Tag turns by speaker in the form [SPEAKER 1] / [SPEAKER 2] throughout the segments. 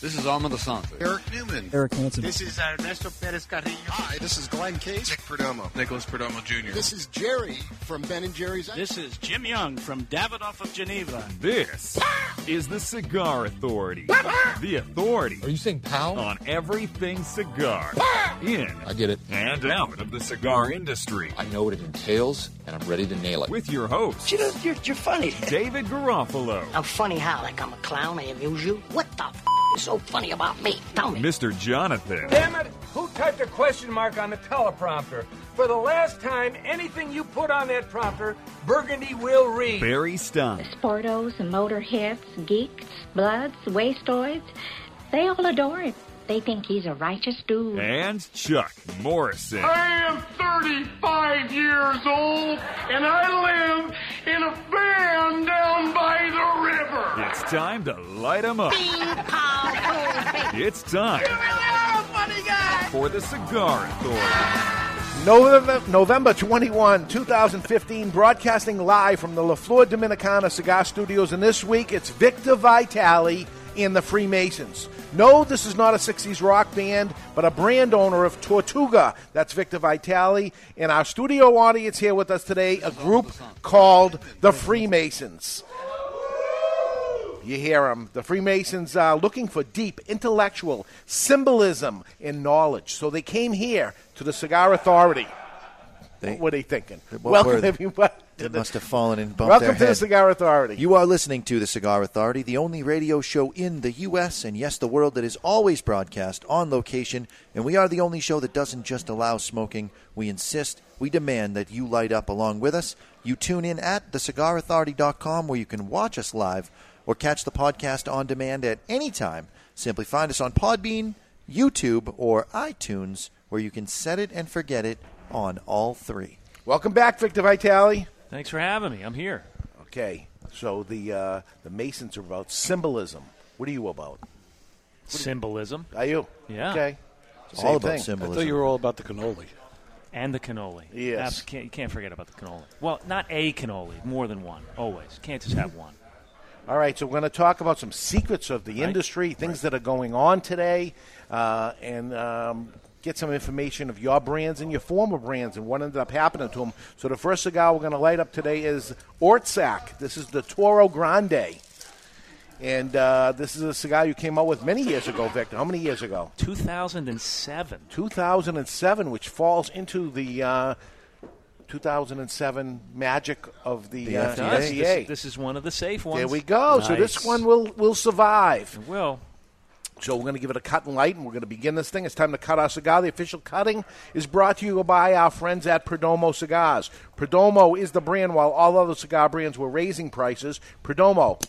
[SPEAKER 1] This is Alma DeSante.
[SPEAKER 2] Eric Newman.
[SPEAKER 3] Eric Hansen.
[SPEAKER 4] This is Ernesto Perez Carrillo.
[SPEAKER 5] Hi, this is Glenn Case.
[SPEAKER 6] Nick Perdomo.
[SPEAKER 7] Nicholas Perdomo Jr.
[SPEAKER 8] This is Jerry from Ben & Jerry's.
[SPEAKER 9] This is Jim Young from Davidoff of Geneva.
[SPEAKER 10] This is the Cigar Authority. the authority.
[SPEAKER 11] Are you saying pal?
[SPEAKER 10] On everything cigar. In.
[SPEAKER 11] I get it.
[SPEAKER 10] And out of the cigar industry.
[SPEAKER 11] I know what it entails, and I'm ready to nail it.
[SPEAKER 10] With your host.
[SPEAKER 12] You know, you're, you're funny.
[SPEAKER 10] David Garofalo.
[SPEAKER 12] I'm funny how? Like I'm a clown, I amuse you? What the f- is so funny about me? Tell me.
[SPEAKER 10] Mr. Jonathan.
[SPEAKER 13] Damn it! Who typed a question mark on the teleprompter? For the last time, anything you put on that prompter, Burgundy will read.
[SPEAKER 10] Barry Stein.
[SPEAKER 14] Sportos, motorheads, geeks, bloods, wastoids, they all adore him. They think he's a righteous dude.
[SPEAKER 10] And Chuck Morrison.
[SPEAKER 15] I am 35 years old, and I live in a van down by the river.
[SPEAKER 10] It's time to light 'em up. it's time for the Cigar Authority.
[SPEAKER 16] November, November 21, 2015, broadcasting live from the La Flor Dominicana Cigar Studios. And this week it's Victor Vitali and the Freemasons. No, this is not a 60s rock band, but a brand owner of Tortuga. That's Victor Vitali. And our studio audience here with us today, a group called the Freemasons. You hear them. The Freemasons are looking for deep intellectual symbolism and knowledge. So they came here to the Cigar Authority. what were they thinking?
[SPEAKER 17] What were
[SPEAKER 16] Welcome,
[SPEAKER 17] they?
[SPEAKER 16] everybody.
[SPEAKER 17] They must have fallen and bumped
[SPEAKER 16] Welcome
[SPEAKER 17] their
[SPEAKER 16] to the
[SPEAKER 17] head.
[SPEAKER 16] Cigar Authority.
[SPEAKER 17] You are listening to The Cigar Authority, the only radio show in the U.S. and yes, the world that is always broadcast on location. And we are the only show that doesn't just allow smoking. We insist, we demand that you light up along with us. You tune in at thecigarauthority.com where you can watch us live or catch the podcast on demand at any time. Simply find us on Podbean, YouTube, or iTunes where you can set it and forget it on all three.
[SPEAKER 16] Welcome back, Victor Vitali.
[SPEAKER 18] Thanks for having me. I'm here.
[SPEAKER 16] Okay, so the uh, the Masons are about symbolism. What are you about?
[SPEAKER 18] Symbolism.
[SPEAKER 16] Are you?
[SPEAKER 18] Yeah.
[SPEAKER 16] Okay.
[SPEAKER 17] All about
[SPEAKER 18] symbolism.
[SPEAKER 19] I thought you were all about the cannoli.
[SPEAKER 18] And the cannoli.
[SPEAKER 19] Yes.
[SPEAKER 18] Abs- can't, you can't forget about the cannoli. Well, not a cannoli, more than one. Always. Can't just have one.
[SPEAKER 16] All right, so we're going to talk about some secrets of the industry, things that are going on today, uh, and um, get some information of your brands and your former brands and what ended up happening to them. So the first cigar we're going to light up today is Ortsac. This is the Toro Grande. And uh, this is a cigar you came out with many years ago, Victor. How many years ago?
[SPEAKER 18] 2007.
[SPEAKER 16] 2007, which falls into the uh, 2007 magic of the,
[SPEAKER 18] It
[SPEAKER 16] uh,
[SPEAKER 18] does.
[SPEAKER 16] FDA.
[SPEAKER 18] This, this is one of the safe ones.
[SPEAKER 16] There we go. So this
[SPEAKER 18] Nice.
[SPEAKER 16] one will will survive.
[SPEAKER 18] It will.
[SPEAKER 16] So we're going to give it a cut and light, and we're going to begin this thing. It's time to cut our cigar. The official cutting is brought to you by our friends at Perdomo Cigars. Perdomo is the brand. While all other cigar brands were raising prices, Perdomo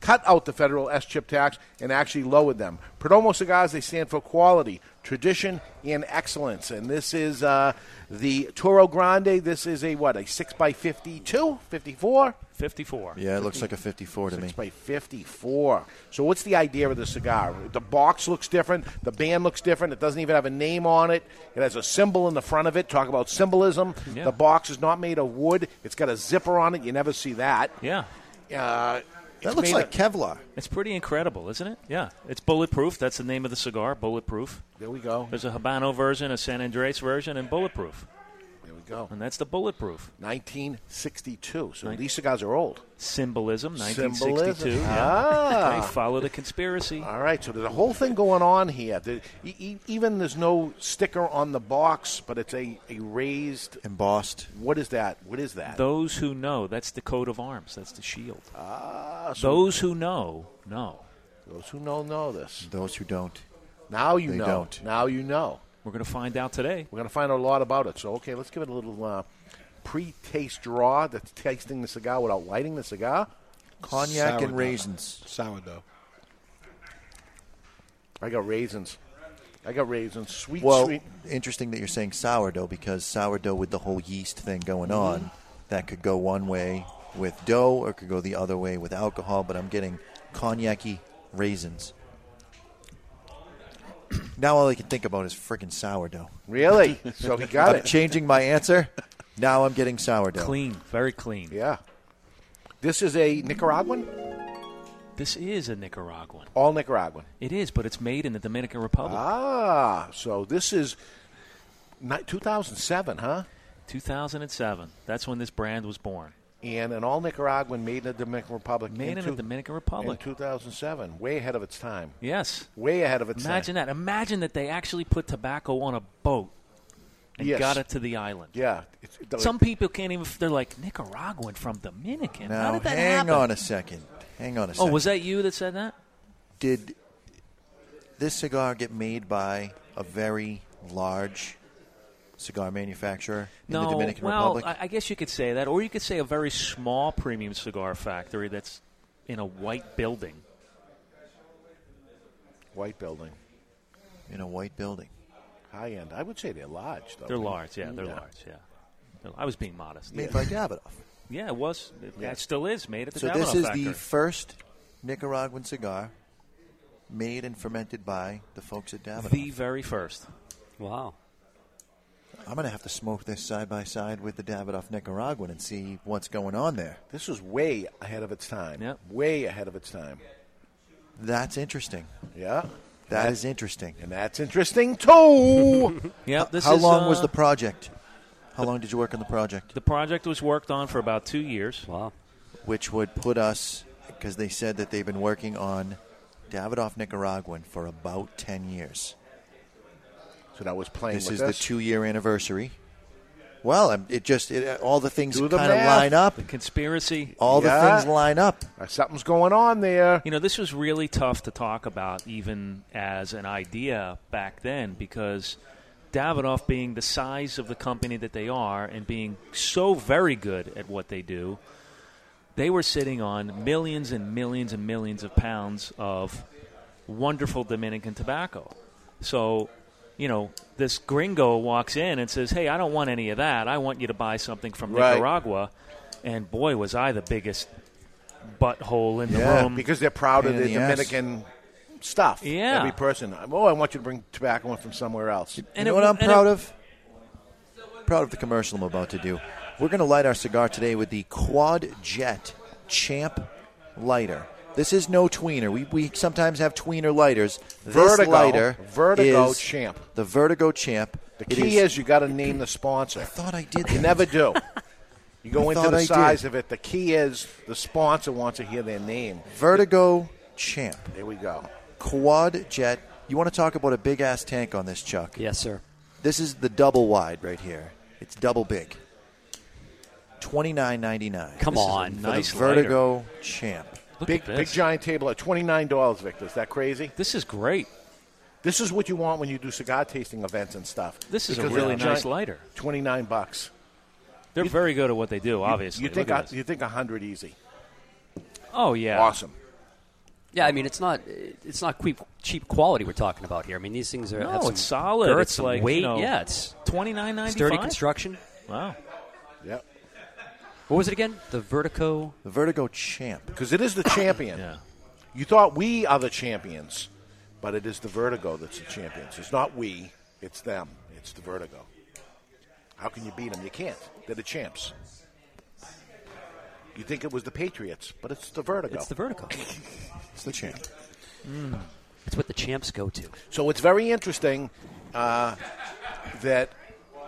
[SPEAKER 16] cut out the federal S chip tax and actually lowered them. Perdomo Cigars they stand for quality, tradition, and excellence. And this is uh, the Toro Grande. This is a what a six by 52, 54?
[SPEAKER 18] 54.
[SPEAKER 17] Yeah, it looks like a 54 to me.
[SPEAKER 16] by 54. So what's the idea of the cigar? The box looks different. The band looks different. It doesn't even have a name on it. It has a symbol in the front of it. Talk about symbolism.
[SPEAKER 18] Yeah.
[SPEAKER 16] The box is not made of wood. It's got a zipper on it. You never see that.
[SPEAKER 18] Yeah.
[SPEAKER 16] Uh, it's made of-
[SPEAKER 17] Kevlar.
[SPEAKER 18] It's pretty incredible, isn't it? Yeah. It's bulletproof. That's the name of the cigar, bulletproof.
[SPEAKER 16] There we go.
[SPEAKER 18] There's a Habano version, a San Andres version, and bulletproof.
[SPEAKER 16] There we go.
[SPEAKER 18] And that's the bulletproof.
[SPEAKER 16] 1962. So these cigars are old.
[SPEAKER 18] Symbolism,
[SPEAKER 16] Symbolism.
[SPEAKER 18] 1962. Yeah.
[SPEAKER 16] Ah.
[SPEAKER 18] They follow the conspiracy.
[SPEAKER 16] All right, so there's a whole thing going on here. The, e- e- even there's no sticker on the box, but it's a, a raised.
[SPEAKER 17] Embossed.
[SPEAKER 16] What is that? What is that?
[SPEAKER 18] Those who know, that's the coat of arms. That's the shield.
[SPEAKER 16] Ah, so
[SPEAKER 18] Those who know, know.
[SPEAKER 16] Those who know know this.
[SPEAKER 17] Those who don't.
[SPEAKER 16] Now you
[SPEAKER 17] They
[SPEAKER 16] know.
[SPEAKER 17] don't.
[SPEAKER 16] Now you know.
[SPEAKER 18] We're going to find out today.
[SPEAKER 16] We're going to find out a lot about it. So, okay, let's give it a little uh, pre-taste draw. That's tasting the cigar without lighting the cigar.
[SPEAKER 17] Cognac and raisins.
[SPEAKER 19] Sourdough.
[SPEAKER 16] I got raisins. I got raisins. Sweet,
[SPEAKER 17] Well,
[SPEAKER 16] sweet.
[SPEAKER 17] interesting that you're saying sourdough because sourdough with the whole yeast thing going
[SPEAKER 16] Mm-hmm.
[SPEAKER 17] on, that could go one way with dough or it could go the other way with alcohol. But I'm getting cognac-y raisins. now all I can think about is freaking sourdough.
[SPEAKER 16] Really? so he got
[SPEAKER 17] I'm
[SPEAKER 16] it.
[SPEAKER 17] changing my answer. Now I'm getting sourdough.
[SPEAKER 18] Clean, very clean.
[SPEAKER 16] yeah. This is a Nicaraguan.
[SPEAKER 18] This is a Nicaraguan.
[SPEAKER 16] All Nicaraguan.
[SPEAKER 18] It is, but it's made in the Dominican Republic.
[SPEAKER 16] Ah, so this is ni- 2007, huh?
[SPEAKER 18] 2007. That's when this brand was born.
[SPEAKER 16] And an all Nicaraguan made in the Dominican Republic.
[SPEAKER 18] Made in the Dominican Republic.
[SPEAKER 16] In 2007. Way ahead of its time.
[SPEAKER 18] Yes.
[SPEAKER 16] Way ahead of its
[SPEAKER 18] Imagine that. Imagine that they actually put tobacco on a boat and
[SPEAKER 16] Yes.
[SPEAKER 18] got it to the island.
[SPEAKER 16] Yeah. It's- it's-
[SPEAKER 18] Some people can't even. They're like Nicaraguan from Dominican. How
[SPEAKER 17] Now,
[SPEAKER 18] did that
[SPEAKER 17] hang
[SPEAKER 18] happen?
[SPEAKER 17] on a second. Hang on a
[SPEAKER 18] Oh,
[SPEAKER 17] second.
[SPEAKER 18] was that you that said that?
[SPEAKER 17] Did this cigar get made by a very large cigar manufacturer in
[SPEAKER 18] no.
[SPEAKER 17] the Dominican
[SPEAKER 18] well,
[SPEAKER 17] Republic?
[SPEAKER 18] I, I guess you could say that, or you could say a very small premium cigar factory that's in a white building.
[SPEAKER 16] White building.
[SPEAKER 17] In a white building.
[SPEAKER 16] High end. I would say they're large, though.
[SPEAKER 18] They're large, yeah. They're large, yeah. They're- I was being modest.
[SPEAKER 17] Made by Davidoff.
[SPEAKER 18] Yeah, it was. It, yeah, it still is made at the
[SPEAKER 17] so
[SPEAKER 18] Davidoff
[SPEAKER 17] this is
[SPEAKER 18] factory.
[SPEAKER 17] the first Nicaraguan cigar made and fermented by the folks at Davidoff.
[SPEAKER 18] The very first.
[SPEAKER 1] Wow.
[SPEAKER 17] I'm going to have to smoke this side by side with the Davidoff Nicaraguan and see what's going on there.
[SPEAKER 16] This is way ahead of its time. Way ahead of its time.
[SPEAKER 17] That's interesting.
[SPEAKER 16] Yeah.
[SPEAKER 17] That is interesting.
[SPEAKER 16] And that's interesting too.
[SPEAKER 18] Yeah,
[SPEAKER 17] H-
[SPEAKER 18] this
[SPEAKER 17] How
[SPEAKER 18] is,
[SPEAKER 17] long was
[SPEAKER 18] uh,
[SPEAKER 17] the project? How long did you work on the project?
[SPEAKER 18] The project was worked on for about two years.
[SPEAKER 1] Wow.
[SPEAKER 17] Which would put us, because they said that they've been working on Davidoff Nicaraguan for about 10 years.
[SPEAKER 16] So that was playing
[SPEAKER 17] This
[SPEAKER 16] with
[SPEAKER 17] is
[SPEAKER 16] this?
[SPEAKER 17] the two year anniversary. Well, I'm- it just, it, uh, all the things
[SPEAKER 16] Do
[SPEAKER 17] kind
[SPEAKER 16] the
[SPEAKER 17] of
[SPEAKER 16] math.
[SPEAKER 17] line up.
[SPEAKER 18] The conspiracy.
[SPEAKER 17] All
[SPEAKER 16] Yeah. Uh,
[SPEAKER 17] the things line up.
[SPEAKER 16] Something's going on there.
[SPEAKER 18] You know, this was really tough to talk about even as an idea back then because Davidoff, being the size of the company that they are and being so very good at what they do, they were sitting on millions and millions and millions of pounds of wonderful Dominican tobacco. So, you know, this gringo walks in and says, Hey, I don't want any of that. I want you to buy something from
[SPEAKER 16] Right.
[SPEAKER 18] Nicaragua. And boy, was I the biggest butthole in the
[SPEAKER 16] yeah,
[SPEAKER 18] room.
[SPEAKER 16] because they're proud
[SPEAKER 18] Pain
[SPEAKER 16] of
[SPEAKER 18] in
[SPEAKER 16] the,
[SPEAKER 18] um, the ass.
[SPEAKER 16] Dominican stuff.
[SPEAKER 18] Yeah.
[SPEAKER 16] every person. Oh, I want you to bring tobacco in from somewhere else.
[SPEAKER 17] You know what I'm proud of? Proud of the commercial I'm about to do. We're going to light our cigar today with the Quad Jet Champ lighter. This is no tweener. We, we sometimes have tweener lighters. This
[SPEAKER 16] Vertigo-
[SPEAKER 17] lighter
[SPEAKER 16] Vertigo
[SPEAKER 17] is
[SPEAKER 16] Champ.
[SPEAKER 17] The Vertigo Champ.
[SPEAKER 16] The
[SPEAKER 17] It
[SPEAKER 16] key is, you got to name the sponsor. I
[SPEAKER 17] thought I did.
[SPEAKER 16] You never do. You go
[SPEAKER 17] I
[SPEAKER 16] into
[SPEAKER 17] thought
[SPEAKER 16] the
[SPEAKER 17] I
[SPEAKER 16] size
[SPEAKER 17] did.
[SPEAKER 16] of it. The key is the sponsor wants to hear their name.
[SPEAKER 17] Vertigo Champ.
[SPEAKER 16] There we go.
[SPEAKER 17] Quad Jet. You want to talk about a big ass tank on this, Chuck?
[SPEAKER 1] Yes, sir.
[SPEAKER 17] This is the double wide right here. It's double big. Twenty nine ninety nine.
[SPEAKER 1] Come
[SPEAKER 17] This is
[SPEAKER 1] on.
[SPEAKER 17] for
[SPEAKER 1] Nice
[SPEAKER 17] the
[SPEAKER 1] lighter.
[SPEAKER 17] Vertigo Champ.
[SPEAKER 16] big big giant table at twenty nine dollars, Victor. Is that crazy?
[SPEAKER 18] This is great.
[SPEAKER 16] This is what you want when you do cigar tasting events and stuff.
[SPEAKER 18] This is a
[SPEAKER 16] Because
[SPEAKER 18] really
[SPEAKER 16] they're
[SPEAKER 18] nice
[SPEAKER 16] giant-
[SPEAKER 18] lighter.
[SPEAKER 16] Twenty nine bucks.
[SPEAKER 18] They're very good at what they do,
[SPEAKER 16] You-
[SPEAKER 18] obviously.
[SPEAKER 16] you think
[SPEAKER 18] Look at
[SPEAKER 16] a, you think a hundred easy?
[SPEAKER 18] this. Oh, yeah.
[SPEAKER 16] Awesome.
[SPEAKER 1] Yeah, I mean it's not it's not cheap, cheap quality we're talking about here. I mean these things are
[SPEAKER 18] No,
[SPEAKER 1] have some
[SPEAKER 18] it's solid.
[SPEAKER 1] girth,
[SPEAKER 18] it's
[SPEAKER 1] some
[SPEAKER 18] like,
[SPEAKER 1] weight.
[SPEAKER 18] you know,
[SPEAKER 1] yeah, it's
[SPEAKER 18] $29.95?
[SPEAKER 1] sturdy construction.
[SPEAKER 18] Wow.
[SPEAKER 16] Yep.
[SPEAKER 1] What was it again? The Vertico.
[SPEAKER 17] The Vertigo Champ.
[SPEAKER 16] Because it is the champion.
[SPEAKER 18] yeah.
[SPEAKER 16] You thought we are the champions, but it is the Vertigo that's the champions. It's not we, it's them. It's the Vertigo. How can you beat them? You can't. They're the champs. You think it was the Patriots, but it's the Vertigo.
[SPEAKER 1] It's the Vertigo.
[SPEAKER 17] it's the champ.
[SPEAKER 18] Hmm.
[SPEAKER 1] It's what the champs go to.
[SPEAKER 16] So it's very interesting uh, that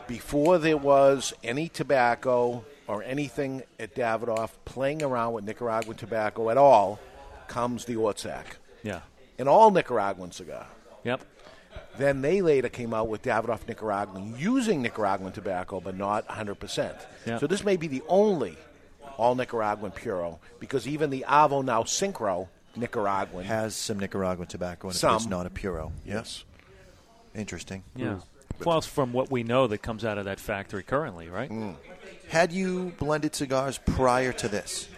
[SPEAKER 16] before there was any tobacco or anything at Davidoff playing around with Nicaraguan tobacco at all, comes the Ortsac,
[SPEAKER 18] Yeah.
[SPEAKER 16] an all Nicaraguan cigar.
[SPEAKER 18] Yep.
[SPEAKER 16] Then they later came out with Davidoff Nicaraguan using Nicaraguan tobacco, but not 100%.
[SPEAKER 18] Yeah.
[SPEAKER 16] So this may be the only all Nicaraguan Puro because even the Avo now Synchro Nicaraguan
[SPEAKER 17] Has some Nicaraguan tobacco in it, but
[SPEAKER 16] Some.
[SPEAKER 17] it's not a puro.
[SPEAKER 16] Yes. Hmm.
[SPEAKER 17] Interesting.
[SPEAKER 18] Yeah. Well, from what we know that comes out of that factory currently, right?
[SPEAKER 17] Mm. Had you blended cigars prior to this?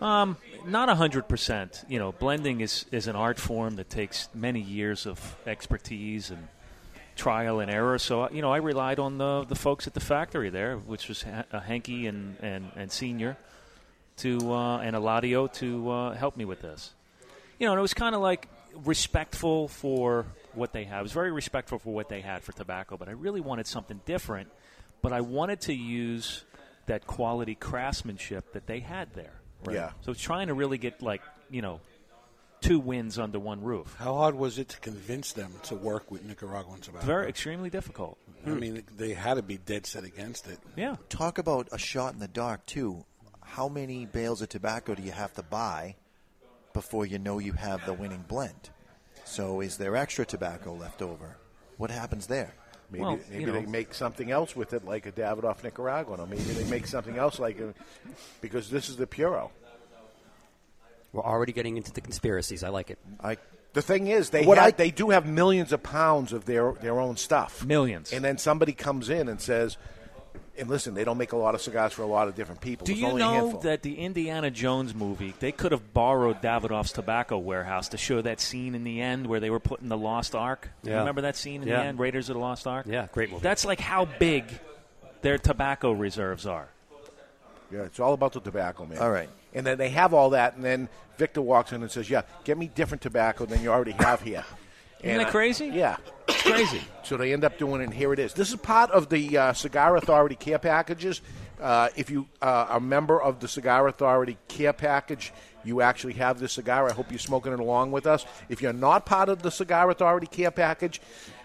[SPEAKER 18] Um, not hundred percent. You know, blending is is an art form that takes many years of expertise and trial and error. So uh, you know, I relied on the the folks at the factory there, which was ha- uh, Hanky and and and Senior, to uh, and Eladio to uh, help me with this. You know, and it was kind of like respectful for what they had. It was very respectful for what they had for tobacco, but I really wanted something different. But I wanted to use that quality craftsmanship that they had there.
[SPEAKER 16] Right. Yeah.
[SPEAKER 18] So it's trying to really get like you know two wins under one roof.
[SPEAKER 2] How hard was it to convince them to work with Nicaraguans about
[SPEAKER 18] Very
[SPEAKER 2] it?
[SPEAKER 18] extremely difficult.
[SPEAKER 2] I mean, they had to be dead set against it.
[SPEAKER 18] Yeah.
[SPEAKER 17] Talk about a shot in the dark too. How many bales of tobacco do you have to buy before you know you have the winning blend? So is there extra tobacco left over? What happens there?
[SPEAKER 16] Maybe, maybe they make something else with it, like a Davidoff Nicaraguan, or maybe they make something else like a, because this is the Puro.
[SPEAKER 1] We're already getting into the conspiracies. I like it.
[SPEAKER 17] I,
[SPEAKER 16] The thing is, they
[SPEAKER 1] What
[SPEAKER 16] have,
[SPEAKER 1] I-
[SPEAKER 16] they do have millions of pounds of their their own stuff,
[SPEAKER 18] Millions.
[SPEAKER 16] and then somebody comes in and says, and listen, they don't make a lot of cigars for a lot of different people.
[SPEAKER 18] Do
[SPEAKER 16] There's
[SPEAKER 18] you
[SPEAKER 16] only a
[SPEAKER 18] know
[SPEAKER 16] handful.
[SPEAKER 18] that the Indiana Jones movie, they could have borrowed Davidoff's tobacco warehouse to show that scene in the end where they were putting the Lost Ark? You
[SPEAKER 1] Yeah.
[SPEAKER 18] Remember that scene in
[SPEAKER 1] Yeah.
[SPEAKER 18] the end, Raiders of the Lost Ark?
[SPEAKER 1] Yeah, great movie.
[SPEAKER 18] That's like how big their tobacco reserves are.
[SPEAKER 16] Yeah, it's all about the tobacco, man.
[SPEAKER 18] All right.
[SPEAKER 16] And then they have all that, and then Victor walks in and says, "Yeah, get me different tobacco than you already have here."
[SPEAKER 18] Isn't
[SPEAKER 16] And
[SPEAKER 18] that
[SPEAKER 16] I-
[SPEAKER 18] crazy?
[SPEAKER 16] yeah, it's crazy. So they end up doing it, and here it is. This is part of the uh, Cigar Authority care packages. Uh, if you uh, are a member of the Cigar Authority care package, you actually have this cigar. I hope you're smoking it along with us. If you're not part of the Cigar Authority care package,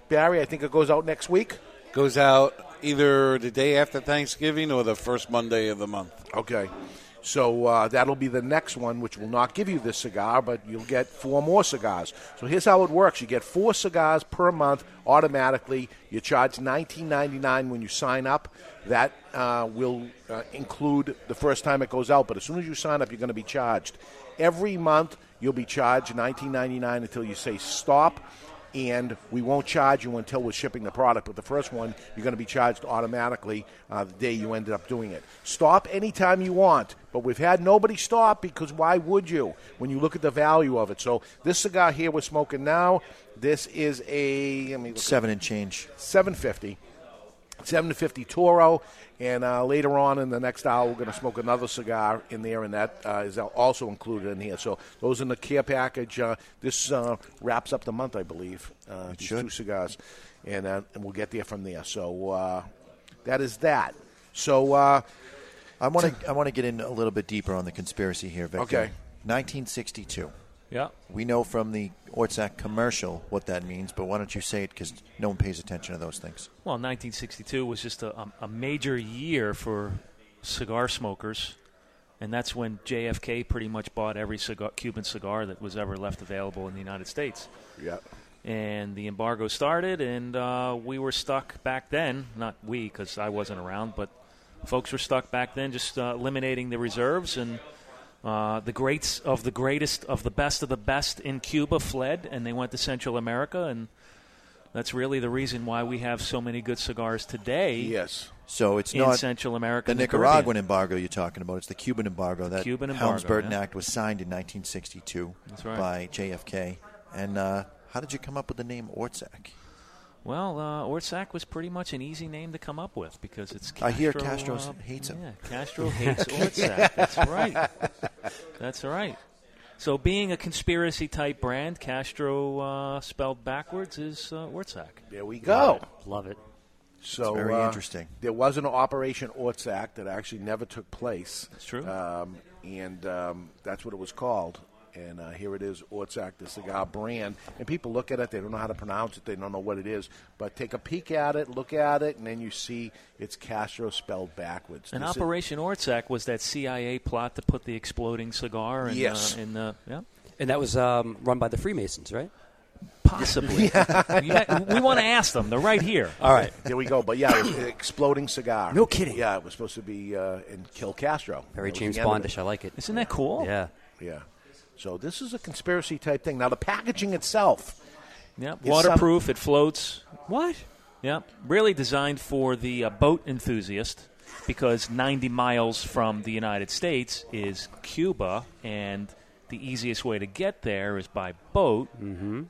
[SPEAKER 16] Barry, I think it goes out next week.
[SPEAKER 2] Goes out either the day after Thanksgiving or the first Monday of the month.
[SPEAKER 16] Okay. So uh, that'll be the next one, which will not give you this cigar, but you'll get four more cigars. So here's how it works: you get four cigars per month automatically. You charge $19.99 when you sign up. That uh, will uh, include the first time it goes out, but as soon as you sign up, you're going to be charged. Every month, you'll be charged $19.99 until you say stop and we won't charge you until we're shipping the product. But the first one, you're going to be charged automatically uh, the day you ended up doing it. Stop anytime you want, but we've had nobody stop because why would you when you look at the value of it? So this cigar here we're smoking now, this is a let me look
[SPEAKER 17] Seven and change.
[SPEAKER 16] 750 750 Toro, and uh, later on in the next hour, we're going to smoke another cigar in there, and that uh, is also included in here. So those in the care package. Uh, this uh, wraps up the month, I believe. Uh, these two cigars, and uh, and we'll get there from there. So uh, that is that. So uh,
[SPEAKER 17] I want to I want to get in a little bit deeper on the conspiracy here, Victor.
[SPEAKER 16] Okay.
[SPEAKER 17] 1962.
[SPEAKER 18] Yeah.
[SPEAKER 17] We know from the Ortsac commercial what that means, but why don't you say it because no one pays attention to those things.
[SPEAKER 18] Well, 1962 was just a, a, a major year for cigar smokers, and that's when JFK pretty much bought every cigar, Cuban cigar that was ever left available in the United States.
[SPEAKER 16] Yeah.
[SPEAKER 18] And the embargo started, and uh, we were stuck back then. Not we, because I wasn't around, but folks were stuck back then, just uh, eliminating the reserves and. Uh, the greats of the greatest of the best of the best in Cuba fled, and they went to Central America, and that's really the reason why we have so many good cigars today.
[SPEAKER 16] Yes.
[SPEAKER 17] So it's
[SPEAKER 18] in
[SPEAKER 17] not
[SPEAKER 18] Central America,
[SPEAKER 17] The
[SPEAKER 18] and the
[SPEAKER 17] Nicaraguan embargo you're talking about. It's the Cuban embargo. That
[SPEAKER 18] Cuban embargo,
[SPEAKER 17] Helms-Burton
[SPEAKER 18] yeah.
[SPEAKER 17] Act was signed in 1962
[SPEAKER 18] That's right.
[SPEAKER 17] by JFK. And uh, how did you come up with the name Ortsac?
[SPEAKER 18] Well, uh, Ortsac was pretty much an easy name to come up with because it's. Castro,
[SPEAKER 17] I hear Castro s-
[SPEAKER 18] uh,
[SPEAKER 17] hates him.
[SPEAKER 18] Yeah, Castro hates Ortsac. That's right. That's right. So, being a conspiracy type brand, Castro uh, spelled backwards is uh, Ortsac.
[SPEAKER 16] There we go.
[SPEAKER 1] Love it.
[SPEAKER 16] So
[SPEAKER 18] It's very
[SPEAKER 16] uh,
[SPEAKER 18] interesting.
[SPEAKER 16] There was an Operation Ortsac that actually never took place. That's
[SPEAKER 18] true.
[SPEAKER 16] Um, and um, that's what it was called. And uh, here it is, Ortsac, the cigar brand. And people look at it; they don't know how to pronounce it. They don't know what it is. But take a peek at it, look at it, and then you see it's Castro spelled backwards.
[SPEAKER 18] And
[SPEAKER 16] This is-
[SPEAKER 18] Operation Ortsac was that CIA plot to put the exploding cigar in,
[SPEAKER 16] Yes.
[SPEAKER 18] uh, in the. Yeah.
[SPEAKER 1] And that was um, run by the Freemasons, right?
[SPEAKER 18] Possibly. we want to ask them. They're right here.
[SPEAKER 1] All right.
[SPEAKER 16] there we go. But yeah, it was an exploding cigar.
[SPEAKER 1] No kidding.
[SPEAKER 16] Yeah, it was supposed to be uh, and kill Castro.
[SPEAKER 1] Very
[SPEAKER 16] That was
[SPEAKER 1] James
[SPEAKER 16] the end of it.
[SPEAKER 1] Bondish. I like it.
[SPEAKER 18] Isn't that cool?
[SPEAKER 1] Yeah.
[SPEAKER 16] Yeah. So this is a conspiracy type thing. Now the packaging itself.
[SPEAKER 18] Yeah,
[SPEAKER 16] is
[SPEAKER 18] waterproof. It floats.
[SPEAKER 1] What?
[SPEAKER 18] Yeah, really designed for the uh, boat enthusiast because 90 miles from the United States is Cuba, and the easiest way to get there is by boat. Mm-hmm.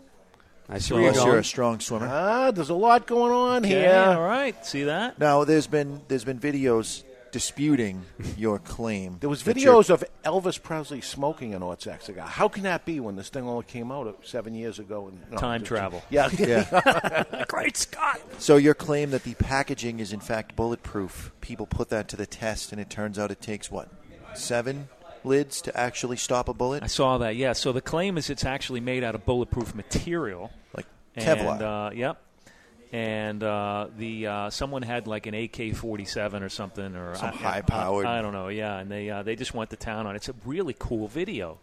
[SPEAKER 1] I
[SPEAKER 17] see where you're Unless you're going. a strong swimmer.
[SPEAKER 16] Ah, there's a lot going on
[SPEAKER 18] Okay,
[SPEAKER 16] here.
[SPEAKER 18] all right. See that?
[SPEAKER 17] Now there's been there's been videos disputing your claim.
[SPEAKER 16] There was
[SPEAKER 17] that you're-
[SPEAKER 16] videos of Elvis Presley smoking an Ortsac cigar. How can that be when this thing only came out seven years ago? And, no,
[SPEAKER 18] Time
[SPEAKER 16] just-
[SPEAKER 18] travel.
[SPEAKER 16] Yeah.
[SPEAKER 18] Yeah. Great Scott.
[SPEAKER 17] So your claim that the packaging is in fact bulletproof, people put that to the test, and it turns out it takes what seven lids to actually stop a bullet?
[SPEAKER 18] I saw that. Yeah. So the claim is it's actually made out of bulletproof material,
[SPEAKER 17] like
[SPEAKER 18] And, uh, yep. And uh, the uh, someone had like an AK-47 or something, or
[SPEAKER 17] Some
[SPEAKER 18] I- I-
[SPEAKER 17] high-powered-
[SPEAKER 18] I, I don't know. Yeah, and they uh, they just went to town on it. It's a really cool video.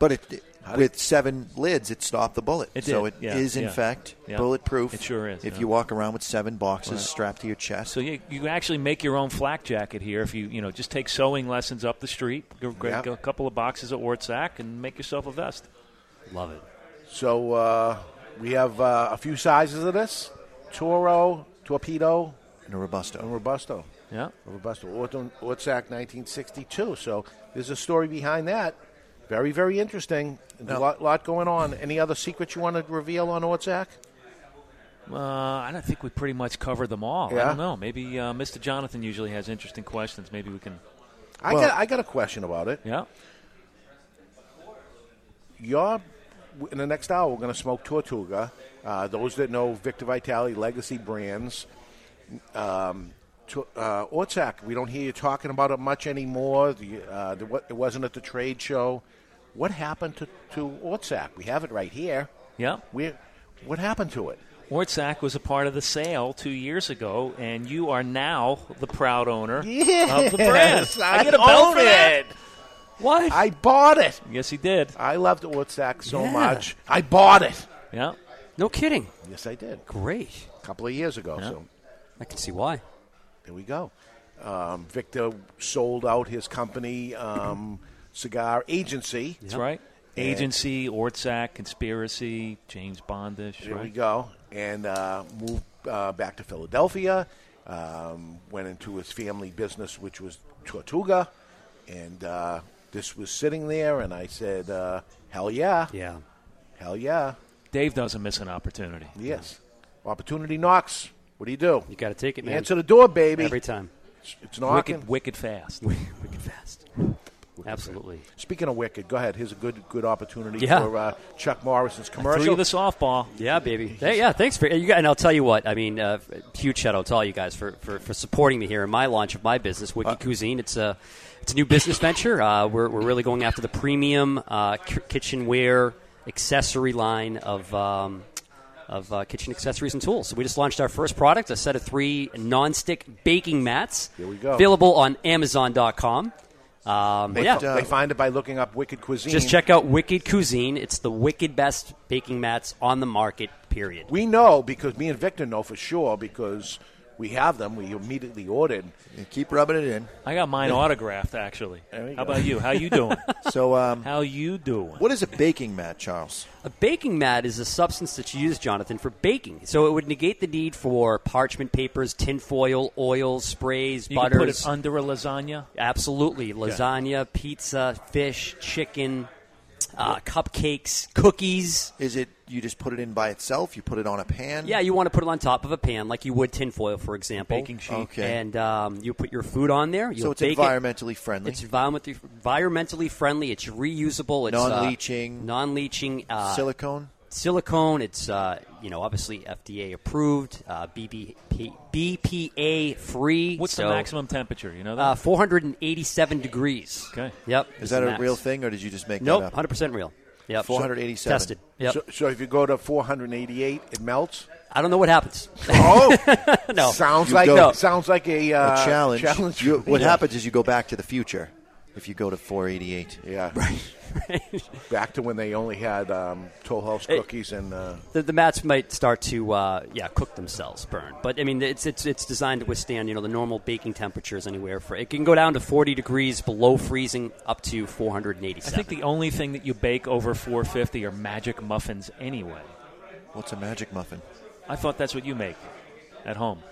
[SPEAKER 17] But it, with seven lids, it stopped the bullet.
[SPEAKER 18] It
[SPEAKER 17] So it
[SPEAKER 18] did,
[SPEAKER 17] is
[SPEAKER 18] yeah,
[SPEAKER 17] in
[SPEAKER 18] yeah,
[SPEAKER 17] fact
[SPEAKER 18] yeah.
[SPEAKER 17] bulletproof.
[SPEAKER 18] It sure is,
[SPEAKER 17] If
[SPEAKER 18] yeah.
[SPEAKER 17] you walk around with seven boxes
[SPEAKER 18] Right.
[SPEAKER 17] strapped to your chest,
[SPEAKER 18] So you, you actually make your own flak jacket here if you you know just take sewing lessons up the street, go grab
[SPEAKER 16] Yep.
[SPEAKER 18] a couple of boxes at Wartsack, and make yourself a vest. Love it.
[SPEAKER 16] So uh, we have uh, a few sizes of this: Toro, Torpedo,
[SPEAKER 17] and a Robusto.
[SPEAKER 16] And Robusto.
[SPEAKER 18] Yeah.
[SPEAKER 16] A Robusto. Orton- Ortsack, 1962. So there's a story behind that. Very, very interesting. There's A
[SPEAKER 18] Now-
[SPEAKER 16] lot, lot going on. Any other secrets you want to reveal on Ortsack?
[SPEAKER 18] Uh, I don't think we pretty much covered them all.
[SPEAKER 16] Yeah?
[SPEAKER 18] Oh, I don't know. Maybe uh, Mr. Jonathan usually has interesting questions. Maybe we can.
[SPEAKER 16] I Well- got- I got a question about it.
[SPEAKER 18] Yeah.
[SPEAKER 16] You're, in the next hour, we're going to smoke Tortuga. Uh, those that know Victor Vitali, Legacy Brands. Um, to, uh, Ortsack, we don't hear you talking about it much anymore. The, uh, the, what, it wasn't at the trade show. What happened to, to Ortsack? We have it right here.
[SPEAKER 18] Yeah.
[SPEAKER 16] We, what happened to it?
[SPEAKER 18] Wartsack was a part of the sale two years ago, and you are now the proud owner of the brand.
[SPEAKER 16] Yes, I
[SPEAKER 18] get a bell
[SPEAKER 16] own
[SPEAKER 18] for that.
[SPEAKER 16] it.
[SPEAKER 18] What?
[SPEAKER 16] I bought it.
[SPEAKER 18] Yes, he did.
[SPEAKER 16] I loved Ortsack so
[SPEAKER 18] Yeah.
[SPEAKER 16] much. I bought it.
[SPEAKER 18] Yeah.
[SPEAKER 1] No kidding.
[SPEAKER 16] Yes, I did.
[SPEAKER 1] Great.
[SPEAKER 16] A couple of years ago. So
[SPEAKER 1] I can see why.
[SPEAKER 16] There we go. Um, Victor sold out his company, um, cigar agency.
[SPEAKER 18] That's right.
[SPEAKER 16] And
[SPEAKER 18] Agency, Ortsack, conspiracy, James Bondish.
[SPEAKER 16] There
[SPEAKER 18] right?
[SPEAKER 16] we go. And uh, moved uh, back to Philadelphia. Um, went into his family business, which was Tortuga. And uh, this was sitting there, and I said, uh, "Hell yeah,
[SPEAKER 1] yeah,
[SPEAKER 16] hell yeah."
[SPEAKER 18] Dave doesn't miss an opportunity.
[SPEAKER 16] Yes. Opportunity knocks. What do you do?
[SPEAKER 1] You got to take it, man.
[SPEAKER 16] Answer the door, baby.
[SPEAKER 1] Every time.
[SPEAKER 16] It's, it's knocking.
[SPEAKER 18] Wicked, wicked fast.
[SPEAKER 1] wicked fast. Absolutely.
[SPEAKER 16] Speaking of wicked, go ahead. Here's a good good opportunity
[SPEAKER 1] Yeah.
[SPEAKER 16] for uh, Chuck Morrison's
[SPEAKER 18] Throw
[SPEAKER 16] commercial.
[SPEAKER 18] you the softball.
[SPEAKER 1] Yeah, baby. Hey, yeah, thanks for you guys. And I'll tell you what. I mean, uh, huge shout out to all you guys for, for, for supporting me here in my launch of my business, Wiki Cuisine. It's a it's a new business venture. Uh, we're we're really going after the premium uh, k- kitchenware accessory line of. Um, of uh, kitchen accessories and tools. So we just launched our first product, a set of three nonstick baking mats. Here we
[SPEAKER 16] go.
[SPEAKER 1] Available on Amazon.com. Um,
[SPEAKER 16] They,
[SPEAKER 1] yeah.
[SPEAKER 17] uh,
[SPEAKER 16] they find it by looking up Wicked Cuisine.
[SPEAKER 1] Just check out Wicked Cuisine. It's the wicked best baking mats on the market, period.
[SPEAKER 16] We know because me and Victor know for sure because we have them. We immediately ordered.
[SPEAKER 17] keep rubbing it in.
[SPEAKER 18] I got mine autographed, actually.
[SPEAKER 16] you
[SPEAKER 18] How
[SPEAKER 16] go.
[SPEAKER 18] about you? How you doing?
[SPEAKER 17] so, um,
[SPEAKER 18] how you doing?
[SPEAKER 17] What is a baking mat, Charles?
[SPEAKER 1] A baking mat is a substance that you use, Jonathan, for baking. So it would negate the need for parchment papers, tinfoil, oils, sprays,
[SPEAKER 18] you can
[SPEAKER 1] butters.
[SPEAKER 18] put it under a lasagna.
[SPEAKER 1] Absolutely. Lasagna, pizza, fish, chicken, uh, cupcakes, cookies.
[SPEAKER 17] Is it you just put it in by itself? You put it on a pan?
[SPEAKER 1] Yeah, you want to put it on top of a pan, like you would tinfoil, for example.
[SPEAKER 17] Baking sheet. Okay.
[SPEAKER 1] And um, you put your food on there. You
[SPEAKER 17] so it's
[SPEAKER 1] bake It.
[SPEAKER 17] environmentally friendly.
[SPEAKER 1] It's environmentally, environmentally friendly. It's reusable. It's uh,
[SPEAKER 17] Non-leaching.
[SPEAKER 1] non-leaching
[SPEAKER 18] Ah.
[SPEAKER 1] uh,
[SPEAKER 17] Silicone?
[SPEAKER 1] Silicone. It's uh, you know obviously FDA approved, uh, BB, BPA free.
[SPEAKER 18] What's
[SPEAKER 1] So,
[SPEAKER 18] the maximum temperature? You know that?
[SPEAKER 1] Uh, 487 degrees.
[SPEAKER 18] Okay.
[SPEAKER 1] Yep.
[SPEAKER 17] Is
[SPEAKER 1] the
[SPEAKER 17] that a
[SPEAKER 1] max.
[SPEAKER 17] real thing, or did you just make
[SPEAKER 1] nope,
[SPEAKER 17] that up?
[SPEAKER 1] 100% real. Yep.
[SPEAKER 17] 487.
[SPEAKER 1] Tested. Yep.
[SPEAKER 16] So, so if you go to 488, it melts.
[SPEAKER 1] I don't know what happens.
[SPEAKER 16] Oh
[SPEAKER 1] No.
[SPEAKER 16] Sounds
[SPEAKER 1] You
[SPEAKER 16] like
[SPEAKER 1] don't.
[SPEAKER 16] sounds like a,
[SPEAKER 17] A
[SPEAKER 16] uh,
[SPEAKER 17] challenge.
[SPEAKER 16] Challenge.
[SPEAKER 17] You- what happens is you go back to the future if you go to 488.
[SPEAKER 16] Yeah. Back to when they only had um, Toll House cookies and. Uh,
[SPEAKER 1] the, the mats might start to uh, yeah cook themselves, burn. But I mean, it's it's it's designed to withstand you know the normal baking temperatures anywhere for it can go down to 40 degrees below freezing up to 487.
[SPEAKER 18] I think the only thing that you bake over 450 are magic muffins anyway.
[SPEAKER 17] What's a magic muffin?
[SPEAKER 18] I thought that's what you make at home.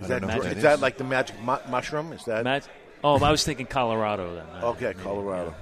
[SPEAKER 16] is that, is that like the magic mu- mushroom? Is that
[SPEAKER 18] Mag- oh, I was thinking Colorado then.
[SPEAKER 16] okay? Colorado,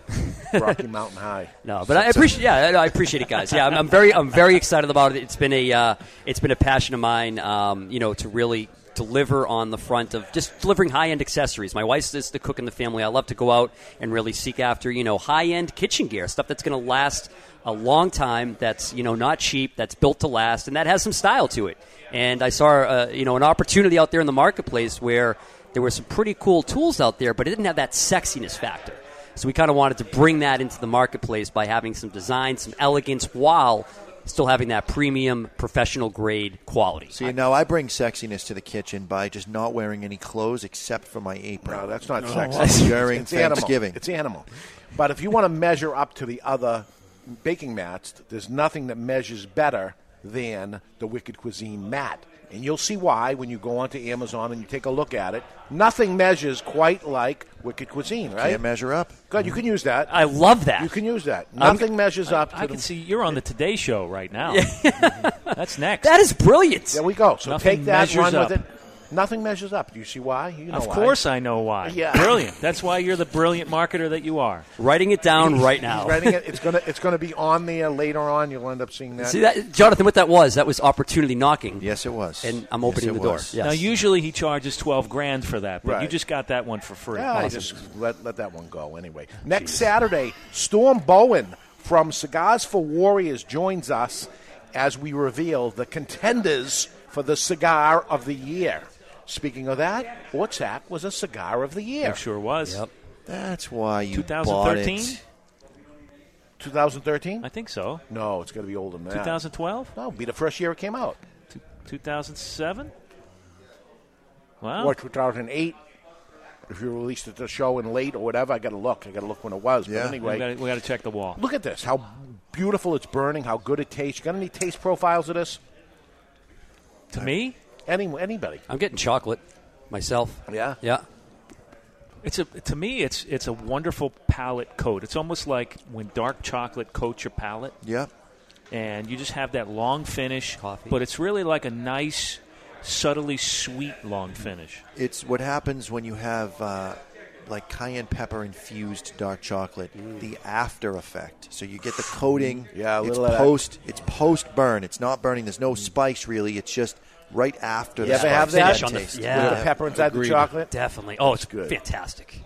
[SPEAKER 16] Rocky Mountain High.
[SPEAKER 1] No, but I appreciate. Yeah, I- I appreciate it, guys. Yeah, I'm, I'm very, I'm very excited about it. It's been a, uh, it's been a passion of mine. Um, you know, to really deliver on the front of just delivering high end accessories. My wife is the cook in the family. I love to go out and really seek after you know high end kitchen gear stuff that's going to last a long time. That's you know not cheap. That's built to last, and that has some style to it. And I saw uh, you know an opportunity out there in the marketplace where there were some pretty cool tools out there, but it didn't have that sexiness factor. So we kind of wanted to bring that into the marketplace by having some design, some elegance, while still having that premium professional grade quality.
[SPEAKER 17] See, now I bring sexiness to the kitchen by just not wearing any clothes except for my apron.
[SPEAKER 16] No, that's not
[SPEAKER 17] No.
[SPEAKER 16] sexy.
[SPEAKER 17] During
[SPEAKER 16] it's
[SPEAKER 17] Thanksgiving.
[SPEAKER 16] Animal. It's animal. But if you want to measure up to the other baking mats, there's nothing that measures better than the Wicked Cuisine mat. And you'll see why when you go onto Amazon and you take a look at it. Nothing measures quite like Wicked Cuisine, right?
[SPEAKER 17] Can't measure up.
[SPEAKER 16] God, you can use that.
[SPEAKER 1] I love that. Um,
[SPEAKER 16] You can use that.
[SPEAKER 18] I'm-
[SPEAKER 16] Nothing measures up.
[SPEAKER 18] I
[SPEAKER 16] to
[SPEAKER 18] can
[SPEAKER 16] the,
[SPEAKER 18] see you're on the Today Show right now. That's next.
[SPEAKER 1] That is brilliant.
[SPEAKER 16] There we go. So
[SPEAKER 18] Nothing
[SPEAKER 16] take that,
[SPEAKER 18] measures
[SPEAKER 16] run
[SPEAKER 18] up.
[SPEAKER 16] with it. Nothing measures up. Do you see why? You know
[SPEAKER 18] of
[SPEAKER 16] why.
[SPEAKER 18] course, I know why.
[SPEAKER 16] Yeah.
[SPEAKER 18] Brilliant. That's why you're the brilliant marketer that you are.
[SPEAKER 1] Writing it down right
[SPEAKER 16] He's
[SPEAKER 1] now.
[SPEAKER 16] writing it. It's gonna it's gonna be on there later on. You'll end up seeing that.
[SPEAKER 1] See that, Jonathan? What that was? That was opportunity knocking.
[SPEAKER 17] Yes, it was.
[SPEAKER 1] And I'm opening the door. Yes.
[SPEAKER 18] Now, usually he charges twelve grand for that, but you
[SPEAKER 16] Right.
[SPEAKER 18] just got that one for free.
[SPEAKER 16] Yeah, I just let, let that one go anyway. Next Saturday, Storm Bowen from Cigars for Warriors joins us as we reveal the contenders for the cigar of the year. Speaking of that, Ortsak was a cigar of the year.
[SPEAKER 18] It sure was.
[SPEAKER 17] That's why you bought
[SPEAKER 18] 2013?
[SPEAKER 17] it.
[SPEAKER 16] 2013? I
[SPEAKER 18] think so.
[SPEAKER 16] No, it's going to be older than that.
[SPEAKER 18] 2012?
[SPEAKER 16] No, be the first year it came out.
[SPEAKER 18] 2007? Wow.
[SPEAKER 16] Or 2008. If you released it to the show in late or whatever, I got to look. I got to look when it was. But anyway,
[SPEAKER 18] we got to check the wall.
[SPEAKER 16] Look at this. How beautiful it's burning. How good it tastes. Got any taste profiles of this?
[SPEAKER 18] To me?
[SPEAKER 16] Any, anybody.
[SPEAKER 1] I'm getting chocolate myself.
[SPEAKER 16] Yeah.
[SPEAKER 1] Yeah.
[SPEAKER 18] It's a to me it's it's a wonderful palate coat. It's almost like when dark chocolate coats your palate.
[SPEAKER 17] Yep.
[SPEAKER 18] And you just have that long finish, but it's really like a nice, subtly sweet long finish.
[SPEAKER 17] It's what happens when you have uh, like cayenne pepper infused dark chocolate. The after effect. So you get the coating.
[SPEAKER 16] Mm. Yeah, a
[SPEAKER 17] it's
[SPEAKER 16] little of that. Mm.
[SPEAKER 17] post. It's post burn. It's not burning. There's no spice really. It's just right after.
[SPEAKER 16] You
[SPEAKER 17] the
[SPEAKER 16] ever have
[SPEAKER 17] spice.
[SPEAKER 16] that?
[SPEAKER 17] After
[SPEAKER 16] Finish on the-
[SPEAKER 17] taste.
[SPEAKER 16] yeah. With the pepper inside the
[SPEAKER 17] Agreed.
[SPEAKER 16] chocolate?
[SPEAKER 1] Definitely. Oh, it's
[SPEAKER 16] It's good.
[SPEAKER 1] fantastic.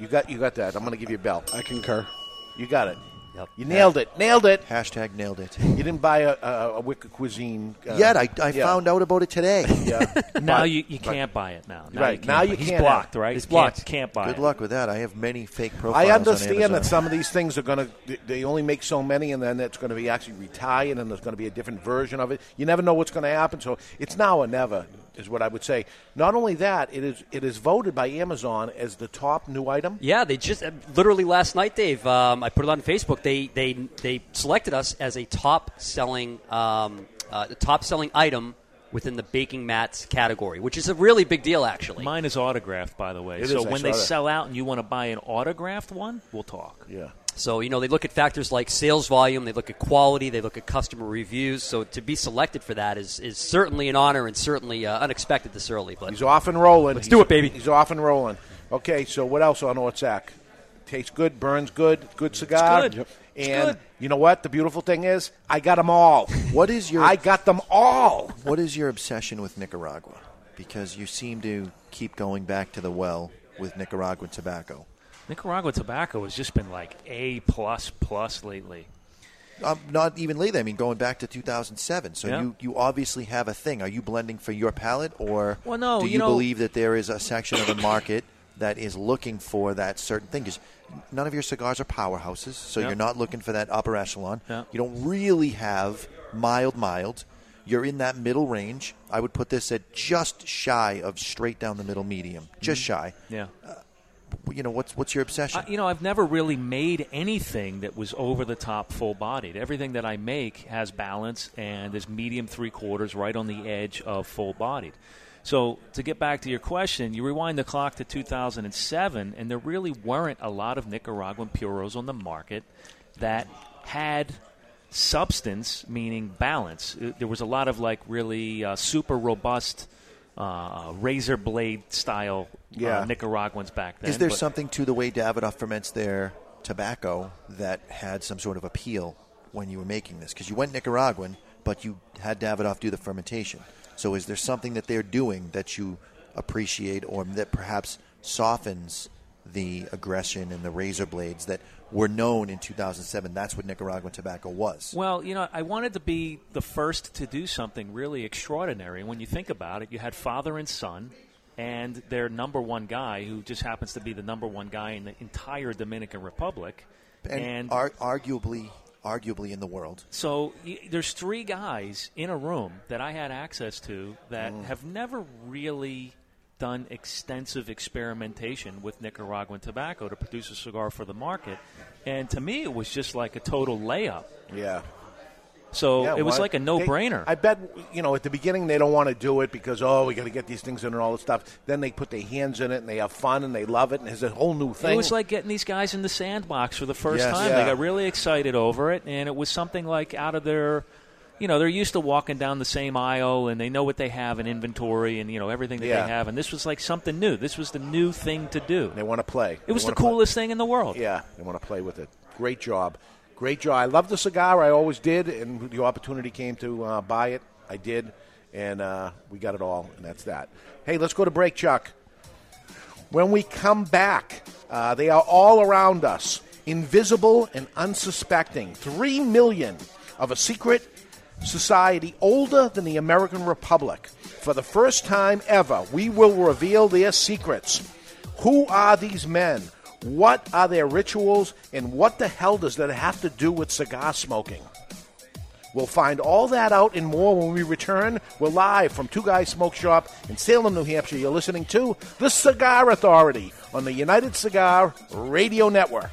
[SPEAKER 16] You got you got that. I'm going to give you a bell. I concur. You got it.
[SPEAKER 1] Yep.
[SPEAKER 16] You nailed it. Nailed it.
[SPEAKER 17] Hashtag nailed it.
[SPEAKER 16] You didn't buy a, a, a Wicked Cuisine. Uh,
[SPEAKER 17] Yet I, I
[SPEAKER 16] yeah.
[SPEAKER 17] found out about it today.
[SPEAKER 16] Yeah.
[SPEAKER 18] Now
[SPEAKER 16] But-
[SPEAKER 18] you, you
[SPEAKER 16] but-
[SPEAKER 18] can't buy it now.
[SPEAKER 16] right.
[SPEAKER 18] can't
[SPEAKER 16] now
[SPEAKER 18] buy
[SPEAKER 16] you
[SPEAKER 18] it. He's
[SPEAKER 16] can't.
[SPEAKER 18] blocked, right? He's blocked. Can't, buy
[SPEAKER 17] Good
[SPEAKER 18] it.
[SPEAKER 17] luck with that. I have many fake profiles.
[SPEAKER 16] I
[SPEAKER 17] on
[SPEAKER 16] understand
[SPEAKER 17] Amazon.
[SPEAKER 16] that some of these things are going to, they only make so many, and then it's going to be actually retired, and there's going to be a different version of it. You never know what's going to happen, so it's now or never, is what I would say. Not only that, it is it is voted by Amazon as the top new item.
[SPEAKER 1] Yeah, they just uh, literally last night, Dave. Um, I put it on Facebook. They they they selected us as a top selling um, uh, the top selling item within the baking mats category, which is a really big deal, actually.
[SPEAKER 18] Mine is autographed, by the way.
[SPEAKER 1] It
[SPEAKER 18] so
[SPEAKER 1] is, I
[SPEAKER 18] when
[SPEAKER 1] saw
[SPEAKER 18] they
[SPEAKER 1] that.
[SPEAKER 18] sell out and you want to buy an autographed one, we'll talk.
[SPEAKER 16] Yeah.
[SPEAKER 1] So you know they look at factors like sales volume, they look at quality, they look at customer reviews. So to be selected for that is is certainly an honor and certainly uh, unexpected this early. But
[SPEAKER 16] He's off and rolling.
[SPEAKER 1] Let's
[SPEAKER 16] He's-
[SPEAKER 1] do it, baby.
[SPEAKER 16] He's off and rolling. Okay, so what else on Ortsac? Tastes good, burns good, good cigar.
[SPEAKER 18] good. Yep. It's
[SPEAKER 16] And
[SPEAKER 18] good.
[SPEAKER 16] you know what? The beautiful thing is, I got them all.
[SPEAKER 17] What is your?
[SPEAKER 16] I got them all.
[SPEAKER 17] What is your obsession with Nicaragua? Because you seem to keep going back to the well with Nicaraguan tobacco.
[SPEAKER 18] Nicaragua tobacco has just been like A plus plus lately.
[SPEAKER 17] Um, not even lately. I mean, going back to 2007. So
[SPEAKER 18] Yeah.
[SPEAKER 17] you, you obviously have a thing. Are you blending for your palate, or
[SPEAKER 18] Well, no,
[SPEAKER 17] do
[SPEAKER 18] you
[SPEAKER 17] you,
[SPEAKER 18] know-
[SPEAKER 17] believe that there is a section of the market that is looking for that certain thing? Because none of your cigars are powerhouses, so
[SPEAKER 18] Yeah.
[SPEAKER 17] you're not looking for that upper echelon.
[SPEAKER 18] Yeah.
[SPEAKER 17] You don't really have mild, mild. You're in that middle range. I would put this at just shy of straight down the middle medium, just shy.
[SPEAKER 18] Yeah.
[SPEAKER 17] You know what's what's your obsession?
[SPEAKER 18] I, Uh, you know, I've never really made anything that was over the top full bodied. Everything that I make has balance and is medium three quarters right on the edge of full bodied. So, to get back to your question, you rewind the clock to 2007, and there really weren't a lot of Nicaraguan puros on the market that had substance, meaning balance. Uh, There was a lot of like really uh, super robust uh, razor blade style
[SPEAKER 17] Yeah.
[SPEAKER 18] uh, Nicaraguans back then.
[SPEAKER 17] Is there
[SPEAKER 18] but-
[SPEAKER 17] something to the way Davidoff ferments their tobacco that had some sort of appeal when you were making this? Because you went Nicaraguan, but you had Davidoff do the fermentation. So is there something that they're doing that you appreciate or that perhaps softens the aggression and the razor blades that were known in 2007? That's what Nicaraguan tobacco was.
[SPEAKER 18] Well, you know, I wanted to be the first to do something really extraordinary. When you think about it, you had father and son, and their number one guy, who just happens to be the number one guy in the entire Dominican Republic,
[SPEAKER 20] and, ar- arguably, arguably in the world.
[SPEAKER 18] so y- there's three guys in a room that I had access to that
[SPEAKER 16] Mm.
[SPEAKER 18] have never really done extensive experimentation with Nicaraguan tobacco to produce a cigar for the market. And to me, it was just like a total layup.
[SPEAKER 16] Yeah.
[SPEAKER 18] So
[SPEAKER 16] Yeah,
[SPEAKER 18] it was
[SPEAKER 16] why-
[SPEAKER 18] like a
[SPEAKER 16] they-
[SPEAKER 18] no-brainer.
[SPEAKER 16] I bet you know at the beginning they don't want to do it because oh we got to get these things in and all this stuff. Then they put their hands in it and they have fun and they love it and it's a whole new thing.
[SPEAKER 18] It was like getting these guys in the sandbox for the first
[SPEAKER 16] Yes.
[SPEAKER 18] time.
[SPEAKER 16] Yeah.
[SPEAKER 18] They got really excited over it, and it was something like out of their, you know, they're used to walking down the same aisle and they know what they have in inventory and you know everything that
[SPEAKER 16] Yeah.
[SPEAKER 18] they have. And this was like something new. This was the new thing to do. They
[SPEAKER 16] want to play.
[SPEAKER 18] It was the coolest thing in the world.
[SPEAKER 16] Yeah, they want to play with it. Great job, great job. I love the cigar. I always did, and the opportunity came to uh, buy it. I did, and uh, we got it all, and that's that. Hey, let's go to break, Chuck. When we come back, uh, they are all around us, invisible and unsuspecting. Three million of a secret society older than the American Republic. For the first time ever, we will reveal their secrets. Who are these men? What are their rituals? And what the hell does that have to do with cigar smoking? We'll find all that out and more when we return. We're live from Two Guys Smoke Shop in Salem, New Hampshire. You're listening to The Cigar Authority on the United Cigar Radio Network.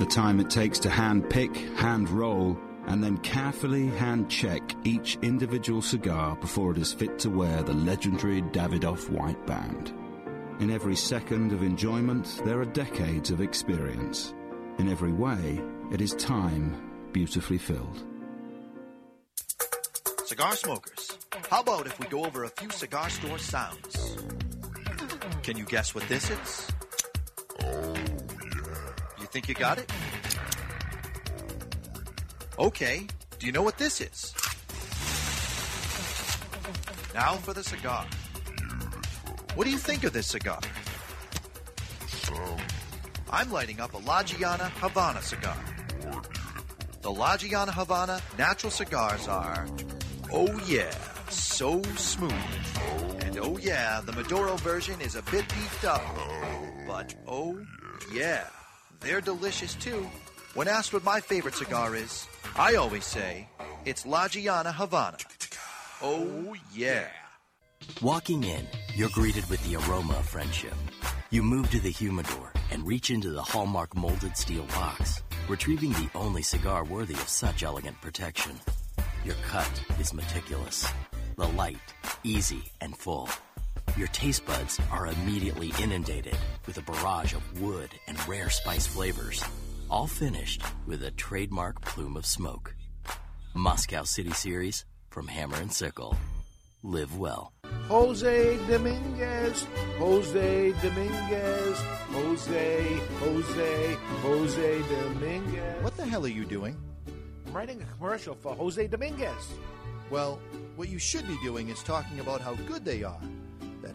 [SPEAKER 19] the time it takes to hand pick, hand roll, and then carefully hand check each individual cigar before it is fit to wear the legendary Davidoff white band. In every second of enjoyment, there are decades of experience. In every way, it is time beautifully filled.
[SPEAKER 17] Cigar smokers, how about if we go over a few cigar store sounds? Can you guess what this is? Oh, yeah. You think you got it? Okay, do you know what this is? Now for the cigar. What do you think of this cigar? I'm lighting up a La Giana Havana cigar. The La Giana Havana natural cigars are Oh yeah, so smooth. And oh yeah, the Maduro version is a bit beefed up. But oh yeah, they're delicious too. When asked what my favorite cigar is, I always say it's La Giana Havana. Oh yeah.
[SPEAKER 21] Walking in, you're greeted with the aroma of friendship. You move to the humidor and reach into the Hallmark molded steel box, retrieving the only cigar worthy of such elegant protection. Your cut is meticulous, the light, easy, and full. Your taste buds are immediately inundated with a barrage of wood and rare spice flavors, all finished with a trademark plume of smoke. Moscow City Series from Hammer and Sickle. Live well.
[SPEAKER 16] Jose Dominguez, Jose Dominguez, Jose, Jose, Jose Dominguez.
[SPEAKER 17] What the hell are you doing?
[SPEAKER 16] I'm writing a commercial for Jose Dominguez.
[SPEAKER 17] Well, what you should be doing is talking about how good they are. That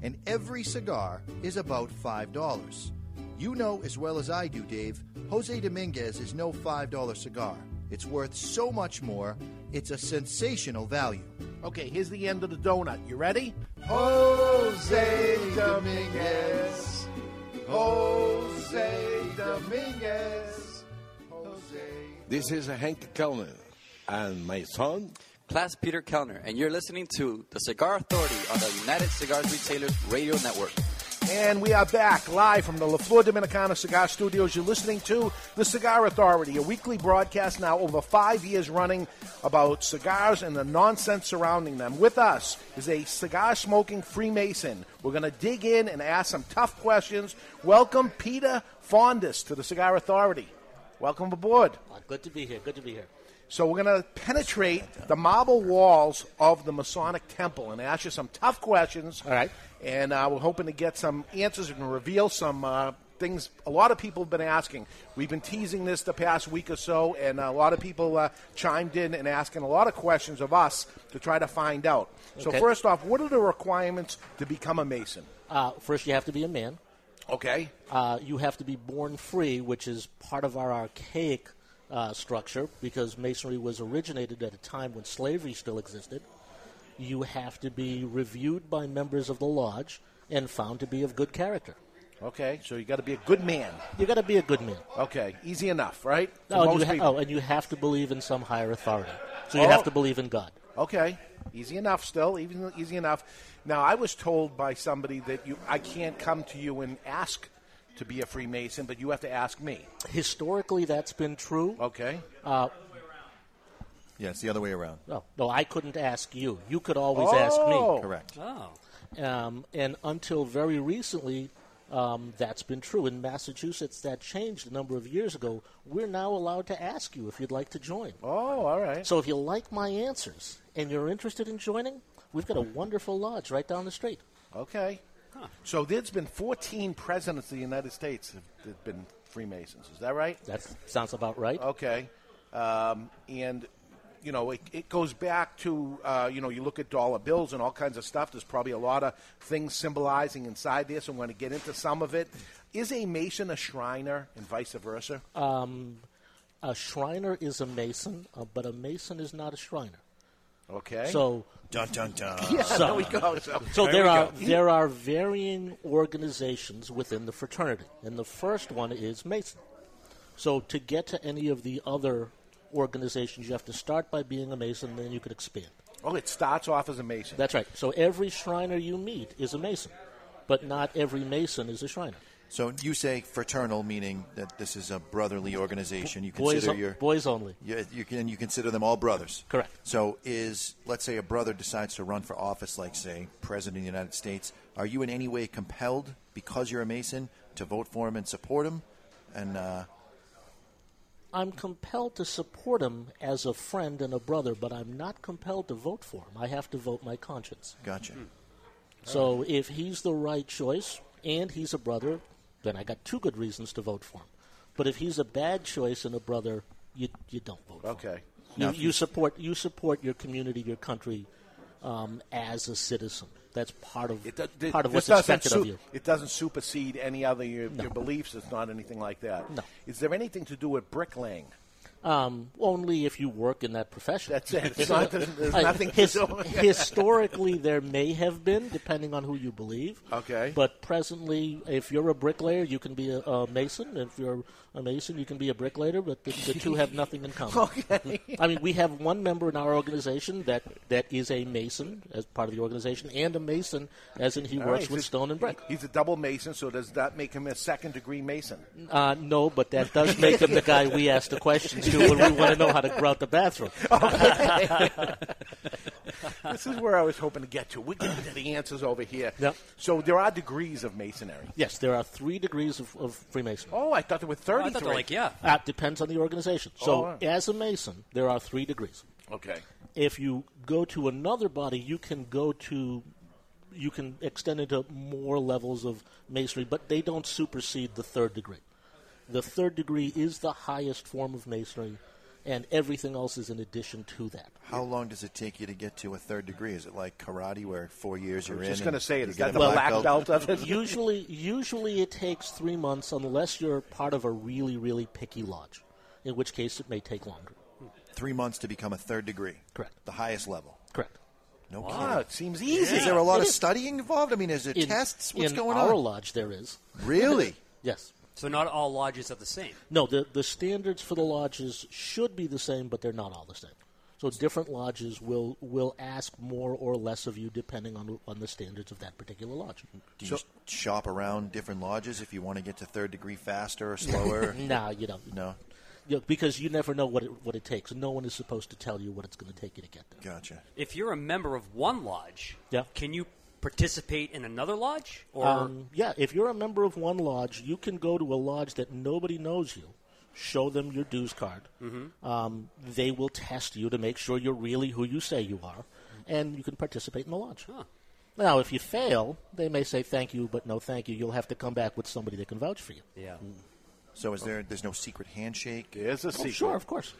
[SPEAKER 17] And every cigar is about $5. You know as well as I do, Dave, Jose Dominguez is no $5 cigar. It's worth so much more, it's a sensational value.
[SPEAKER 16] Okay, here's the end of the donut. You ready?
[SPEAKER 4] Jose Dominguez. Jose Dominguez. Jose.
[SPEAKER 22] This is Hank Kellner and my son.
[SPEAKER 23] Class Peter Kellner, and you're listening to the Cigar Authority on the United Cigars Retailers Radio Network.
[SPEAKER 16] And we are back live from the La Flor Dominicana Cigar Studios. You're listening to The Cigar Authority, a weekly broadcast now over five years running about cigars and the nonsense surrounding them. With us is a cigar smoking Freemason. We're going to dig in and ask some tough questions. Welcome, Peter Fondis, to The Cigar Authority. Welcome aboard.
[SPEAKER 24] Good to be here. Good to be here.
[SPEAKER 16] So we're going to penetrate the marble walls of the Masonic Temple and ask you some tough questions.
[SPEAKER 24] All right.
[SPEAKER 16] And uh, we're hoping to get some answers and reveal some uh, things a lot of people have been asking. We've been teasing this the past week or so, and a lot of people uh, chimed in and asking a lot of questions of us to try to find out. So
[SPEAKER 24] Okay.
[SPEAKER 16] first off, what are the requirements to become a Mason?
[SPEAKER 24] Uh, first, you have to be a man.
[SPEAKER 16] Okay.
[SPEAKER 24] Uh, you have to be born free, which is part of our archaic uh, structure because Masonry was originated at a time when slavery still existed. You have to be reviewed by members of the lodge and found to be of good character.
[SPEAKER 16] Okay, so you got to be a good man.
[SPEAKER 24] You got to be a good man.
[SPEAKER 16] Okay, easy enough, right? For
[SPEAKER 24] Oh, and
[SPEAKER 16] most
[SPEAKER 24] you ha-
[SPEAKER 16] people.
[SPEAKER 24] oh, and you have to believe in some higher authority. So you
[SPEAKER 16] Oh.
[SPEAKER 24] have to believe in God.
[SPEAKER 16] Okay, easy enough. Still, even easy enough. Now, I was told by somebody that you, I can't come to you and ask to be a Freemason, but you have to ask me.
[SPEAKER 24] Historically, that's been true.
[SPEAKER 16] Okay.
[SPEAKER 24] Uh,
[SPEAKER 17] Yeah, it's the other way around.
[SPEAKER 24] no, no, I couldn't ask you. You could always
[SPEAKER 17] Oh.
[SPEAKER 24] ask me.
[SPEAKER 17] Correct.
[SPEAKER 24] Oh. Um, and until very recently, um, that's been true. In Massachusetts, that changed a number of years ago. We're now allowed to ask you if you'd like to join.
[SPEAKER 16] Oh, all right.
[SPEAKER 24] So if you like my answers and you're interested in joining, we've got a wonderful lodge right down the street.
[SPEAKER 16] Okay. So there's been 14 presidents of the United States have, have been Freemasons. Is that right?
[SPEAKER 24] That sounds about right.
[SPEAKER 16] Okay. Um, and you know, it, it goes back to uh, you know, you look at dollar bills and all kinds of stuff. There's probably a lot of things symbolizing inside there. So I'm going to get into some of it. Is a Mason a Shriner and vice versa?
[SPEAKER 24] Um, a Shriner is a Mason, uh, but a Mason is not a Shriner.
[SPEAKER 16] Okay.
[SPEAKER 24] So
[SPEAKER 17] dun dun dun.
[SPEAKER 16] Yeah, there we go. So,
[SPEAKER 24] so
[SPEAKER 16] There
[SPEAKER 24] there,
[SPEAKER 16] we
[SPEAKER 24] are
[SPEAKER 16] go.
[SPEAKER 24] there are varying organizations within the fraternity, and the first one is Mason. So to get to any of the other organizations, you have to start by being a Mason, then you could expand.
[SPEAKER 16] Oh, it starts off as a Mason.
[SPEAKER 24] That's right. So every Shriner you meet is a Mason, but not every Mason is a Shriner.
[SPEAKER 17] So you say fraternal, meaning that this is a brotherly organization. You
[SPEAKER 24] Boys
[SPEAKER 17] consider
[SPEAKER 24] o-
[SPEAKER 17] your
[SPEAKER 24] boys only.
[SPEAKER 17] You, you can you consider them all brothers.
[SPEAKER 24] Correct.
[SPEAKER 17] So is let's say a brother decides to run for office, like say president of the United States. Are you in any way compelled because you're a Mason to vote for him and support him? And uh,
[SPEAKER 24] I'm compelled to support him as a friend and a brother, but I'm not compelled to vote for him. I have to vote my conscience.
[SPEAKER 17] gotcha.
[SPEAKER 24] So if he's the right choice and he's a brother, then I got two good reasons to vote for him. But if he's a bad choice and a brother, you you don't vote.
[SPEAKER 16] Okay.
[SPEAKER 24] You,
[SPEAKER 16] Now-
[SPEAKER 24] you support you support your community, your country, um, as a citizen. That's part of
[SPEAKER 16] Th-
[SPEAKER 24] part of
[SPEAKER 16] this
[SPEAKER 24] what's
[SPEAKER 16] doesn't
[SPEAKER 24] expected
[SPEAKER 16] su-
[SPEAKER 24] of you.
[SPEAKER 16] It doesn't supersede any other your, your beliefs. It's not anything like that.
[SPEAKER 24] No.
[SPEAKER 16] Is there anything to do with bricklaying?
[SPEAKER 24] Um, only if you work in that profession.
[SPEAKER 16] That's it. It's not- there's
[SPEAKER 24] I-
[SPEAKER 16] nothing to
[SPEAKER 24] his-
[SPEAKER 16] do.
[SPEAKER 24] historically, there may have been, depending on who you believe.
[SPEAKER 16] Okay.
[SPEAKER 24] But presently, if you're a bricklayer, you can be a, a mason. If you're a mason, you can be a bricklayer. But the, the two have nothing in common.
[SPEAKER 16] Okay.
[SPEAKER 24] I mean, we have one member in our organization that, that is a mason as part of the organization, and a mason as in he
[SPEAKER 16] All
[SPEAKER 24] works
[SPEAKER 16] right,
[SPEAKER 24] with
[SPEAKER 16] he's-
[SPEAKER 24] stone and brick.
[SPEAKER 16] He's a double mason, so does that make him a second degree mason?
[SPEAKER 24] Uh, no, but that does make him the guy we ask the questions to when we want to know how to grout the bathroom.
[SPEAKER 16] Okay. this is where I was hoping to get to. We're getting to the answers over here.
[SPEAKER 24] Yep.
[SPEAKER 16] So there are degrees of masonry.
[SPEAKER 24] Yes, there are three degrees of, of Freemasonry.
[SPEAKER 16] Oh, I thought there were 33.
[SPEAKER 24] Uh, depends on the organization. So,
[SPEAKER 16] Oh, all right.
[SPEAKER 24] as a Mason, there are three degrees.
[SPEAKER 16] Okay.
[SPEAKER 24] If you go to another body, you can go to, you can extend into more levels of Masonry, but they don't supersede the third degree. The third degree is the highest form of Masonry, and everything else is in addition to that.
[SPEAKER 17] How long does it take you to get to a third degree? Is it like karate, where four years
[SPEAKER 16] I
[SPEAKER 17] you're
[SPEAKER 16] was
[SPEAKER 17] in?
[SPEAKER 16] just
[SPEAKER 17] and
[SPEAKER 16] gonna say it.
[SPEAKER 17] you
[SPEAKER 16] Is
[SPEAKER 17] get
[SPEAKER 16] that
[SPEAKER 17] a
[SPEAKER 16] the
[SPEAKER 17] black
[SPEAKER 16] black belt of it?
[SPEAKER 24] usually, usually it takes three months unless you're part of a really, really picky lodge, in which case it may take longer.
[SPEAKER 17] Three months to become a third degree. Correct. The highest level.
[SPEAKER 24] Correct.
[SPEAKER 17] No
[SPEAKER 16] Wow,
[SPEAKER 17] kidding.
[SPEAKER 16] it seems easy.
[SPEAKER 17] Is there a lot
[SPEAKER 24] It
[SPEAKER 17] of
[SPEAKER 24] is.
[SPEAKER 17] studying involved? I mean, is there
[SPEAKER 24] In-
[SPEAKER 17] tests? What's
[SPEAKER 24] in
[SPEAKER 17] going
[SPEAKER 24] our
[SPEAKER 17] on?
[SPEAKER 24] lodge, there is.
[SPEAKER 17] Really?
[SPEAKER 24] yes.
[SPEAKER 1] So not all lodges are the same.
[SPEAKER 24] No, the, the standards for the lodges should be the same, but they're not all the same. So different lodges will, will ask more or less of you depending on, on the standards of that particular lodge.
[SPEAKER 17] Do you shop around different lodges if you want to get to third degree faster or slower?
[SPEAKER 24] Nah, you don't.
[SPEAKER 17] No.
[SPEAKER 24] Yeah, because you never know what it, what it takes. No one is supposed to tell you what it's going to take you to get there.
[SPEAKER 17] Gotcha.
[SPEAKER 1] If you're a member of one lodge,
[SPEAKER 24] Yeah.
[SPEAKER 1] can you participate in another lodge? Or
[SPEAKER 24] Um, yeah, if you're a member of one lodge, you can go to a lodge that nobody knows you, show them your dues card.
[SPEAKER 1] Mhm.
[SPEAKER 24] Um, they will test you to make sure you're really who you say you are, and you can participate in the lodge. Now, if you fail, they may say thank you, but no thank you. You'll have to come back with somebody that can vouch for you.
[SPEAKER 1] Yeah.
[SPEAKER 17] So is there? There's no secret handshake.
[SPEAKER 16] There's a
[SPEAKER 24] Oh, secret. sure, of course.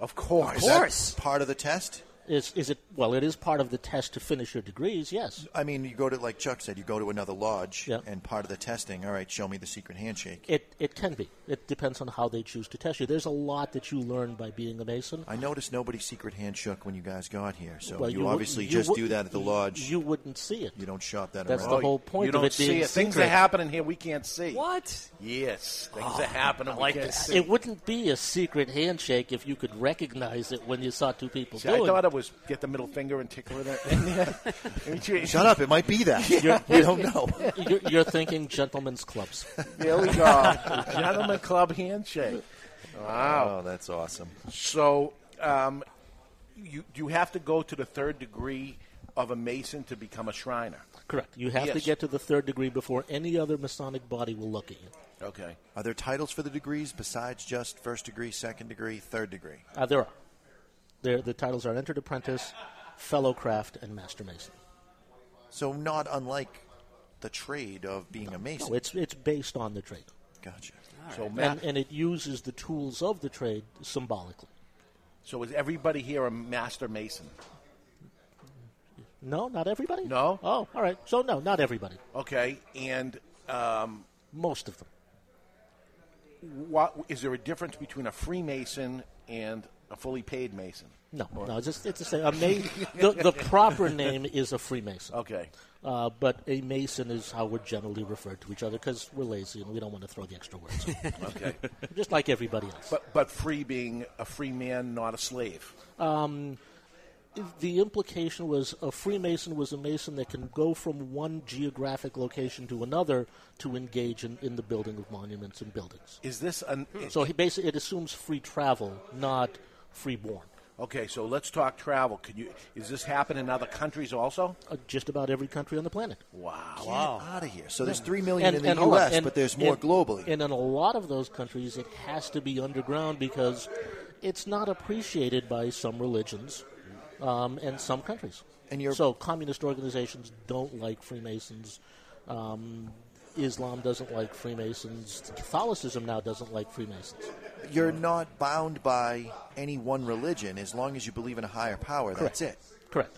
[SPEAKER 16] Of
[SPEAKER 17] course. Is that part of the test.
[SPEAKER 24] Is is it? Well, it is part of the test to finish your degrees. Yes.
[SPEAKER 17] I mean, you go to like Chuck said, you go to another lodge, and part of the testing. All right, show me the secret handshake.
[SPEAKER 24] It it can be. It depends on how they choose to test you. There's a lot that you learn by being a mason.
[SPEAKER 17] I noticed nobody secret handshook when you guys got here, so
[SPEAKER 24] Well,
[SPEAKER 17] you,
[SPEAKER 24] you wou-
[SPEAKER 17] obviously
[SPEAKER 24] you
[SPEAKER 17] just
[SPEAKER 24] wou-
[SPEAKER 17] do that at the lodge.
[SPEAKER 24] You wouldn't see it.
[SPEAKER 17] You don't shop that
[SPEAKER 24] That's
[SPEAKER 17] around.
[SPEAKER 24] the whole point
[SPEAKER 16] you
[SPEAKER 24] of
[SPEAKER 16] don't
[SPEAKER 24] it being
[SPEAKER 16] see it. Things are
[SPEAKER 24] secret.
[SPEAKER 16] happening here we can't see.
[SPEAKER 1] What?
[SPEAKER 16] Yes, things
[SPEAKER 24] Oh,
[SPEAKER 16] are happening.
[SPEAKER 24] I
[SPEAKER 16] we
[SPEAKER 24] like
[SPEAKER 16] can't
[SPEAKER 24] this.
[SPEAKER 16] see.
[SPEAKER 24] It wouldn't be a secret handshake if you could recognize it when you saw two people
[SPEAKER 16] See, I
[SPEAKER 24] doing.
[SPEAKER 16] thought it was get the middle finger and tickle it. in.
[SPEAKER 24] Shut up, it might be that. You're-
[SPEAKER 16] We don't know.
[SPEAKER 24] You're, you're thinking gentlemen's clubs.
[SPEAKER 16] There we go. Gentleman club handshake. Wow.
[SPEAKER 17] Oh, that's awesome.
[SPEAKER 16] So, um, you you have to go to the third degree of a mason to become a shriner.
[SPEAKER 24] Correct. You have to
[SPEAKER 16] Yes.
[SPEAKER 24] get to the third degree before any other Masonic body will look at you.
[SPEAKER 16] Okay.
[SPEAKER 17] Are there titles for the degrees besides just first degree, second degree, third degree?
[SPEAKER 24] Uh, there are. There, the titles are Entered Apprentice, Fellow Craft, and Master Mason.
[SPEAKER 17] So not unlike the trade of being a mason.
[SPEAKER 24] No, it's it's based on the trade.
[SPEAKER 17] Gotcha.
[SPEAKER 16] So, ma-
[SPEAKER 24] and, and it uses the tools of the trade symbolically.
[SPEAKER 16] so is everybody here a master mason?
[SPEAKER 24] No, not everybody.
[SPEAKER 16] No.
[SPEAKER 24] Oh, all right. So no, not everybody.
[SPEAKER 16] Okay, and um,
[SPEAKER 24] most of them.
[SPEAKER 16] What is there a difference between a Freemason and a fully paid mason?
[SPEAKER 24] No,
[SPEAKER 16] Or-
[SPEAKER 24] no, it's just it's the same. A ma- the, the proper name is a Freemason.
[SPEAKER 16] Okay.
[SPEAKER 24] Uh, but a Mason is how we're generally referred to each other because we're lazy and we don't want to throw the extra words.
[SPEAKER 16] Okay.
[SPEAKER 24] Just like everybody else.
[SPEAKER 16] But but free being a free man, not a slave.
[SPEAKER 24] Um, the implication was a Freemason was a Mason that can go from one geographic location to another to engage in, in the building of monuments and buildings.
[SPEAKER 16] Is this an
[SPEAKER 24] So he basically it assumes free travel, not freeborn.
[SPEAKER 16] Okay, so let's talk travel. Can you? Is this happen in other countries also?
[SPEAKER 24] Uh, just about every country on the planet.
[SPEAKER 16] Wow!
[SPEAKER 17] Get out of here. So there's three million
[SPEAKER 24] And-
[SPEAKER 17] in the
[SPEAKER 24] and hold on,
[SPEAKER 17] U.S.,
[SPEAKER 24] and-
[SPEAKER 17] but there's more
[SPEAKER 24] and-
[SPEAKER 17] globally.
[SPEAKER 24] And in a lot of those countries, it has to be underground because it's not appreciated by some religions um, and some countries. And so communist organizations don't like Freemasons. Um, Islam doesn't like Freemasons. Catholicism now doesn't like Freemasons.
[SPEAKER 17] You're not bound by any one religion as long as you believe in a higher power.
[SPEAKER 24] Correct.
[SPEAKER 17] That's it.
[SPEAKER 24] Correct.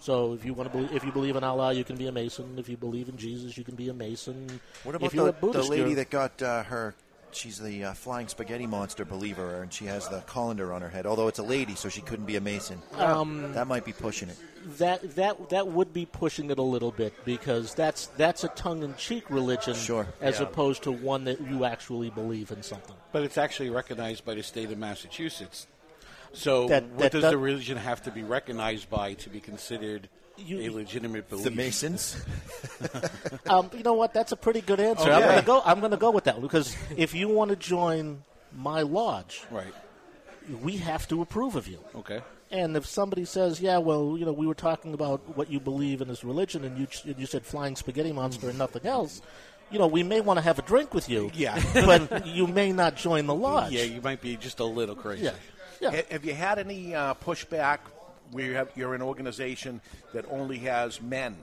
[SPEAKER 24] So if you want to believe, if you believe in Allah, you can be a Mason. If you believe in Jesus, you can be a Mason.
[SPEAKER 17] What
[SPEAKER 24] if
[SPEAKER 17] about
[SPEAKER 24] you're
[SPEAKER 17] the,
[SPEAKER 24] a Buddhist,
[SPEAKER 17] the lady
[SPEAKER 24] you're-
[SPEAKER 17] that got uh, her she's the uh, flying spaghetti monster believer, and she has the colander on her head. Although it's a lady, so she couldn't be a mason.
[SPEAKER 24] Um,
[SPEAKER 17] that might be pushing it.
[SPEAKER 24] That that that would be pushing it a little bit because that's that's a tongue-in-cheek religion,
[SPEAKER 17] Sure.
[SPEAKER 24] as
[SPEAKER 2] Yeah.
[SPEAKER 24] opposed to one that you actually believe in something.
[SPEAKER 2] But it's actually recognized by the state of Massachusetts. So
[SPEAKER 24] That-
[SPEAKER 2] what
[SPEAKER 24] that
[SPEAKER 2] does
[SPEAKER 24] does-
[SPEAKER 2] the religion have to be recognized by to be considered a legitimate belief?
[SPEAKER 17] Masons?
[SPEAKER 24] um, you know what? That's a pretty good answer.
[SPEAKER 2] Okay.
[SPEAKER 24] I'm gonna go. I'm gonna go with that because if you want to join my lodge,
[SPEAKER 2] right,
[SPEAKER 24] we have to approve of you.
[SPEAKER 2] Okay.
[SPEAKER 24] And if somebody says, "Yeah, well, you know, we were talking about what you believe in as religion, and you ch- and you said flying spaghetti monster and nothing else," you know, we may want to have a drink with you.
[SPEAKER 2] Yeah.
[SPEAKER 24] but you may not join the lodge.
[SPEAKER 2] Yeah, you might be just a little crazy.
[SPEAKER 24] Yeah.
[SPEAKER 16] Ha- Have you had any uh, pushback where you have, you're an organization that only has men?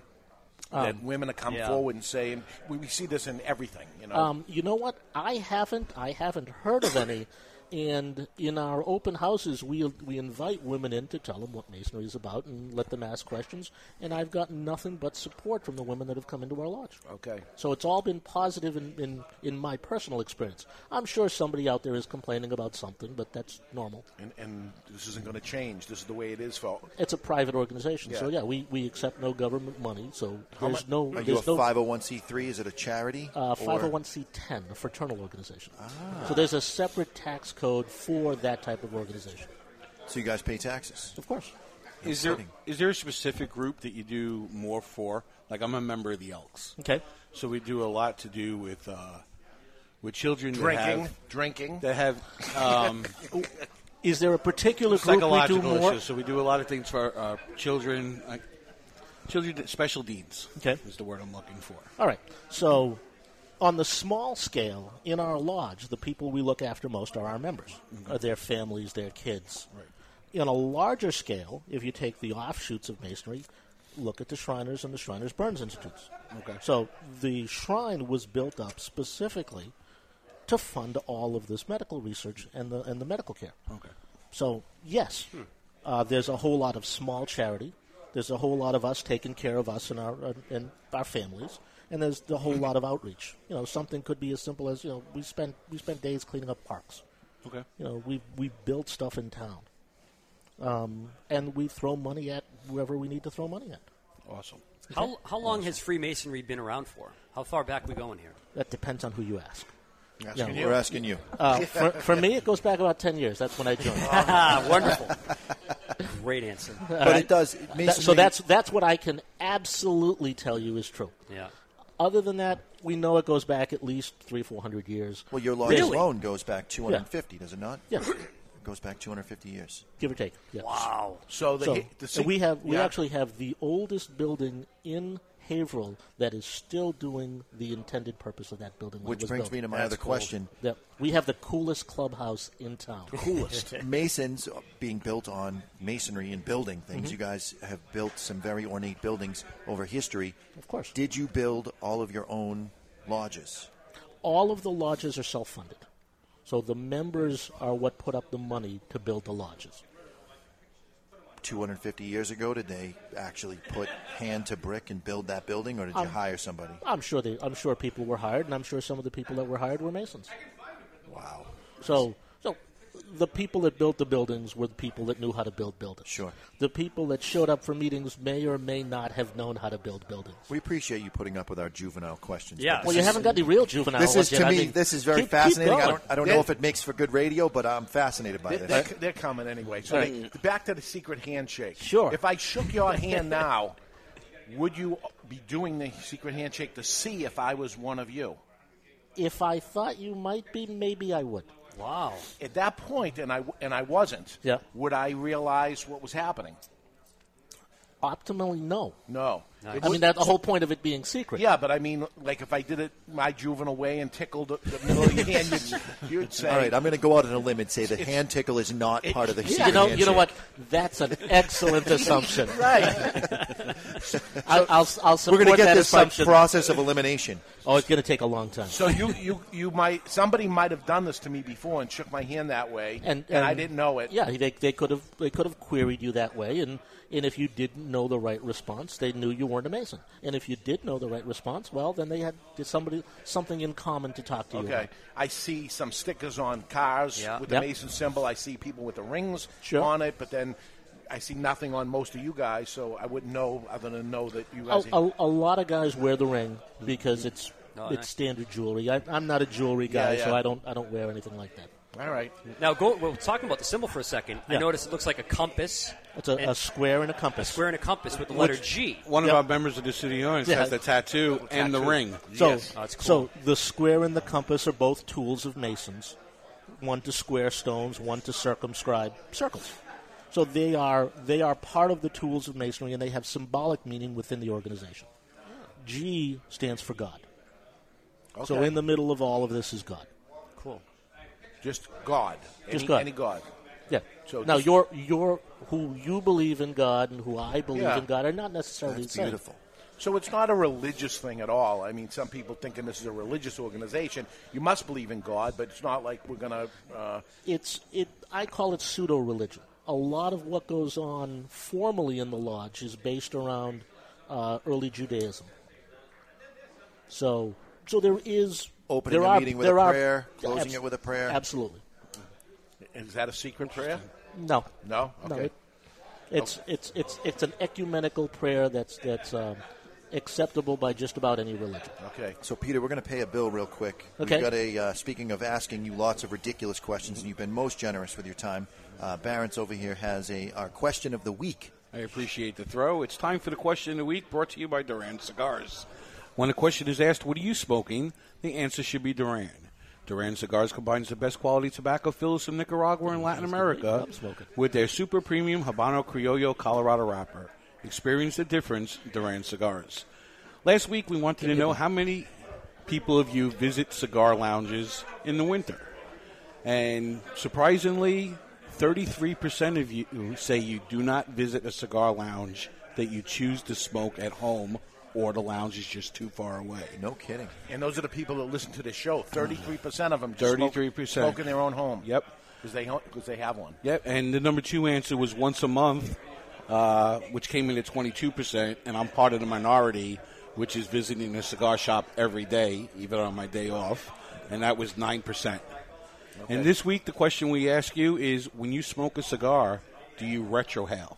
[SPEAKER 16] that
[SPEAKER 24] Um,
[SPEAKER 16] women have come
[SPEAKER 24] yeah.
[SPEAKER 16] forward and say, and we, we see this in everything, you know.
[SPEAKER 24] Um, you know what? I haven't. I haven't heard of any. And in our open houses, we we invite women in to tell them what masonry is about and let them ask questions. And I've gotten nothing but support from the women that have come into our lodge.
[SPEAKER 16] okay.
[SPEAKER 24] So it's all been positive in, in, in my personal experience. I'm sure somebody out there is complaining about something, but that's normal.
[SPEAKER 16] And, and this isn't going to change. This is the way it is for.
[SPEAKER 24] It's a private organization, so
[SPEAKER 16] Yeah.
[SPEAKER 24] yeah, we, we accept no government money. So
[SPEAKER 17] How
[SPEAKER 24] there's
[SPEAKER 17] mu-
[SPEAKER 24] no
[SPEAKER 17] Are
[SPEAKER 24] there's
[SPEAKER 17] you a
[SPEAKER 24] no
[SPEAKER 17] 501c3? Is it a charity?
[SPEAKER 24] Uh,
[SPEAKER 17] Or- Ah.
[SPEAKER 24] 501c10, a fraternal organization. So there's a separate tax code for that type of organization.
[SPEAKER 17] So you guys pay taxes?
[SPEAKER 24] Of course.
[SPEAKER 2] Is there is there a specific group that you do more for? Like I'm a member of the Elks.
[SPEAKER 24] Okay.
[SPEAKER 2] So we do a lot to do with uh, with children that
[SPEAKER 16] Drinking,
[SPEAKER 2] have-
[SPEAKER 16] drinking.
[SPEAKER 2] that have um,
[SPEAKER 24] Is there a particular group we do
[SPEAKER 2] psychological
[SPEAKER 24] more?
[SPEAKER 2] issues. So we do a lot of things for uh, children. Like, children that- special needs.
[SPEAKER 24] Okay.
[SPEAKER 2] is the word I'm looking for.
[SPEAKER 24] All right. So, on the small scale, in our lodge, the people we look after most are our members, Uh,
[SPEAKER 13] Mhm.
[SPEAKER 17] Mm-hmm.
[SPEAKER 24] are their families, their kids.
[SPEAKER 13] Right.
[SPEAKER 24] In a larger scale, if you take the offshoots of masonry, look at the Shriners and the Shriners Burns Institutes.
[SPEAKER 13] Okay.
[SPEAKER 24] So, the shrine was built up specifically to fund all of this medical research and the and the medical care.
[SPEAKER 2] Okay.
[SPEAKER 24] So yes, uh, there's a whole lot of small charity. There's a whole lot of us taking care of us and our uh, and our families, and there's the whole lot of outreach. You know, something could be as simple as you know we spend we spend days cleaning up parks.
[SPEAKER 2] Okay.
[SPEAKER 24] You know, we we build stuff in town, um, and we throw money at wherever we need to throw money at.
[SPEAKER 2] Awesome.
[SPEAKER 1] How, how long has Freemasonry been around for? How far back we going here?
[SPEAKER 24] That depends on who you ask.
[SPEAKER 1] Asking you. We're asking you.
[SPEAKER 24] Uh, for, for me, it goes back about ten years. That's when I joined.
[SPEAKER 1] Ah, Wonderful. Great answer.
[SPEAKER 24] All
[SPEAKER 1] But it does- it
[SPEAKER 24] That- so
[SPEAKER 1] masonry-
[SPEAKER 24] that's that's what I can absolutely tell you is true.
[SPEAKER 1] Yeah.
[SPEAKER 24] Other than that, we know it goes back at least three, four hundred years.
[SPEAKER 17] Well, your large loan goes back 250, does it not?
[SPEAKER 24] Yeah.
[SPEAKER 17] It goes back 250 years.
[SPEAKER 24] give or take. Yeah.
[SPEAKER 17] Wow.
[SPEAKER 16] So the- the
[SPEAKER 24] and
[SPEAKER 16] sig-
[SPEAKER 24] we have we
[SPEAKER 16] yeah.
[SPEAKER 24] actually have the oldest building in Haverhill that is still doing the intended purpose of that building. when
[SPEAKER 17] Which
[SPEAKER 24] it was
[SPEAKER 17] brings
[SPEAKER 24] built.
[SPEAKER 17] me to my That's other cool. question.
[SPEAKER 24] Yep. We have the coolest clubhouse in town.
[SPEAKER 17] coolest masons being built on masonry and building things.
[SPEAKER 24] Mhm.
[SPEAKER 17] You guys have built some very ornate buildings over history.
[SPEAKER 24] Of course.
[SPEAKER 17] Did you build all of your own lodges?
[SPEAKER 24] all of the lodges are self-funded. So the members are what put up the money to build the lodges.
[SPEAKER 17] 250 years ago, did they actually put hand to brick and build that building, or did you
[SPEAKER 24] Um,
[SPEAKER 17] hire somebody?
[SPEAKER 24] I'm sure they, I'm sure people were hired, and I'm sure some of the people that were hired were masons.
[SPEAKER 17] Wow.
[SPEAKER 24] So, so the people that built the buildings were the people that knew how to build buildings.
[SPEAKER 17] Sure.
[SPEAKER 24] The people that showed up for meetings may or may not have known how to build buildings.
[SPEAKER 17] We appreciate you putting up with our juvenile questions.
[SPEAKER 24] Yeah.
[SPEAKER 17] but
[SPEAKER 24] Well,
[SPEAKER 17] this
[SPEAKER 24] you
[SPEAKER 17] is-
[SPEAKER 24] haven't got any real juvenile
[SPEAKER 17] This
[SPEAKER 24] ones
[SPEAKER 17] is
[SPEAKER 24] yet.
[SPEAKER 17] to
[SPEAKER 24] I
[SPEAKER 17] me.
[SPEAKER 24] mean,
[SPEAKER 17] this is very
[SPEAKER 24] keep- keep
[SPEAKER 17] fascinating. I
[SPEAKER 24] going.
[SPEAKER 17] don't. I don't know
[SPEAKER 16] Then-
[SPEAKER 17] if it makes for good radio, but I'm fascinated by
[SPEAKER 16] They,
[SPEAKER 17] this.
[SPEAKER 16] they, they're coming anyway. So
[SPEAKER 17] All
[SPEAKER 16] they- back to the secret handshake.
[SPEAKER 17] Sure.
[SPEAKER 16] If I shook your hand now, would you be doing the secret handshake to see if I was one of you?
[SPEAKER 24] If I thought you might be, maybe I would.
[SPEAKER 1] Wow.
[SPEAKER 16] At that point, and I and I wasn't.
[SPEAKER 24] Yeah.
[SPEAKER 16] Would I realize what was happening?
[SPEAKER 24] Optimally, no.
[SPEAKER 16] No.
[SPEAKER 24] I mean, that's the whole point of it being secret.
[SPEAKER 16] Yeah, but I mean, like if I did it my juvenile way and tickled the, the middle of your hand, you'd, you'd say,
[SPEAKER 17] All right, I'm going to go out on a limb and say the hand tickle is not part of the.
[SPEAKER 24] You
[SPEAKER 17] secret
[SPEAKER 24] know, you know
[SPEAKER 17] handshake.
[SPEAKER 24] what? That's an excellent assumption.
[SPEAKER 17] Right.
[SPEAKER 24] I'll, I'll, I'll
[SPEAKER 17] We're
[SPEAKER 24] support
[SPEAKER 17] going to get
[SPEAKER 24] that
[SPEAKER 17] this by
[SPEAKER 24] assumption.
[SPEAKER 17] process of elimination.
[SPEAKER 24] Oh, it's going to take a long time.
[SPEAKER 16] So you, you, you might somebody might have done this to me before and shook my hand that way,
[SPEAKER 24] and,
[SPEAKER 16] I didn't know it.
[SPEAKER 24] Yeah, they, they could have they could have queried you that way, and and if you didn't know the right response, they knew you weren't a Mason. And if you did know the right response, well, then they had somebody something in common to talk to you
[SPEAKER 16] Okay.
[SPEAKER 24] about.
[SPEAKER 16] I see some stickers on cars
[SPEAKER 24] Yeah.
[SPEAKER 16] with
[SPEAKER 24] Yep.
[SPEAKER 16] the Mason symbol. I see people with the rings
[SPEAKER 24] Sure.
[SPEAKER 16] on it, but then I see nothing on most of you guys, so I wouldn't know other than know that you
[SPEAKER 24] A,
[SPEAKER 16] guys.
[SPEAKER 24] a, a lot of guys wear the ring because it's
[SPEAKER 16] Oh,
[SPEAKER 24] it's
[SPEAKER 16] nice.
[SPEAKER 24] standard jewelry. I, I'm not a jewelry
[SPEAKER 16] Yeah,
[SPEAKER 24] guy, so
[SPEAKER 16] yeah.
[SPEAKER 24] I don't I don't wear anything like that.
[SPEAKER 16] All right.
[SPEAKER 1] Now, go, well, talking about the symbol for a second, I
[SPEAKER 24] Yeah.
[SPEAKER 1] noticed it looks like a compass.
[SPEAKER 24] It's a,
[SPEAKER 1] and
[SPEAKER 24] a square and a
[SPEAKER 1] a
[SPEAKER 24] compass.
[SPEAKER 1] square and a compass with the letter
[SPEAKER 24] Which-
[SPEAKER 1] G. Oh,
[SPEAKER 2] One
[SPEAKER 24] Yep.
[SPEAKER 2] of our members of the City Orange
[SPEAKER 24] Yeah.
[SPEAKER 2] has the tattoo and the ring.
[SPEAKER 24] So,
[SPEAKER 2] yes.
[SPEAKER 16] Oh,
[SPEAKER 24] so the square and the compass are both tools of masons. One to square stones, one to circumscribe circles. So they are they are part of the tools of masonry, and they have symbolic meaning within the organization. G stands for God. So
[SPEAKER 16] Okay.
[SPEAKER 24] in the middle of all of this is God.
[SPEAKER 1] Cool.
[SPEAKER 16] Just God. Any,
[SPEAKER 24] Just God.
[SPEAKER 16] Any God.
[SPEAKER 24] Yeah.
[SPEAKER 16] So
[SPEAKER 24] now
[SPEAKER 16] just-
[SPEAKER 24] your your who you believe in God and who I believe
[SPEAKER 16] Yeah.
[SPEAKER 24] in God are not necessarily the same.
[SPEAKER 16] So it's not a religious thing at all. I mean, some people thinking this is a religious organization. You must believe in God, but it's not like we're gonna. Uh,
[SPEAKER 24] it's it I call it pseudo religion. A lot of what goes on formally in the lodge is based around uh, early Judaism. So so there is
[SPEAKER 17] Opening
[SPEAKER 24] there
[SPEAKER 17] a
[SPEAKER 24] are-
[SPEAKER 17] meeting with
[SPEAKER 24] there
[SPEAKER 17] a
[SPEAKER 24] are-
[SPEAKER 17] prayer, closing
[SPEAKER 24] abs-
[SPEAKER 17] it with a prayer.
[SPEAKER 24] Absolutely.
[SPEAKER 16] is that a secret prayer?
[SPEAKER 24] No.
[SPEAKER 16] No. Okay.
[SPEAKER 24] it- it's it's it's it's an ecumenical prayer that's that's um, acceptable by just about any religion.
[SPEAKER 16] Okay.
[SPEAKER 17] So, Peter, we're going to pay a bill real quick.
[SPEAKER 24] Okay.
[SPEAKER 17] We've got a, uh, speaking of asking you lots of ridiculous questions, and you've been most generous with your time. Uh, Barron's over here has a our question of the week.
[SPEAKER 2] I appreciate the throw. It's time for the question of the week brought to you by Duran Cigars. When a question is asked, What are you smoking? the answer should be Duran. Duran Cigars combines the best quality tobacco fills from Nicaragua and Latin
[SPEAKER 17] uh,
[SPEAKER 2] America with their super premium Habano Criollo Colorado wrapper. Experience the difference, Duran Cigars. Last week, we wanted to know how many people of you visit cigar lounges in the winter. And surprisingly, 33% of you say you do not visit a cigar lounge, that you choose to smoke at home, or the lounge is just too far away.
[SPEAKER 17] No kidding.
[SPEAKER 16] And those are the people that listen to this show. Thirty-three percent of them. Just smoke-
[SPEAKER 2] 33%.
[SPEAKER 16] smoke in their own home.
[SPEAKER 2] Yep.
[SPEAKER 16] Because they because they have one.
[SPEAKER 2] Yep, and the number two answer was once a month, uh, which came in at 22%, and I'm part of the minority, which is visiting a cigar shop every day, even on my day off, and that was 9%. And this week, the question we ask you is when you smoke a cigar, do you retrohale?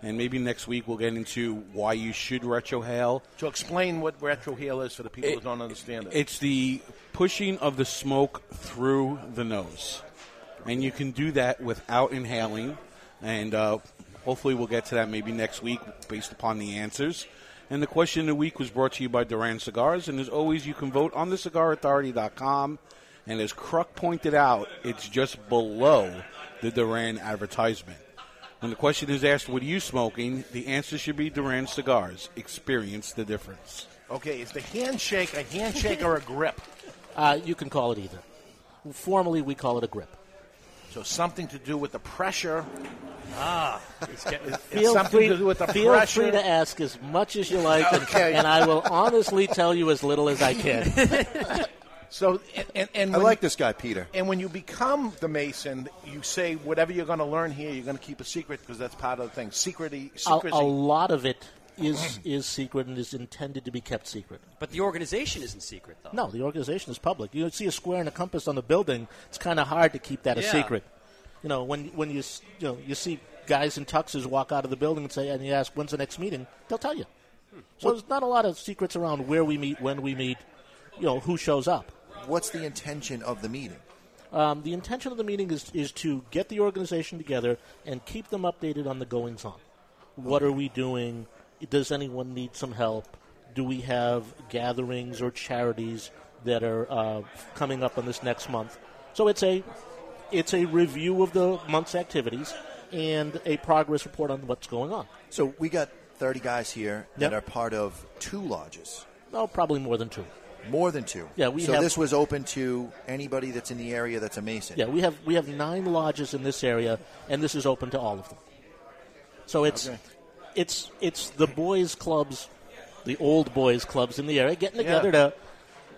[SPEAKER 2] And maybe next week we'll get into why you should retrohale.
[SPEAKER 16] So explain what retrohale is for the people
[SPEAKER 2] It-
[SPEAKER 16] that don't understand it.
[SPEAKER 2] It's the pushing of the smoke through the nose. And you can do that without inhaling. And uh, hopefully we'll get to that maybe next week based upon the answers. And the question of the week was brought to you by Duran Cigars. And as always, you can vote on thecigarauthority.com. And as Kruk pointed out, it's just below the Duran advertisement. When the question is asked, what are you smoking? The answer should be Duran Cigars. Experience the difference.
[SPEAKER 16] okay. Is the handshake a handshake or a grip?
[SPEAKER 24] Uh, you can call it either. Formally, we call it a grip.
[SPEAKER 16] So something to do with the pressure. Ah,
[SPEAKER 1] it's, getting,
[SPEAKER 24] Feel
[SPEAKER 16] something
[SPEAKER 24] free,
[SPEAKER 16] to do with the
[SPEAKER 24] feel
[SPEAKER 16] pressure.
[SPEAKER 24] free to ask as much as you like, and-
[SPEAKER 16] Okay.
[SPEAKER 24] and I will honestly tell you as little as I can.
[SPEAKER 16] So and, and, and
[SPEAKER 17] I
[SPEAKER 16] when-
[SPEAKER 17] like this guy, Peter.
[SPEAKER 16] And when you become the Mason, you say whatever you're going to learn here, you're going to keep a secret because that's part of the thing. Secrety,
[SPEAKER 24] a,
[SPEAKER 16] secrecy.
[SPEAKER 24] a lot of it is is secret and is intended to be kept secret.
[SPEAKER 1] But the organization isn't secret, though.
[SPEAKER 24] No, the organization is public. You see a square and a compass on the building. It's kind of hard to keep that a
[SPEAKER 1] Yeah.
[SPEAKER 24] secret. You know, when when you s- you know you see guys in tuxes walk out of the building and say, and you ask, "When's the next meeting?" They'll tell you. So there's not a lot of secrets around where we meet, when we meet, you know, who shows up.
[SPEAKER 17] What's the intention of the meeting?
[SPEAKER 24] Um, the intention of the meeting is, is to get the organization together and keep them updated on the goings on. What are we doing? Does anyone need some help? Do we have gatherings or charities that are uh, coming up on this next month? So it's a it's a review of the month's activities and a progress report on what's going on.
[SPEAKER 17] So we got 30 guys here
[SPEAKER 24] Yep.
[SPEAKER 17] that are part of two lodges.
[SPEAKER 24] Oh, probably more than two.
[SPEAKER 17] More than two.
[SPEAKER 24] Yeah, we
[SPEAKER 17] so
[SPEAKER 24] have-
[SPEAKER 17] this was open to anybody that's in the area that's a Mason.
[SPEAKER 24] Yeah, we have we have nine lodges in this area, and this is open to all of them. So it's
[SPEAKER 17] Okay.
[SPEAKER 24] it's it's the boys clubs, the old boys clubs in the area getting
[SPEAKER 16] Yeah.
[SPEAKER 24] together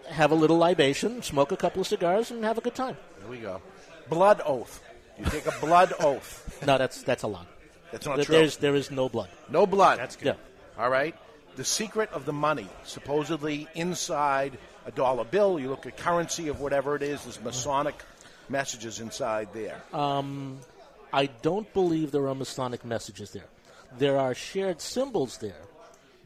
[SPEAKER 24] to have a little libation, smoke a couple of cigars, and have a good time.
[SPEAKER 16] There we go. Blood oath. You take a blood oath.
[SPEAKER 24] No, that's that's a lot.
[SPEAKER 16] That's not
[SPEAKER 24] There-
[SPEAKER 16] true.
[SPEAKER 24] There's there is no blood.
[SPEAKER 16] No blood. That's
[SPEAKER 24] good.
[SPEAKER 16] All right. the secret of the money, supposedly inside a dollar bill. You look at currency of whatever it is, there's Masonic messages inside there.
[SPEAKER 24] Um, I don't believe there are Masonic messages there. There are shared symbols there,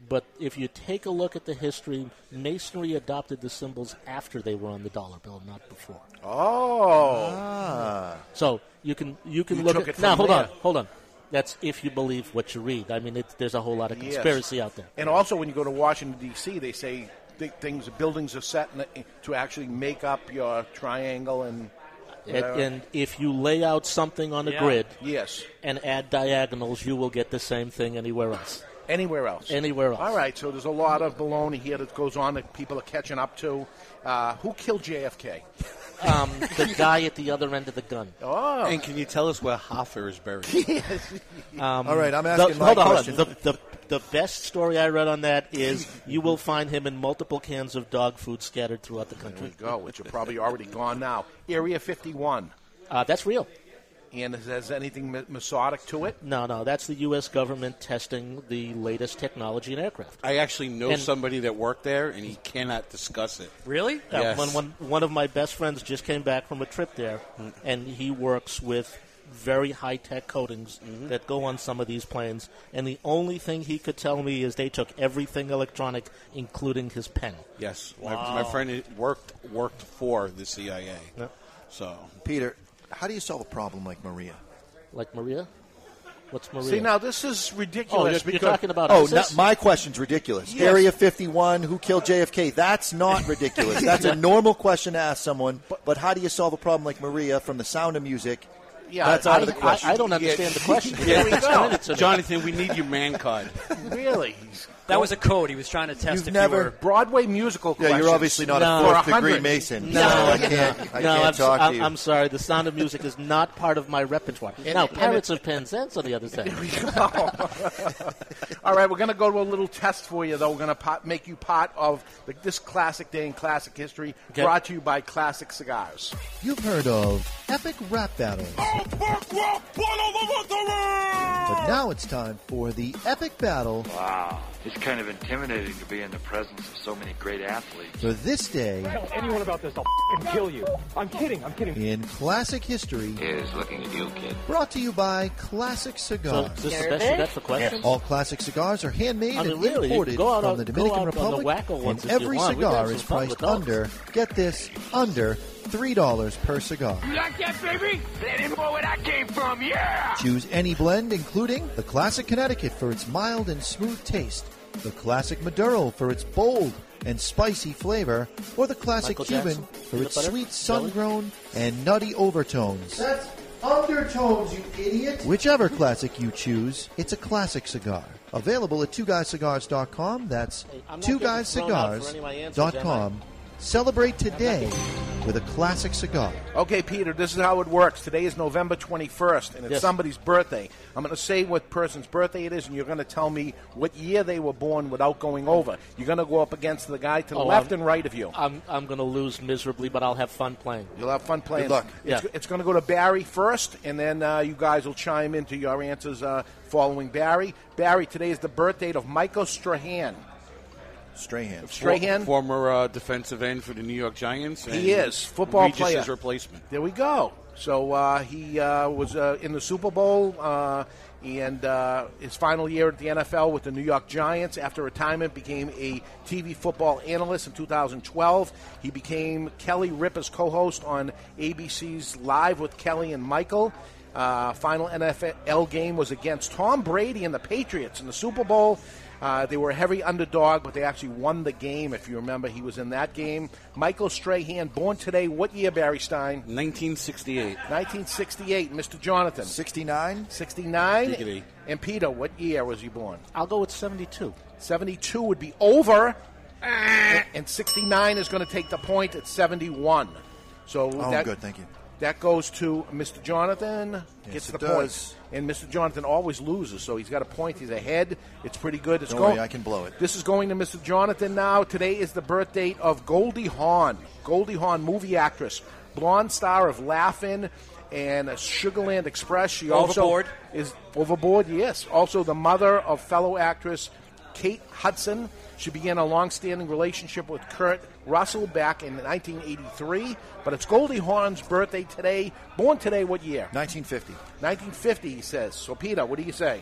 [SPEAKER 24] but if you take a look at the history, Masonry adopted the symbols after they were on the dollar bill, not before.
[SPEAKER 16] Oh.
[SPEAKER 24] So you can you can
[SPEAKER 16] You
[SPEAKER 24] look
[SPEAKER 16] took
[SPEAKER 24] at
[SPEAKER 16] it from
[SPEAKER 24] now. Hold on,
[SPEAKER 16] there.
[SPEAKER 24] hold on. That's if you believe what you read. I mean, it, there's a whole lot of
[SPEAKER 16] Yes.
[SPEAKER 24] conspiracy out there.
[SPEAKER 16] And also, when you go to Washington D.C., they say th- things, buildings are set in, to actually make up your triangle and. uh,
[SPEAKER 24] And,
[SPEAKER 16] whatever.
[SPEAKER 24] and if you lay out something on a
[SPEAKER 16] Yeah.
[SPEAKER 24] grid,
[SPEAKER 16] yes,
[SPEAKER 24] and add diagonals, you will get the same thing anywhere else.
[SPEAKER 16] Anywhere else.
[SPEAKER 24] Anywhere else.
[SPEAKER 16] All right, so there's a lot of baloney here that goes on that people are catching up to. Uh, who killed JFK?
[SPEAKER 24] Um, the guy at the other end of the gun.
[SPEAKER 16] Oh.
[SPEAKER 2] And can you tell us where Hoffer is buried?
[SPEAKER 24] Um,
[SPEAKER 2] All right, I'm
[SPEAKER 24] the-
[SPEAKER 2] asking my
[SPEAKER 24] hold on,
[SPEAKER 2] question.
[SPEAKER 24] Hold on. The, the, the best story I read on that is you will find him in multiple cans of dog food scattered throughout the country.
[SPEAKER 16] There we go, which are probably already gone now. Area 51.
[SPEAKER 24] Uh, that's real.
[SPEAKER 16] And is, has anything ma- Masonic to it?
[SPEAKER 24] No, no, that's the U.S. government testing the latest technology in aircraft.
[SPEAKER 2] I actually know
[SPEAKER 24] And-
[SPEAKER 2] somebody that worked there, and he cannot discuss it.
[SPEAKER 24] Really?
[SPEAKER 2] Yes.
[SPEAKER 24] One, one, one of my best friends just came back from a trip there,
[SPEAKER 2] Mm.
[SPEAKER 24] and he works with very high tech coatings
[SPEAKER 2] Mm-hmm.
[SPEAKER 24] that go on some of these planes. And the only thing he could tell me is they took everything electronic, including his pen.
[SPEAKER 2] Yes,
[SPEAKER 24] Wow.
[SPEAKER 2] my, my friend worked worked for the CIA. So
[SPEAKER 17] Peter, how do you solve a problem like Maria?
[SPEAKER 24] Like Maria? What's Maria?
[SPEAKER 16] See, now this is ridiculous.
[SPEAKER 24] Oh, you're- you're
[SPEAKER 16] because,
[SPEAKER 24] talking about
[SPEAKER 17] oh,
[SPEAKER 24] ISIS?
[SPEAKER 17] no- my question's ridiculous.
[SPEAKER 16] Yes.
[SPEAKER 17] Area 51, who killed JFK? That's not ridiculous. That's a normal question to ask someone. But how do you solve a problem like Maria from the sound of music? that's out of the question.
[SPEAKER 2] Jonathan, we need your man card.
[SPEAKER 16] really?
[SPEAKER 1] That was a code. He was trying to test
[SPEAKER 17] You've
[SPEAKER 1] if
[SPEAKER 17] never-
[SPEAKER 1] you were.
[SPEAKER 16] Broadway musical.
[SPEAKER 17] Yeah, you're
[SPEAKER 16] questions.
[SPEAKER 17] obviously not a No. fourth degree Mason,
[SPEAKER 24] No,
[SPEAKER 17] so I
[SPEAKER 24] no,
[SPEAKER 17] can't- I
[SPEAKER 24] no,
[SPEAKER 17] can't
[SPEAKER 24] I'm, s-
[SPEAKER 17] talk to
[SPEAKER 24] I'm-
[SPEAKER 17] you.
[SPEAKER 24] I'm sorry. The Sound of Music is not part of my repertoire.
[SPEAKER 16] And-
[SPEAKER 24] now,
[SPEAKER 16] and
[SPEAKER 24] Pirates
[SPEAKER 16] it-
[SPEAKER 24] of Penzance on the other side.
[SPEAKER 16] All right, we're going to go to a little test for you, though. We're going to pot, make you part of the, this classic day in classic history,
[SPEAKER 17] Okay.
[SPEAKER 16] brought to you by Classic Cigars.
[SPEAKER 17] You've heard of epic rap battles. But now it's time for the epic battle
[SPEAKER 8] Wow. It's kind of intimidating to be in the presence of so many great athletes.
[SPEAKER 17] for this day
[SPEAKER 8] Tell anyone about this, I'll kill you. I'm kidding, I'm kidding.
[SPEAKER 17] in classic history.
[SPEAKER 8] Is looking at you, kid.
[SPEAKER 17] Brought to you by Classic Cigars.
[SPEAKER 24] So, this is special, Nervous? that's the question?
[SPEAKER 17] All classic cigars are handmade
[SPEAKER 24] I mean,
[SPEAKER 17] and
[SPEAKER 24] really, you can
[SPEAKER 17] imported
[SPEAKER 24] go out
[SPEAKER 17] from
[SPEAKER 24] on-
[SPEAKER 17] the
[SPEAKER 24] go
[SPEAKER 17] Dominican
[SPEAKER 24] out on the
[SPEAKER 17] Republic,
[SPEAKER 24] wacko ones
[SPEAKER 17] and
[SPEAKER 24] if you
[SPEAKER 17] every
[SPEAKER 24] want. We can have
[SPEAKER 17] cigar
[SPEAKER 24] some
[SPEAKER 17] is
[SPEAKER 24] fun with
[SPEAKER 17] priced
[SPEAKER 24] those.
[SPEAKER 17] under. Get this, under three dollars per cigar.
[SPEAKER 15] You like that, baby? Let him know where I came from, yeah!
[SPEAKER 17] Choose any blend, including the Classic Connecticut for its mild and smooth taste, the Classic Maduro for its bold and spicy flavor, or the Classic
[SPEAKER 24] Michael
[SPEAKER 17] Cuban
[SPEAKER 24] Jackson,
[SPEAKER 17] for
[SPEAKER 24] peanut
[SPEAKER 17] its
[SPEAKER 24] butter,
[SPEAKER 17] sweet sun-grown and nutty overtones.
[SPEAKER 4] That's undertones, you idiot.
[SPEAKER 17] Whichever classic you choose, it's a classic cigar. Available at twoguyscigars.com. That's
[SPEAKER 24] I'm not getting thrown out for any of my answers, am I?
[SPEAKER 17] twoguyscigars.com. Celebrate today with a classic cigar.
[SPEAKER 16] Okay, Peter, this is how it works. Today is November 21st, and it's
[SPEAKER 17] Yes.
[SPEAKER 16] somebody's birthday. I'm going to say what person's birthday it is, and you're going to tell me what year they were born without going over. You're going to go up against the guy to the
[SPEAKER 24] Oh,
[SPEAKER 16] left
[SPEAKER 24] I'm-
[SPEAKER 16] and right of you.
[SPEAKER 24] I'm, I'm going to lose miserably, but I'll have fun playing.
[SPEAKER 16] You'll have fun playing.
[SPEAKER 24] Good luck. Yeah.
[SPEAKER 16] It's, it's going to go to Barry first, and then uh, you guys will chime into your answers uh, following Barry. Barry, today is the birth date of Michael Strahan.
[SPEAKER 17] Strahan.
[SPEAKER 16] Strahan.
[SPEAKER 2] former uh, defensive end for the New York Giants.
[SPEAKER 16] He
[SPEAKER 2] and
[SPEAKER 16] is football
[SPEAKER 2] Regis'
[SPEAKER 16] player.
[SPEAKER 2] replacement.
[SPEAKER 16] There we go. So uh, he uh, was uh, in the Super Bowl uh, and uh, his final year at the NFL with the New York Giants. After retirement, became a TV football analyst in 2012. He became Kelly Ripa's co-host on ABC's Live with Kelly and Michael. Uh, final NFL game was against Tom Brady and the Patriots in the Super Bowl. Uh, they were a heavy underdog, but they actually won the game. If you remember, he was in that game. Michael Strahan, born today, what year, Barry Stein?
[SPEAKER 2] 1968.
[SPEAKER 16] 1968. Mr. Jonathan.
[SPEAKER 17] 69.
[SPEAKER 16] 69.
[SPEAKER 2] Giggity.
[SPEAKER 16] And Peter, what year was he born?
[SPEAKER 24] I'll go with 72.
[SPEAKER 16] 72 would be over, and and 69 is going to take the point at 71. So
[SPEAKER 17] Oh,
[SPEAKER 16] that,
[SPEAKER 17] good, thank you.
[SPEAKER 16] That goes to Mr. Jonathan.
[SPEAKER 17] Yes,
[SPEAKER 16] gets
[SPEAKER 17] it
[SPEAKER 16] the
[SPEAKER 17] does.
[SPEAKER 16] point. And Mr. Jonathan always loses, so he's got a point. He's ahead. It's pretty good. It's
[SPEAKER 17] Don't
[SPEAKER 16] going.
[SPEAKER 17] worry, I can blow it.
[SPEAKER 16] This is going to Mr. Jonathan now. Today is the birth date of Goldie Hawn. Goldie Hawn, movie actress, blonde star of Laughing and Sugarland Express. She also
[SPEAKER 1] Overboard.
[SPEAKER 16] is overboard. Yes, also the mother of fellow actress Kate Hudson. She began a long-standing relationship with Kurt Russell back in 1983. But it's Goldie Hawn's birthday today. Born today, what year?
[SPEAKER 17] 1950.
[SPEAKER 16] 1950, he says. So, Peter, what do you say?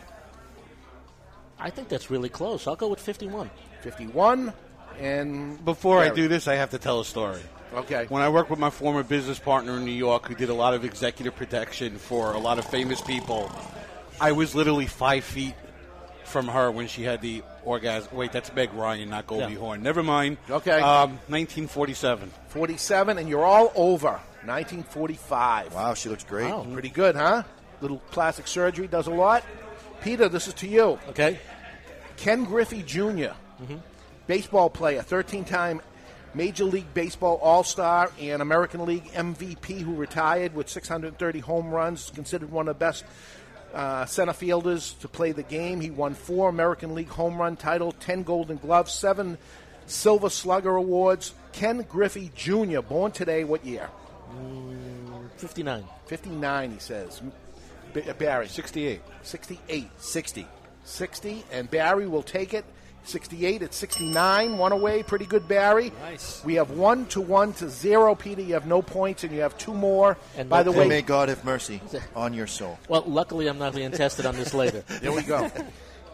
[SPEAKER 24] I think that's really close. I'll go with 51.
[SPEAKER 16] 51. And
[SPEAKER 2] Before I
[SPEAKER 16] Gary.
[SPEAKER 2] do this, I have to tell a story.
[SPEAKER 16] Okay.
[SPEAKER 2] When I worked with my former business partner in New York, who did a lot of executive protection for a lot of famous people, I was literally five feet from her when she had the orgasm. Wait, that's Meg Ryan, not Goldie
[SPEAKER 16] Yeah.
[SPEAKER 2] Hawn. Never mind.
[SPEAKER 16] Okay.
[SPEAKER 2] Um, 1947.
[SPEAKER 16] 47, and you're all over. 1945.
[SPEAKER 17] Wow, she looks great.
[SPEAKER 16] Wow, pretty good, huh? Little plastic surgery does a lot. Peter, this is to you.
[SPEAKER 24] Okay.
[SPEAKER 16] Ken Griffey junior
[SPEAKER 24] Mhm.
[SPEAKER 16] baseball player, 13 time Major League Baseball All Star and American League MVP, who retired with 630 home runs, considered one of the best uh, center fielders to play the game. He won four American League home run title, 10 Golden Gloves, seven Silver Slugger awards. Ken Griffey Jr., born today, what year? Mm.
[SPEAKER 24] 59.
[SPEAKER 16] 59, he says. B- uh, Barry.
[SPEAKER 2] 68.
[SPEAKER 16] 68.
[SPEAKER 17] 60.
[SPEAKER 16] 60, and Barry will take it. 68 at 69, one away. Pretty good, Barry.
[SPEAKER 17] Nice.
[SPEAKER 16] We have one to one to zero, Peter. You have no points, and you have two more.
[SPEAKER 24] And
[SPEAKER 16] By
[SPEAKER 24] no
[SPEAKER 16] the way,
[SPEAKER 17] may God have mercy on your soul.
[SPEAKER 24] Well, luckily I'm not being tested on this later.
[SPEAKER 16] there we go.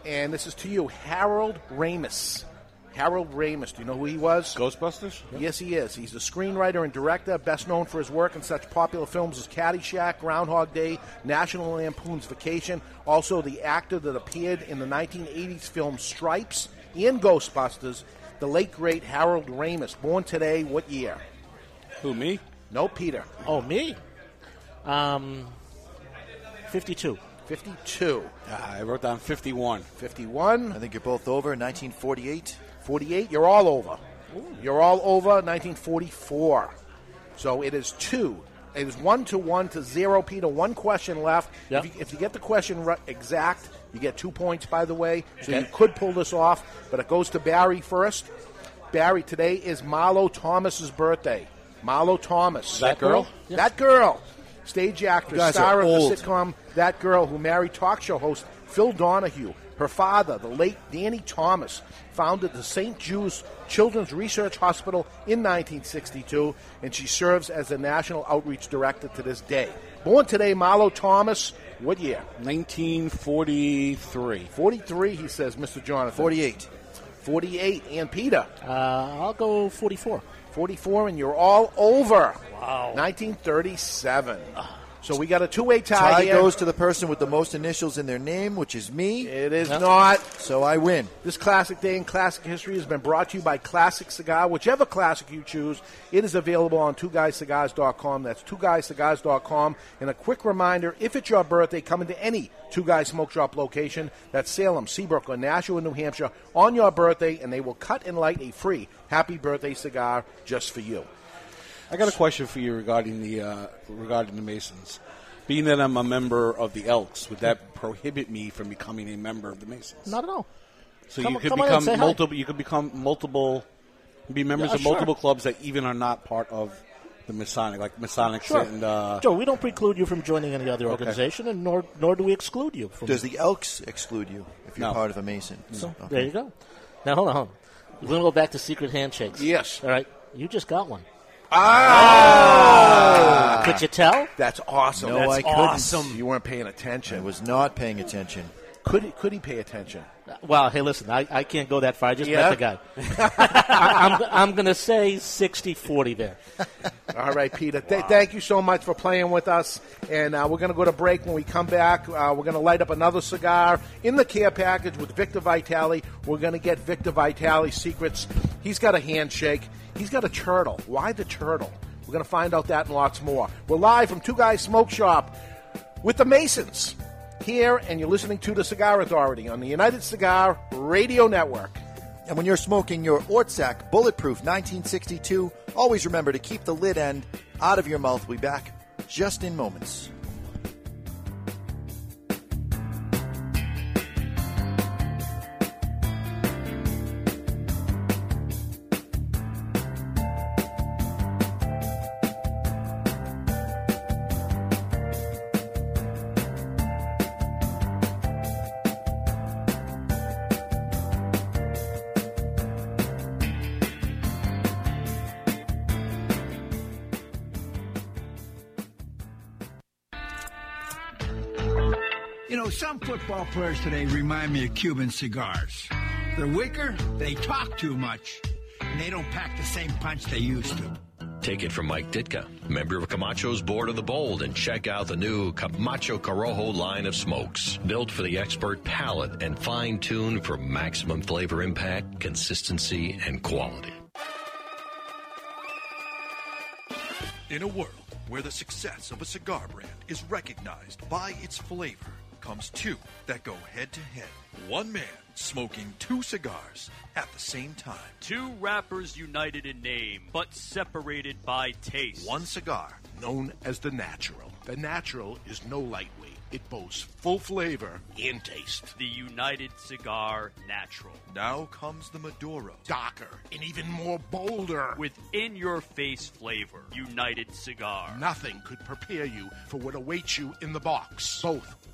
[SPEAKER 16] and this is to you, Harold Ramis. Harold Ramis. Do you know who he was?
[SPEAKER 2] Ghostbusters?
[SPEAKER 16] Yes, he is. He's a screenwriter and director, best known for his work in such popular films as Caddyshack, Groundhog Day, National Lampoon's Vacation. Also, the actor that appeared in the 1980s film Stripes and Ghostbusters, the late great Harold Ramis. Born today, what year?
[SPEAKER 2] Who, me?
[SPEAKER 16] No, Peter.
[SPEAKER 24] Oh, me? Um, 52.
[SPEAKER 16] 52.
[SPEAKER 2] Ah, I wrote down 51.
[SPEAKER 16] 51.
[SPEAKER 17] I think you're both over. 1948.
[SPEAKER 16] 48. You're all over. You're all over 1944. So it is two. It is one to one to zero, Peter. One question left.
[SPEAKER 24] Yep.
[SPEAKER 16] If, you, if you get the question right, exact, you get two points, by the way. So you could pull this off, but it goes to Barry first. Barry, today is Marlo Thomas's birthday. Marlo Thomas.
[SPEAKER 2] That girl?
[SPEAKER 16] Yes. That girl. Stage actress,
[SPEAKER 2] You guys are
[SPEAKER 16] star of
[SPEAKER 2] old.
[SPEAKER 16] the sitcom That Girl, who married talk show host Phil Donahue. Her father, the late Danny Thomas, founded the St. Jude's Children's Research Hospital in 1962, and she serves as the national outreach director to this day. Born today, Marlo Thomas, what year?
[SPEAKER 2] 1943.
[SPEAKER 16] 43, he says, Mr. Jonathan.
[SPEAKER 17] 48.
[SPEAKER 16] 48. And Peter?
[SPEAKER 24] Uh, I'll go 44.
[SPEAKER 16] 44, and you're all over.
[SPEAKER 24] Wow. Ah.
[SPEAKER 16] 1937. So we got a two-way tie,
[SPEAKER 17] Tie
[SPEAKER 16] here.
[SPEAKER 17] goes to the person with the most initials in their name, which is me.
[SPEAKER 16] It is not.
[SPEAKER 17] So I win.
[SPEAKER 16] This classic day in classic history has been brought to you by Classic Cigar. Whichever classic you choose, it is available on twoguyscigars.com. That's twoguyscigars.com. And a quick reminder if it's your birthday, come into any Two Guys Smoke Shop location that's Salem, Seabrook, or Nashua, New Hampshire on your birthday, and they will cut and light a free happy birthday cigar just for you.
[SPEAKER 2] I got a question for you regarding the uh, regarding the Masons. Being that I'm a member of the Elks, would that prohibit me from becoming a member of the Masons?
[SPEAKER 24] Not at all.
[SPEAKER 2] So
[SPEAKER 24] Come-
[SPEAKER 2] you could
[SPEAKER 24] come on in,
[SPEAKER 2] become
[SPEAKER 24] say hi.
[SPEAKER 2] multiple. You could become multiple. Be members
[SPEAKER 24] Yeah,
[SPEAKER 2] of multiple
[SPEAKER 24] sure.
[SPEAKER 2] clubs that even are not part of the Masonic, like Masonics
[SPEAKER 24] Sure.
[SPEAKER 2] and. Uh,
[SPEAKER 24] Joe, we don't preclude you from joining any other organization, and nor, nor do we exclude you from
[SPEAKER 17] Does the Elks exclude you if you're part of a Mason?
[SPEAKER 24] So
[SPEAKER 17] Okay.
[SPEAKER 24] there you go. Now hold on. hold on. We're going to go back to secret handshakes.
[SPEAKER 16] Yes.
[SPEAKER 24] All right. You just got one.
[SPEAKER 16] Ah!
[SPEAKER 24] Could you tell?
[SPEAKER 16] That's awesome.
[SPEAKER 17] No,
[SPEAKER 16] That's
[SPEAKER 17] I couldn't.
[SPEAKER 16] awesome. You weren't paying attention.
[SPEAKER 17] I was not paying attention.
[SPEAKER 16] Could he, could he pay attention?
[SPEAKER 24] Well, hey, listen, I, I can't go that far. I just
[SPEAKER 16] Yeah?
[SPEAKER 24] met the guy. I, I'm, I'm going to say 60 40 there.
[SPEAKER 16] All right, Peter. Th- thank you so much for playing with us. And uh, we're going to go to break. When we come back, uh, we're going to light up another cigar in the care package with Victor Vitale. We're going to get Victor Vitale's secrets. He's got a handshake. He's got a turtle. Why the turtle? We're going to find out that and lots more. We're live from Two Guys Smoke Shop with the Masons here, and you're listening to the Cigar Authority on the United Cigar Radio Network.
[SPEAKER 17] And when you're smoking your Ortsac Bulletproof 1962, always remember to keep the lid end out of your mouth. We'll be back just in moments.
[SPEAKER 15] know, some football players today remind me of Cuban cigars. They're weaker, they talk too much, and they don't pack the same punch they used to.
[SPEAKER 25] Take it from Mike Ditka, member of Camacho's Board of the Bold, and check out the new Camacho Corojo line of smokes. Built for the expert palate and fine tuned for maximum flavor impact, consistency, and quality.
[SPEAKER 6] In a world where the success of a cigar brand is recognized by its flavor, comes two that go head to head. One man smoking two cigars at the same time.
[SPEAKER 26] Two rappers united in name, but separated by taste.
[SPEAKER 6] One cigar.
[SPEAKER 27] known as the natural. The natural is no lightweight. It boasts full flavor and taste.
[SPEAKER 26] The United Cigar Natural.
[SPEAKER 6] Now comes the Maduro.
[SPEAKER 27] Darker and even more bolder.
[SPEAKER 26] With in your face flavor. United Cigar.
[SPEAKER 27] Nothing could prepare you for what awaits you in the box. Both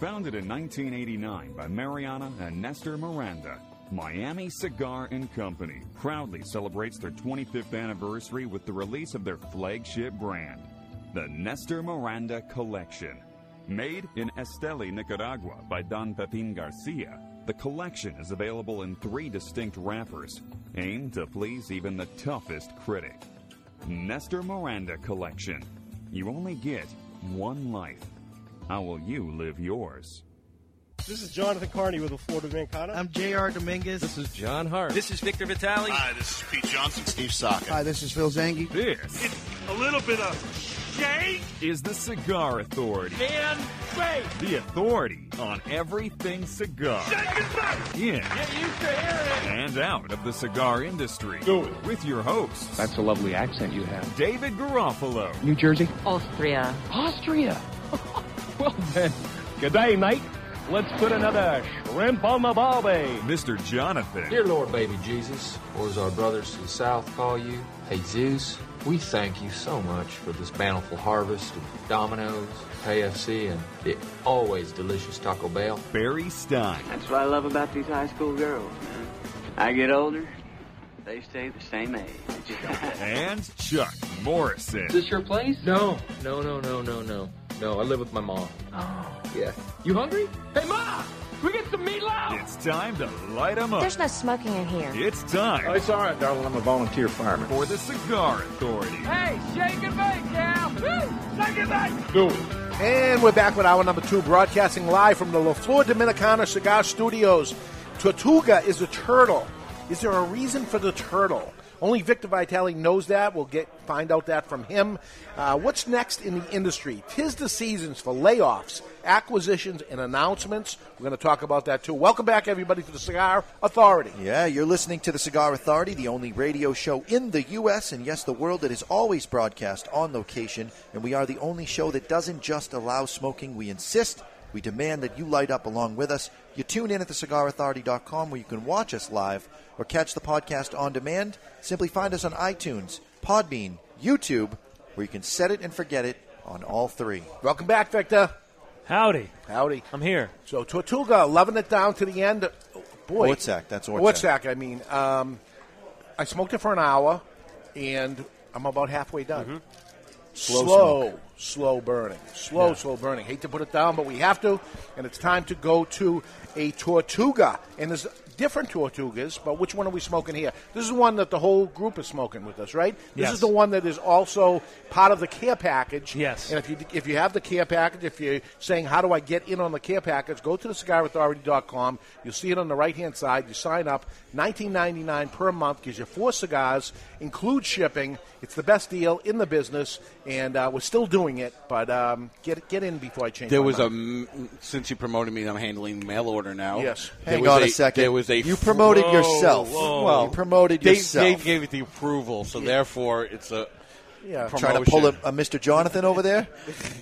[SPEAKER 10] Founded in 1989 by Mariana and Nestor Miranda, Miami Cigar and Company proudly celebrates their 25th anniversary with the release of their flagship brand, the Nestor Miranda Collection. Made in Esteli, Nicaragua by Don Pepin Garcia, the collection is available in three distinct wrappers, aimed to please even the toughest critic. Nestor Miranda Collection. You only get one life. How will you live yours?
[SPEAKER 28] This is Jonathan Carney with the Florida Vancana. I'm J.R. Dominguez. This is John Hart.
[SPEAKER 29] This is Victor Vitale.
[SPEAKER 18] Hi, this is Pete Johnson.
[SPEAKER 10] Steve Sock.
[SPEAKER 28] Hi, this is Phil Zangi.
[SPEAKER 10] This
[SPEAKER 18] A little bit of shake.
[SPEAKER 10] is the Cigar Authority,
[SPEAKER 18] Man, wait.
[SPEAKER 10] the authority on everything cigar. In and out of the cigar industry. Do it. With your hosts,
[SPEAKER 30] That's a lovely accent you have.
[SPEAKER 10] David Garofalo,
[SPEAKER 30] New Jersey.
[SPEAKER 31] Austria.
[SPEAKER 30] Austria. well then, good day, mate. Let's put another shrimp on the barbie.
[SPEAKER 10] Mr. Jonathan,
[SPEAKER 8] Dear Lord, baby Jesus, or as our brothers to the south call you, Jesus, we thank you so much for this bountiful harvest of Domino's, KFC, and the always delicious Taco Bell.
[SPEAKER 10] Barry Stein,
[SPEAKER 5] That's what I love about these high school girls. man. I get older, they stay the same age.
[SPEAKER 10] and Chuck Morrison.
[SPEAKER 8] Is this your place? No, no, no, no, no, no. No, I live with my mom.
[SPEAKER 31] Oh.
[SPEAKER 8] Yeah. You hungry? Hey, Ma! We get some meatloaf!
[SPEAKER 10] It's time to light 'em up.
[SPEAKER 31] There's no smoking in here.
[SPEAKER 10] It's time. Oh, it's all right, darling. I'm a volunteer fireman. For the Cigar Authority.
[SPEAKER 31] Hey, shake and bake, gal. Woo! Shake and bake.
[SPEAKER 16] Do it. And we're back with hour number two, broadcasting live from the La Flor Dominicana Cigar Studios. Tortuga is a turtle. Is there a reason for the turtle? Only Victor Vitale knows that. We'll get find out that from him. Uh, what's next in the industry? Tis the seasons for layoffs, acquisitions, and announcements. We're going to talk about that too. Welcome back, everybody, to the Cigar Authority.
[SPEAKER 17] Yeah, you're listening to the Cigar Authority, the only radio show in the U.S. and yes, the world that is always broadcast on location. And we are the only show that doesn't just allow smoking. We insist, we demand that you light up along with us. You tune in at thecigarauthority.com where you can watch us live or catch the podcast on demand. Simply find us on iTunes, Podbean, YouTube, where you can set it and forget it on all three.
[SPEAKER 16] Welcome back, Victor.
[SPEAKER 32] Howdy.
[SPEAKER 16] Howdy.
[SPEAKER 32] I'm here.
[SPEAKER 16] So Tortuga, loving it down to the end. Oh, boy.
[SPEAKER 17] Ortsack, that's Ortsack.
[SPEAKER 16] I mean, um, I smoked it for an hour, and I'm about halfway done.
[SPEAKER 17] Mm-hmm. Slow
[SPEAKER 16] Slow,
[SPEAKER 17] smoke.
[SPEAKER 16] slow, burning. Slow,
[SPEAKER 17] Yeah.
[SPEAKER 16] slow burning. Hate to put it down, but we have to, and it's time to go to a Tortuga. And there's different Tortugas, but which one are we smoking here? This is one that the whole group is smoking with us, right? This
[SPEAKER 32] Yes.
[SPEAKER 16] is the one that is also part of the care package.
[SPEAKER 32] Yes.
[SPEAKER 16] And if you if you have the care package, if you're saying how do I get in on the care package, go to thecigarauthority.com. You'll see it on the right hand side. You sign up, nineteen ninety nine per month, gives you four cigars, includes shipping. It's the best deal in the business, and uh, we're still doing it. But um, get get in before I change.
[SPEAKER 2] There
[SPEAKER 16] my
[SPEAKER 2] was a
[SPEAKER 16] mind.
[SPEAKER 2] m- since you promoted me, I'm handling mail order now.
[SPEAKER 16] Yes.
[SPEAKER 2] There
[SPEAKER 16] Hang
[SPEAKER 2] was
[SPEAKER 16] on a second.
[SPEAKER 2] There was a
[SPEAKER 16] You promoted
[SPEAKER 2] Whoa,
[SPEAKER 16] yourself.
[SPEAKER 2] whoa.
[SPEAKER 16] You promoted
[SPEAKER 2] Dave,
[SPEAKER 16] yourself.
[SPEAKER 2] Dave gave it the approval, so therefore it's a Yeah.
[SPEAKER 17] Trying to pull a, a Mr. Jonathan over there.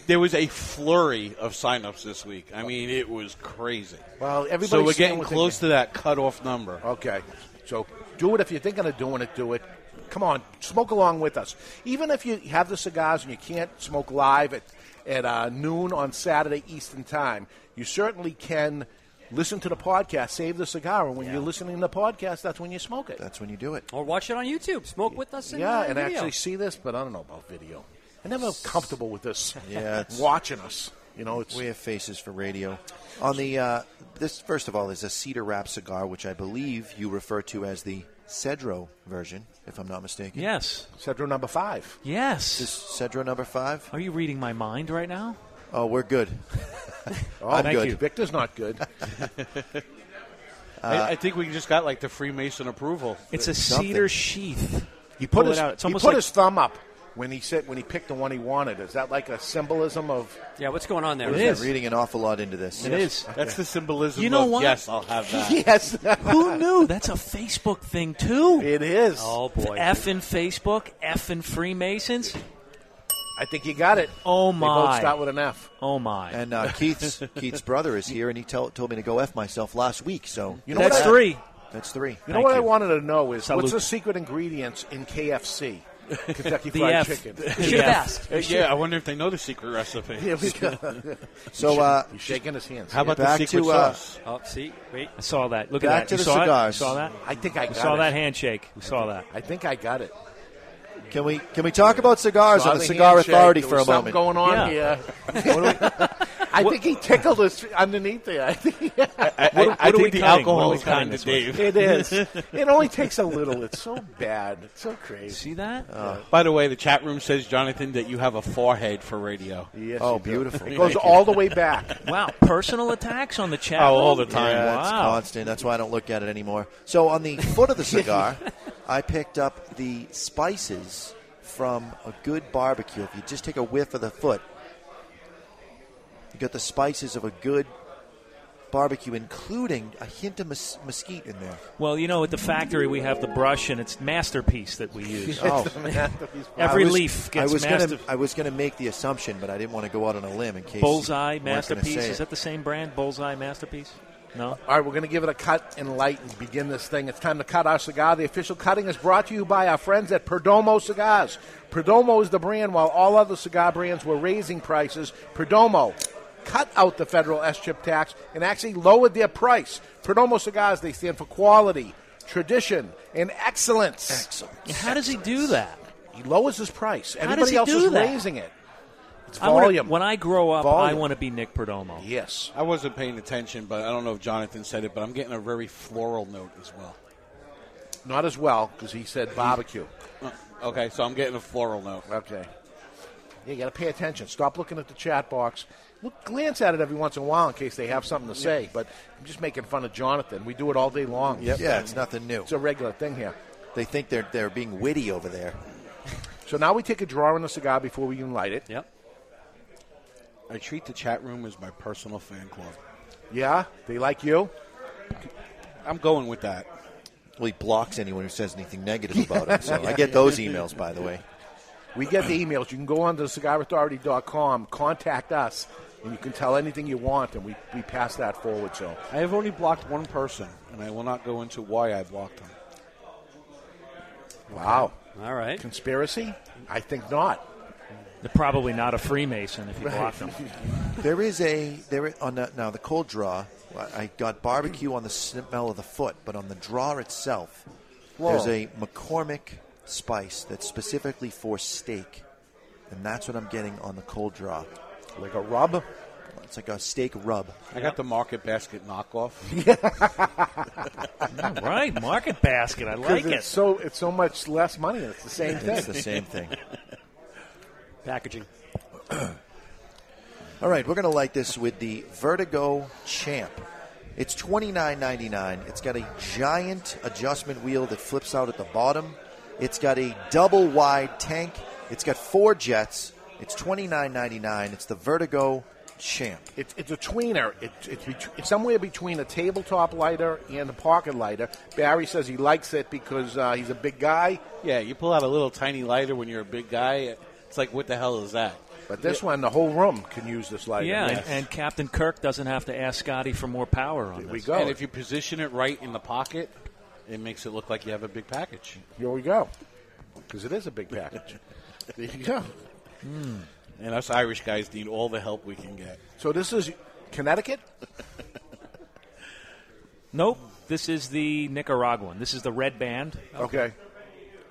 [SPEAKER 2] There was a flurry of signups this week. I mean, it was crazy.
[SPEAKER 16] Well, everybody's
[SPEAKER 2] So we're
[SPEAKER 16] saying
[SPEAKER 2] getting
[SPEAKER 16] what they
[SPEAKER 2] close to that cutoff number.
[SPEAKER 16] Okay. So do it if you're thinking of doing it. Do it. Come on, smoke along with us. Even if you have the cigars and you can't smoke live at at uh, noon on Saturday Eastern time, you certainly can listen to the podcast. Save the cigar, and when you're listening to the podcast, that's when you smoke it.
[SPEAKER 17] That's when you do it.
[SPEAKER 1] Or watch it on YouTube. Smoke with us. In
[SPEAKER 16] yeah,
[SPEAKER 1] uh,
[SPEAKER 16] and
[SPEAKER 1] video.
[SPEAKER 16] actually see this, but I don't know about video. I'm never comfortable with this.
[SPEAKER 17] Yeah, it's-
[SPEAKER 16] watching us. You know, it's
[SPEAKER 17] we have faces for radio. On the uh, this first of all is a cedar wrap cigar, which I believe you refer to as the Cedro version, if I'm not mistaken.
[SPEAKER 18] Yes,
[SPEAKER 16] Cedro number five.
[SPEAKER 18] Yes,
[SPEAKER 17] this Cedro number five.
[SPEAKER 18] Are you reading my mind right now?
[SPEAKER 17] Oh, we're good.
[SPEAKER 16] Oh,
[SPEAKER 17] I'm
[SPEAKER 16] thank
[SPEAKER 17] good.
[SPEAKER 16] you. Victor's not good. Uh,
[SPEAKER 2] I, I think we just got like the Freemason approval.
[SPEAKER 16] It's a Something. cedar
[SPEAKER 18] sheath.
[SPEAKER 16] He put his he put his thumb up when he said when he picked the one he wanted. Is that like a symbolism of?
[SPEAKER 1] Yeah, what's going on there?
[SPEAKER 16] It
[SPEAKER 17] We're
[SPEAKER 16] is.
[SPEAKER 17] uh, reading an awful lot into this.
[SPEAKER 16] It Yes. is.
[SPEAKER 2] That's the symbolism.
[SPEAKER 16] You know
[SPEAKER 2] of,
[SPEAKER 16] what?
[SPEAKER 2] Yes, I'll have that.
[SPEAKER 16] yes.
[SPEAKER 18] Who knew? That's a Facebook thing too.
[SPEAKER 16] It is.
[SPEAKER 1] Oh boy.
[SPEAKER 18] F in Facebook. F in Freemasons.
[SPEAKER 16] I think you got it.
[SPEAKER 18] Oh my.
[SPEAKER 17] both start
[SPEAKER 16] with an F.
[SPEAKER 18] Oh my.
[SPEAKER 17] And uh, Keith's Keith's brother is here, and he tell, told me to go f myself last week. So
[SPEAKER 16] You know That's what I- three.
[SPEAKER 17] That's three.
[SPEAKER 16] You know what I wanted to know is
[SPEAKER 17] Salute.
[SPEAKER 16] what's the secret ingredients in KFC? Kentucky
[SPEAKER 17] The
[SPEAKER 16] Fried
[SPEAKER 17] F.
[SPEAKER 16] Chicken.
[SPEAKER 17] You should've Yeah. asked.
[SPEAKER 2] Yeah,
[SPEAKER 17] You should've-
[SPEAKER 2] I wonder if they know the secret recipe.
[SPEAKER 16] Yeah, we got-
[SPEAKER 17] So, uh,
[SPEAKER 16] he's shaking his hands.
[SPEAKER 2] How about
[SPEAKER 17] back
[SPEAKER 2] the secret
[SPEAKER 17] to, uh,
[SPEAKER 2] sauce?
[SPEAKER 1] Oh, see, wait.
[SPEAKER 18] I saw that. Look
[SPEAKER 17] Back
[SPEAKER 18] at that.
[SPEAKER 17] to
[SPEAKER 18] You
[SPEAKER 17] the
[SPEAKER 18] saw it? You
[SPEAKER 17] cigars.
[SPEAKER 18] Saw that?
[SPEAKER 16] I think I
[SPEAKER 18] You
[SPEAKER 16] got
[SPEAKER 18] saw
[SPEAKER 16] it.
[SPEAKER 18] that handshake. We saw that.
[SPEAKER 16] I think I got it.
[SPEAKER 17] Can we can we talk about cigars
[SPEAKER 16] Saw
[SPEAKER 17] on the,
[SPEAKER 16] the
[SPEAKER 17] Cigar
[SPEAKER 16] handshake.
[SPEAKER 17] Authority
[SPEAKER 16] There
[SPEAKER 17] for a
[SPEAKER 16] was something
[SPEAKER 17] moment?
[SPEAKER 16] going on Yeah. here. What I think he tickled us underneath there. I think,
[SPEAKER 2] I- What- what I are think we the cutting? alcohol What are we is cutting kinda this with? Dave.
[SPEAKER 16] It is. It only takes a little. It's so bad. It's so crazy.
[SPEAKER 18] See that?
[SPEAKER 2] By the way, the chat room says, Jonathan, that you have a forehead for radio.
[SPEAKER 16] Yes,
[SPEAKER 17] Oh, you do. beautiful.
[SPEAKER 16] It goes all the way back.
[SPEAKER 18] Wow, personal attacks on the chat.
[SPEAKER 17] Oh,
[SPEAKER 18] room?
[SPEAKER 17] all the time.
[SPEAKER 18] wow.
[SPEAKER 17] it's constant. That's why I don't look at it anymore. So on the foot of the cigar, I picked up the spices from a good barbecue. If you just take a whiff of the foot, you got the spices of a good barbecue, including a hint of mes- mesquite in there.
[SPEAKER 18] Well, you know, at the factory we have the brush, and it's masterpiece that we use.
[SPEAKER 17] Oh.
[SPEAKER 18] every
[SPEAKER 17] I was-
[SPEAKER 18] leaf
[SPEAKER 17] I
[SPEAKER 18] gets
[SPEAKER 17] was
[SPEAKER 18] master.
[SPEAKER 17] Gonna, I was going to make the assumption, but I didn't want to go out on a limb in case. you
[SPEAKER 18] Bullseye
[SPEAKER 17] weren't gonna
[SPEAKER 18] masterpiece.
[SPEAKER 17] say
[SPEAKER 18] Is
[SPEAKER 17] it.
[SPEAKER 18] that the same brand? Bullseye masterpiece. No.
[SPEAKER 16] All right, we're going to give it a cut and light and begin this thing. It's time to cut our cigar. The official cutting is brought to you by our friends at Perdomo Cigars. Perdomo is the brand, while all other cigar brands were raising prices. Perdomo cut out the federal S chip tax and actually lowered their price. Perdomo Cigars, they stand for quality, tradition, and excellence. Excellence.
[SPEAKER 18] How does he do that?
[SPEAKER 16] He lowers his price.
[SPEAKER 18] How
[SPEAKER 16] Everybody
[SPEAKER 18] does he
[SPEAKER 16] else
[SPEAKER 18] do
[SPEAKER 16] is
[SPEAKER 18] that?
[SPEAKER 16] raising it. It's
[SPEAKER 18] I wanna-
[SPEAKER 16] volume.
[SPEAKER 18] when I grow up, I
[SPEAKER 16] Volume.
[SPEAKER 18] want to be Nick Perdomo.
[SPEAKER 16] Yes.
[SPEAKER 2] I wasn't paying attention, but I don't know if Jonathan said it, but I'm getting a very floral note as well.
[SPEAKER 16] Not as well, because he said barbecue.
[SPEAKER 2] Uh, Okay, so I'm getting a floral note.
[SPEAKER 16] Okay. Yeah, you got to pay attention. Stop looking at the chat box. Look, glance at it every once in a while in case they have something to say. But I'm just making fun of Jonathan. We do it all day long.
[SPEAKER 17] Yep. Yeah, it's nothing new.
[SPEAKER 16] It's a regular thing here.
[SPEAKER 17] They think they're they're being witty over there.
[SPEAKER 16] So now we take a draw on a cigar before we even light it.
[SPEAKER 1] Yep.
[SPEAKER 2] I treat the chat room as my personal fan club.
[SPEAKER 16] Yeah, they like you.
[SPEAKER 2] I'm going with that.
[SPEAKER 17] Well, he blocks anyone who says anything negative about him. So I get those emails, by the way.
[SPEAKER 16] We get the emails. You can go on to cigarauthority.com, contact us, and you can tell anything you want, and we, we pass that forward. So
[SPEAKER 2] I have only blocked one person, and I will not go into why I blocked him.
[SPEAKER 16] Wow.
[SPEAKER 1] All right.
[SPEAKER 16] Conspiracy? I think not.
[SPEAKER 18] They're probably not a Freemason if you
[SPEAKER 17] Right.
[SPEAKER 18] block them.
[SPEAKER 17] There is a there i- on the, now the cold draw. I I got barbecue on the smell of the foot, but on the draw itself,
[SPEAKER 16] Whoa.
[SPEAKER 17] there's a McCormick spice that's specifically for steak, and that's what I'm getting on the cold draw.
[SPEAKER 16] Like a rub.
[SPEAKER 17] It's like a steak rub.
[SPEAKER 2] I got the market basket knockoff.
[SPEAKER 18] right, market basket. I
[SPEAKER 16] Because
[SPEAKER 18] like
[SPEAKER 16] it's
[SPEAKER 18] it.
[SPEAKER 16] So it's so much less money. and It's the same thing.
[SPEAKER 17] It's the same thing.
[SPEAKER 1] Packaging.
[SPEAKER 17] All right, we're going to light this with the Vertigo Champ. It's twenty nine ninety nine. It's got a giant adjustment wheel that flips out at the bottom. It's got a double wide tank. It's got four jets. It's twenty nine ninety nine. It's the Vertigo Champ.
[SPEAKER 16] It's, it's a tweener. It, it's, bet- it's somewhere between a tabletop lighter and a pocket lighter. Barry says he likes it because uh, he's a big guy.
[SPEAKER 2] Yeah, you pull out a little tiny lighter when you're a big guy. It's like, what the hell is that?
[SPEAKER 16] But this one, the whole room can use this lighter.
[SPEAKER 18] Yeah, and, and Captain Kirk doesn't have to ask Scotty for more power on this.
[SPEAKER 2] And if you position it right in the pocket, it makes it look like you have a big package.
[SPEAKER 16] Here we go. Because it is a big package. there you go.
[SPEAKER 2] And us Irish guys need all the help we can get.
[SPEAKER 16] So this is Connecticut?
[SPEAKER 18] Nope. This is the Nicaraguan. This is the red band.
[SPEAKER 16] Okay.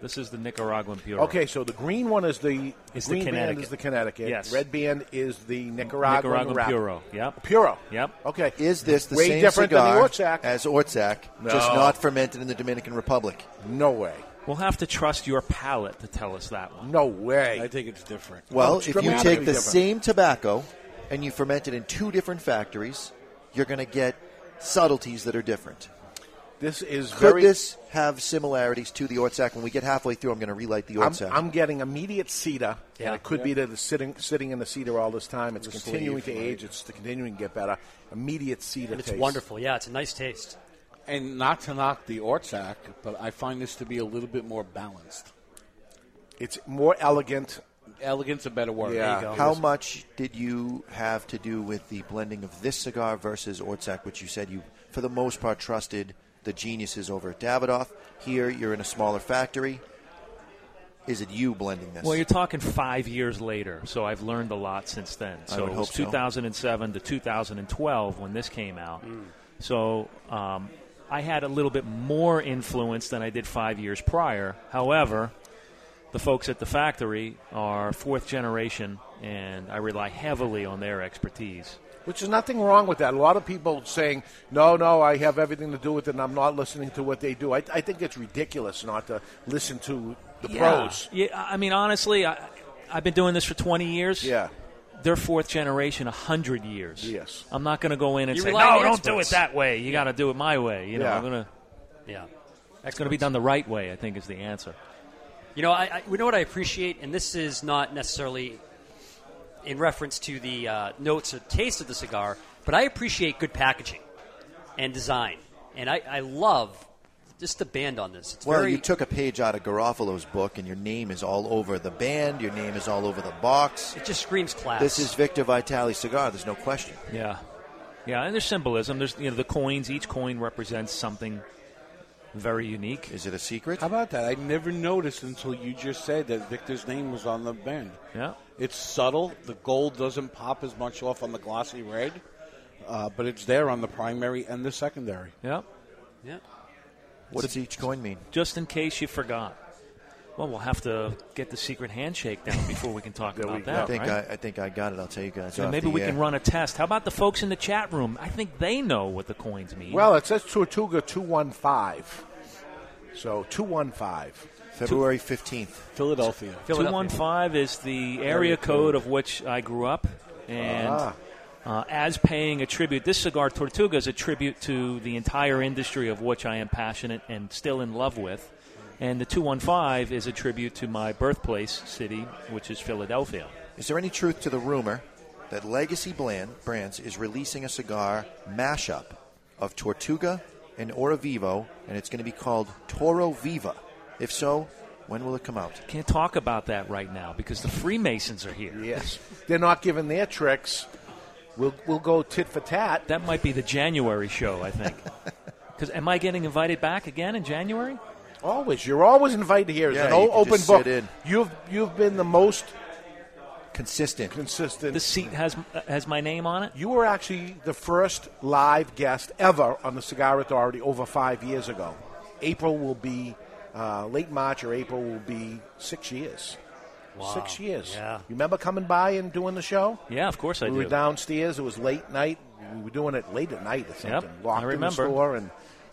[SPEAKER 18] This is the Nicaraguan Bureau.
[SPEAKER 16] Okay, so the green one is the
[SPEAKER 18] Is the
[SPEAKER 16] green band
[SPEAKER 18] Connecticut.
[SPEAKER 16] is the Connecticut.
[SPEAKER 18] Yes.
[SPEAKER 16] Red band is the Nicaraguan,
[SPEAKER 18] Nicaraguan
[SPEAKER 16] wrap.
[SPEAKER 18] Puro. Yep.
[SPEAKER 16] Puro.
[SPEAKER 18] Yep.
[SPEAKER 16] Okay.
[SPEAKER 17] Is this the
[SPEAKER 16] Way
[SPEAKER 17] same
[SPEAKER 16] different
[SPEAKER 17] cigar
[SPEAKER 16] than the Ortsac?
[SPEAKER 17] as Ortsac, just
[SPEAKER 18] No.
[SPEAKER 17] not fermented in the Dominican Republic?
[SPEAKER 16] No way.
[SPEAKER 18] We'll have to trust your palate to tell us that one.
[SPEAKER 16] No way.
[SPEAKER 2] I think it's different.
[SPEAKER 17] Well, if you take the same tobacco and you ferment it in two different factories, you're going to get subtleties that are different.
[SPEAKER 16] This is
[SPEAKER 17] Could
[SPEAKER 16] very.
[SPEAKER 17] this have similarities to the Ortsac? When we get halfway through, I'm going to relight the
[SPEAKER 16] I'm,
[SPEAKER 17] Ortsac.
[SPEAKER 16] I'm getting immediate cedar.
[SPEAKER 17] Yeah.
[SPEAKER 16] And it could be that it's sitting sitting in the cedar all this time. It's
[SPEAKER 1] The
[SPEAKER 16] continuing
[SPEAKER 1] sleeve,
[SPEAKER 16] to
[SPEAKER 1] right.
[SPEAKER 16] age. It's continuing to get better. Immediate cedar.
[SPEAKER 1] And it's
[SPEAKER 16] taste.
[SPEAKER 1] wonderful. Yeah, it's a nice taste.
[SPEAKER 2] And not to knock the Ortsac, but I find this to be a little bit more balanced.
[SPEAKER 16] It's more elegant.
[SPEAKER 2] Elegant's a better word.
[SPEAKER 17] How much did you have to do with the blending of this cigar versus Ortsac, which you said you, for the most part, trusted the geniuses over at Davidoff? Here, you're in a smaller factory. Is it you blending this?
[SPEAKER 18] Well, you're talking five years later, so I've learned a lot since then.
[SPEAKER 17] I
[SPEAKER 18] So
[SPEAKER 17] would
[SPEAKER 18] it was
[SPEAKER 17] hope so.
[SPEAKER 18] 2007 to 2012 when this came out. So um, I had a little bit more influence than I did five years prior. However, the folks at the factory are fourth generation, and I rely heavily on their expertise.
[SPEAKER 16] Which is nothing wrong with that. A lot of people saying, no, no, I have everything to do with it and I'm not listening to what they do. I, I think it's ridiculous not to listen to the pros.
[SPEAKER 18] Yeah, I I mean, honestly, I, I've been doing this for 20 years. Yeah. They're fourth generation, 100 years. Yes. I'm not going to go in and
[SPEAKER 1] You
[SPEAKER 18] say, no,
[SPEAKER 1] rely on
[SPEAKER 18] don't do it
[SPEAKER 1] experts."
[SPEAKER 18] that way. You got to do it my way. You know,
[SPEAKER 1] Yeah.
[SPEAKER 18] I'm going to.
[SPEAKER 1] Yeah.
[SPEAKER 18] It's going to be done the right way, I think, is the answer.
[SPEAKER 1] You know, I, I, you know what I appreciate, and this is not necessarily in reference to the uh, notes or taste of the cigar, but I appreciate good packaging and design, and I, I love just the band on this. It's
[SPEAKER 17] Well,
[SPEAKER 1] very
[SPEAKER 17] you took a page out of Garofalo's book, and your name is all over the band. Your name is all over the box.
[SPEAKER 1] it just screams class.
[SPEAKER 17] This is Victor Vitali cigar. There's no question.
[SPEAKER 18] Yeah. Yeah, and there's symbolism. There's, you know, the coins. Each coin represents something very unique.
[SPEAKER 17] Is it a secret?
[SPEAKER 2] How about that? I never noticed until you just said that Victor's name was on the band.
[SPEAKER 18] Yeah.
[SPEAKER 2] It's subtle. The gold doesn't pop as much off on the glossy red, uh, but it's there on the primary and the secondary.
[SPEAKER 18] Yeah.
[SPEAKER 1] Yeah.
[SPEAKER 17] What does each coin mean?
[SPEAKER 18] Just in case you forgot. Well, we'll have to get the secret handshake down before we can talk about that.
[SPEAKER 17] I think
[SPEAKER 18] right?
[SPEAKER 17] I, I think I got it. I'll tell you guys.
[SPEAKER 18] So
[SPEAKER 17] off
[SPEAKER 18] maybe
[SPEAKER 17] the
[SPEAKER 18] we
[SPEAKER 17] air.
[SPEAKER 18] can run a test. How about the folks in the chat room? I think they know what the coins mean.
[SPEAKER 16] Well, it says Tortuga 215. So 215.
[SPEAKER 17] February 15th.
[SPEAKER 2] Philadelphia.
[SPEAKER 18] 215 is the area,
[SPEAKER 16] Area
[SPEAKER 18] code
[SPEAKER 16] code.
[SPEAKER 18] of which I grew up. And
[SPEAKER 16] Ah.
[SPEAKER 18] uh, as paying a tribute, this cigar, Tortuga, is a tribute to the entire industry of which I am passionate and still in love with. And the 215 is a tribute to my birthplace city, which is Philadelphia.
[SPEAKER 17] Is there any truth to the rumor that Legacy Bland Brands is releasing a cigar mashup of Tortuga and Oravivo, and it's going to be called Toro Viva? If so, when will it come out?
[SPEAKER 18] Can't talk about that right now because the Freemasons are here.
[SPEAKER 16] Yes. They're not giving their tricks. We'll, we'll go tit for tat.
[SPEAKER 18] That might be the January show, I think. Because am I getting invited back again in January?
[SPEAKER 16] Always. You're always invited here. It's
[SPEAKER 18] Yeah,
[SPEAKER 16] an
[SPEAKER 18] you
[SPEAKER 16] o-
[SPEAKER 18] can
[SPEAKER 16] open
[SPEAKER 18] just
[SPEAKER 16] book.
[SPEAKER 18] sit in.
[SPEAKER 16] You've, you've been the most
[SPEAKER 17] consistent.
[SPEAKER 16] Consistent.
[SPEAKER 18] The seat has has my name on it.
[SPEAKER 16] You were actually the first live guest ever on the Cigar Authority over five years ago. April will be uh, late March or April will be six years.
[SPEAKER 18] Wow.
[SPEAKER 16] Six years.
[SPEAKER 18] Yeah.
[SPEAKER 16] You remember coming by and doing the show?
[SPEAKER 18] Yeah, of course I
[SPEAKER 16] we
[SPEAKER 18] do.
[SPEAKER 16] were downstairs. It was late night. We were doing it late at night or something.
[SPEAKER 18] Yep,
[SPEAKER 16] Locked
[SPEAKER 18] I remember.
[SPEAKER 16] in the store and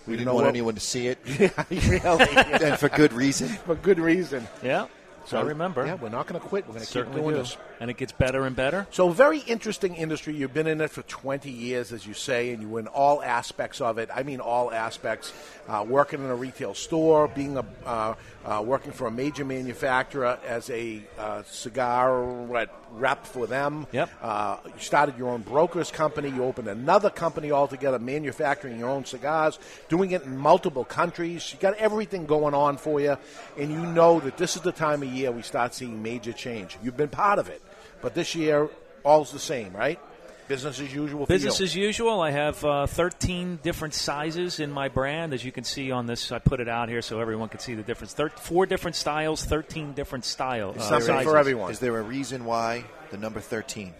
[SPEAKER 17] We
[SPEAKER 16] you
[SPEAKER 17] didn't
[SPEAKER 16] know
[SPEAKER 17] want
[SPEAKER 16] what-
[SPEAKER 17] anyone to see it.
[SPEAKER 16] yeah, really.
[SPEAKER 17] And for good reason.
[SPEAKER 16] For good reason.
[SPEAKER 18] Yeah. I remember.
[SPEAKER 16] Yeah, we're not going to quit. We're going to keep
[SPEAKER 18] Certainly
[SPEAKER 16] doing
[SPEAKER 18] do.
[SPEAKER 16] this.
[SPEAKER 18] and it gets better and better.
[SPEAKER 16] So, very interesting industry. You've been in it for 20 years, as you say, and you were in all aspects of it. I mean, all aspects. Uh, working in a retail store, being a uh, uh, working for a major manufacturer as a uh, cigar what, rep for them.
[SPEAKER 18] Yep.
[SPEAKER 16] Uh, you started your own broker's company. You opened another company altogether, manufacturing your own cigars, doing it in multiple countries. You got everything going on for you, and you know that this is the time of year we start seeing major change. You've been part of it, but this year all's the same, right? Business as usual. For
[SPEAKER 18] Business
[SPEAKER 16] you.
[SPEAKER 18] as usual. I have uh, 13 different sizes in my brand, as you can see on this. I put it out here so everyone can see the difference. Thir- four different styles, 13 different uh, styles.
[SPEAKER 17] Is there a- Is there a reason why the number 13?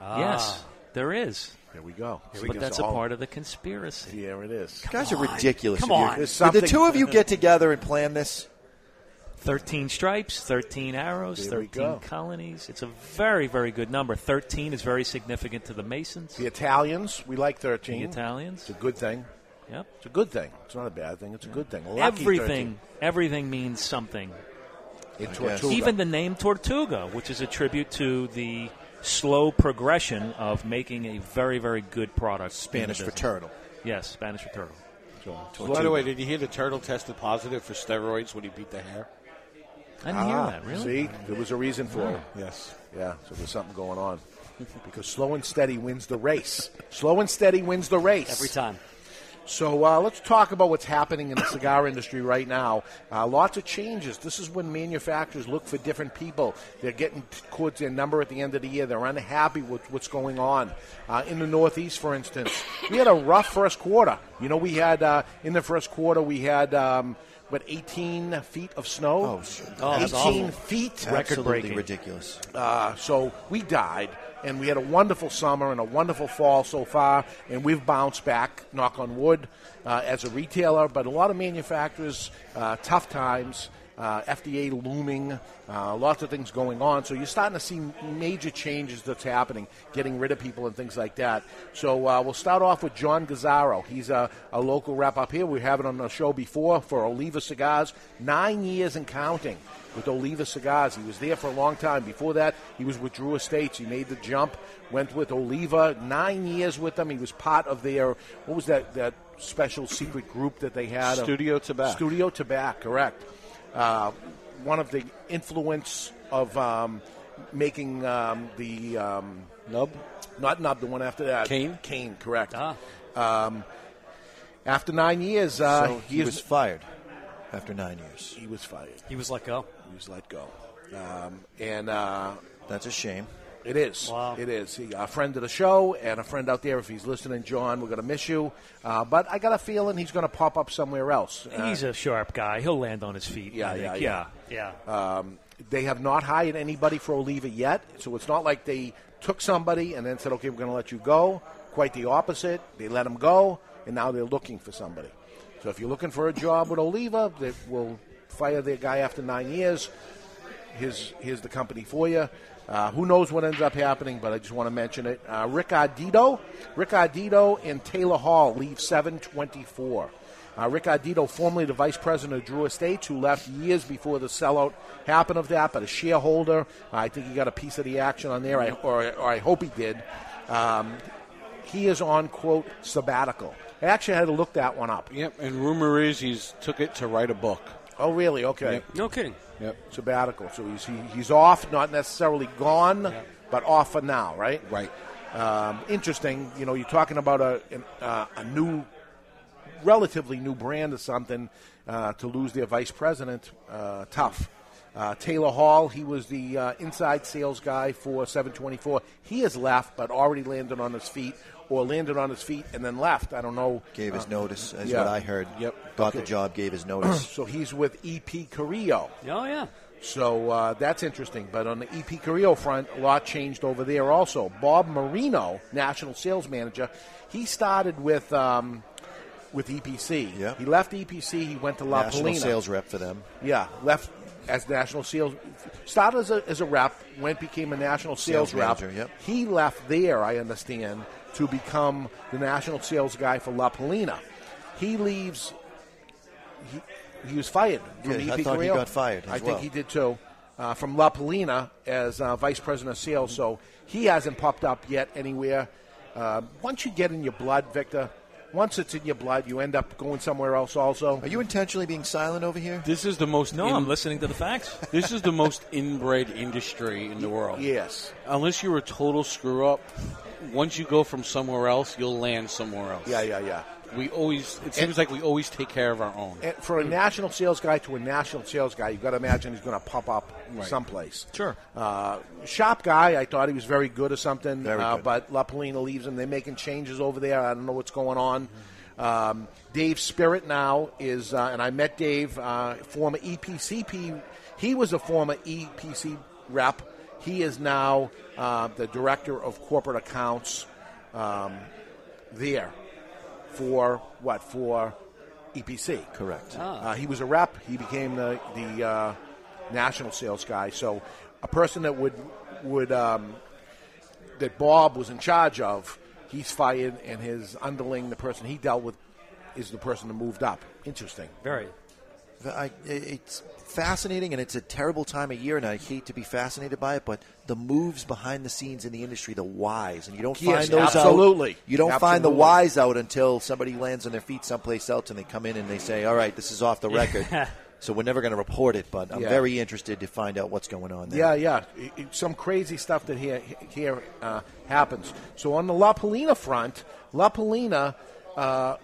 [SPEAKER 18] Yes, ah, there is.
[SPEAKER 16] Here we go.
[SPEAKER 17] Here we
[SPEAKER 18] but
[SPEAKER 17] go.
[SPEAKER 18] that's
[SPEAKER 17] So
[SPEAKER 18] a
[SPEAKER 17] all-
[SPEAKER 18] part of the conspiracy.
[SPEAKER 16] Here it is.
[SPEAKER 17] You guys are ridiculous.
[SPEAKER 18] Come
[SPEAKER 17] If you-
[SPEAKER 18] on.
[SPEAKER 17] Did the two of you get together and plan this?
[SPEAKER 18] 13 stripes, 13 arrows,
[SPEAKER 17] There we
[SPEAKER 18] 13
[SPEAKER 17] go.
[SPEAKER 18] colonies. It's a very, very good number. 13 is very significant to the Masons.
[SPEAKER 16] The Italians, we like 13.
[SPEAKER 18] The Italians. It's
[SPEAKER 16] a good thing.
[SPEAKER 18] Yep.
[SPEAKER 16] It's a good thing. It's not a bad thing. It's a good thing. Lucky
[SPEAKER 18] everything, everything means something.
[SPEAKER 16] In I Tortuga. guess.
[SPEAKER 18] Even the name Tortuga, which is a tribute to the slow progression of making a very, very good product. in the
[SPEAKER 2] Spanish for
[SPEAKER 18] business.
[SPEAKER 2] turtle.
[SPEAKER 18] Yes, Spanish for turtle.
[SPEAKER 2] So by the way, did you hear the turtle tested positive for steroids when he beat the hare?
[SPEAKER 18] I
[SPEAKER 16] 13.
[SPEAKER 18] didn't
[SPEAKER 16] Ah,
[SPEAKER 18] hear that, really.
[SPEAKER 16] See, there was a reason for it.
[SPEAKER 18] Ah.
[SPEAKER 16] Yes. Yeah, so there's something going on. Because slow and steady wins the race. slow and steady wins the race.
[SPEAKER 1] Every time.
[SPEAKER 16] So uh, let's talk about what's happening in the cigar industry right now. Uh, lots of changes. This is when manufacturers look for different people. They're getting t- towards their number at the end of the year. They're unhappy with what's going on. Uh, in the Northeast, for instance, we had a rough first quarter. You know, we had uh, in the first quarter we had. Um, what 18 feet of snow?
[SPEAKER 17] Oh,
[SPEAKER 16] 18
[SPEAKER 17] that's awful.
[SPEAKER 16] feet,
[SPEAKER 17] Absolutely ridiculous.
[SPEAKER 16] uh, so we died, and we had a wonderful summer and a wonderful fall so far, and we've bounced back, knock on wood, uh, as a retailer. But a lot of manufacturers, uh, tough times, uh, FDA looming, uh, lots of things going on. So you're starting to see major changes that's happening, getting rid of people and things like that. So uh, we'll start off with John Gazzaro. He's a, a local rep up here. We have it on the show before for Oliva Cigars, nine years and counting with Oliva Cigars. He was there for a long time. Before that, he was with Drew Estates. He made the jump, went with Oliva, nine years with them. He was part of their, what was that, that special secret group that they had? Uh,
[SPEAKER 2] Studio Tabac.
[SPEAKER 16] Studio Tabac, correct. Uh, one of the influence of um, making um, the. Um, nub? Not Nub, the one after that.
[SPEAKER 2] Kane?
[SPEAKER 16] Kane, correct. Um, after nine years, uh,
[SPEAKER 17] so he, was fired after nine years.
[SPEAKER 16] He was fired.
[SPEAKER 1] He was let go.
[SPEAKER 16] He was let go. Um, and uh,
[SPEAKER 17] that's a shame.
[SPEAKER 16] It is.
[SPEAKER 17] Wow.
[SPEAKER 16] It is. He, a friend of the show and a friend out there. If he's listening, John, we're going to miss you. Uh, but I got a feeling he's going to pop up somewhere else. Uh,
[SPEAKER 18] He's a sharp guy. He'll land on his feet.
[SPEAKER 16] yeah,
[SPEAKER 18] I
[SPEAKER 16] yeah,
[SPEAKER 18] think.
[SPEAKER 16] yeah,
[SPEAKER 18] yeah.
[SPEAKER 16] Um, they have not hired anybody for Oliva yet, so it's not like they took somebody and then said, "Okay, we're going to let you go." Quite the opposite. They let him go, and now they're looking for somebody. So if you're looking for a job with Oliva, that will fire their guy after nine years. Here's here's the company for you. Uh, who knows what ends up happening, but I just want to mention it. Uh, Rick Ardito, Rick Ardito and Taylor Hall leave 724. Uh, Rick Ardito, formerly the vice president of Drew Estates, who left years before the sellout happened of that, but a shareholder. I think he got a piece of the action on there, I, or, or I hope he did. Um, he is on, quote, sabbatical. I actually had to look that one up.
[SPEAKER 2] Yep, and rumor is he's took it to write a book.
[SPEAKER 16] Oh, really? Okay.
[SPEAKER 2] Yep.
[SPEAKER 1] No kidding.
[SPEAKER 2] Yep.
[SPEAKER 16] Sabbatical. So he's he, he's off, not necessarily gone, but off for now, right?
[SPEAKER 2] Right.
[SPEAKER 16] Um, interesting. You know, you're talking about a an, uh, a new, relatively new brand or something uh, to lose their vice president. Uh, tough. Uh, Taylor Hall, he was the uh, inside sales guy for 724. He has left, but already landed on his feet, or landed on his feet and then left. I don't know.
[SPEAKER 17] Gave his
[SPEAKER 16] Uh,
[SPEAKER 17] notice, is
[SPEAKER 16] yeah.
[SPEAKER 17] what I heard.
[SPEAKER 16] Yep.
[SPEAKER 17] Got the
[SPEAKER 16] Okay.
[SPEAKER 17] job, gave his notice.
[SPEAKER 16] so he's with EP Carrillo.
[SPEAKER 1] Oh yeah.
[SPEAKER 16] So uh, that's interesting. But on the EP Carrillo front, a lot changed over there also. Bob Marino, national sales manager, he started with um, with EPC. He left EPC. He went to La
[SPEAKER 17] National
[SPEAKER 16] Polina.
[SPEAKER 17] sales rep for them.
[SPEAKER 16] Yeah, left as national sales. Started as a, as a rep, went became a national sales,
[SPEAKER 17] Sales manager,
[SPEAKER 16] rep.
[SPEAKER 17] yep.
[SPEAKER 16] He left there, I understand, to become the national sales guy for La Polina. He leaves. He, he was fired from
[SPEAKER 17] Yeah, I
[SPEAKER 16] EP
[SPEAKER 17] thought he
[SPEAKER 16] Carrillo.
[SPEAKER 17] got fired as
[SPEAKER 16] I think
[SPEAKER 17] well.
[SPEAKER 16] he did too. uh, from La Polina as uh, vice president of sales. So he hasn't popped up yet anywhere. Uh, once you get in your blood, Victor, once it's in your blood, you end up going somewhere else also. Are
[SPEAKER 17] you intentionally being silent over here?
[SPEAKER 2] This is the most.
[SPEAKER 16] No, I'm
[SPEAKER 2] listening to the facts. This is the most inbred industry in the world.
[SPEAKER 16] Yes.
[SPEAKER 2] Unless you're a total screw up, once you go from somewhere else, you'll land somewhere else.
[SPEAKER 16] Yeah, yeah, yeah.
[SPEAKER 2] We always. It
[SPEAKER 16] And-
[SPEAKER 2] seems like we always take care of our own.
[SPEAKER 16] And for a national sales guy to a national sales guy, you've got to imagine he's going to pop up
[SPEAKER 2] Right.
[SPEAKER 16] someplace.
[SPEAKER 2] Sure.
[SPEAKER 16] Uh, shop guy, I thought he was very good or something,
[SPEAKER 17] Very
[SPEAKER 16] uh,
[SPEAKER 17] good.
[SPEAKER 16] but La Polina leaves him. They're making changes over there. I don't know what's going on. Um, Dave Spirit now is, uh, and I met Dave, uh, former EPCP. He was a former EPC rep. He is now uh, the director of corporate accounts um, there for what? For EPC.
[SPEAKER 17] Correct.
[SPEAKER 16] Uh, he was a rep. He became the the uh, national sales guy. So, a person that would would um, that Bob was in charge of, he's fired, and his underling, the person he dealt with, is the person that moved up. Interesting.
[SPEAKER 1] Very.
[SPEAKER 17] I, it's fascinating, and it's a terrible time of year, and I hate to be fascinated by it, but the moves behind the scenes in the industry, the whys, and you don't
[SPEAKER 16] Yes,
[SPEAKER 17] find those
[SPEAKER 16] absolutely.
[SPEAKER 17] out. You don't find the
[SPEAKER 16] Absolutely.
[SPEAKER 17] whys out until somebody lands on their feet someplace else, and they come in and they say, "All right, this is off the record." So we're never going to report it, but I'm
[SPEAKER 16] Yeah.
[SPEAKER 17] very interested to find out what's going on there.
[SPEAKER 16] Yeah, yeah. It- it- some crazy stuff that here here uh, happens. So on the La Polina front, La Polina uh,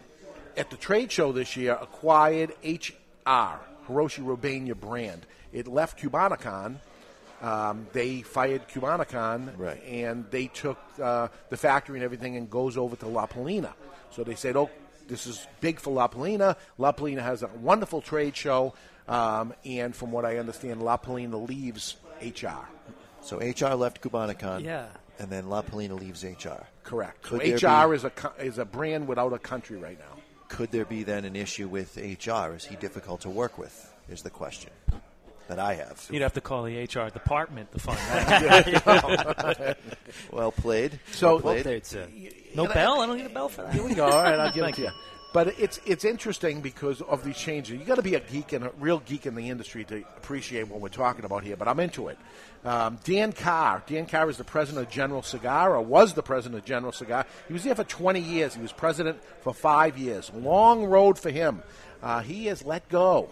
[SPEAKER 16] at the trade show this year acquired HR Hiroshi Robania brand. It left Cubanicon. Um, they fired Cubanicon, right. and they took uh, the factory and everything and goes over to La Polina. So they said, "Oh, this is big for La Polina. La Polina has a wonderful trade show, um, and from what I understand, La Polina leaves HR.
[SPEAKER 17] So HR left Cubanicon,
[SPEAKER 16] Yeah.
[SPEAKER 17] and then La Polina leaves HR.
[SPEAKER 16] Correct.
[SPEAKER 17] Could there
[SPEAKER 16] so
[SPEAKER 17] be-
[SPEAKER 16] HR is a co- is a brand without a country right now.
[SPEAKER 17] Could there be then an issue with HR? Is he difficult to work with? Is the question that I have.
[SPEAKER 18] You'd have to call the HR department to find out.
[SPEAKER 17] well played.
[SPEAKER 16] So
[SPEAKER 17] well played.
[SPEAKER 18] No bell? I don't need a bell for that.
[SPEAKER 16] Here we go. All right, I'll give it
[SPEAKER 18] Thank
[SPEAKER 16] to
[SPEAKER 18] you.
[SPEAKER 16] you. But it's it's interesting because of these changes. You got to be a geek and a real geek in the industry to appreciate what we're talking about here. But I'm into it. Um, Dan Carr. Dan Carr is the president of General Cigar, or was the president of General Cigar. He was there for 20 years. He was president for five years. Long road for him. Uh, he is let go.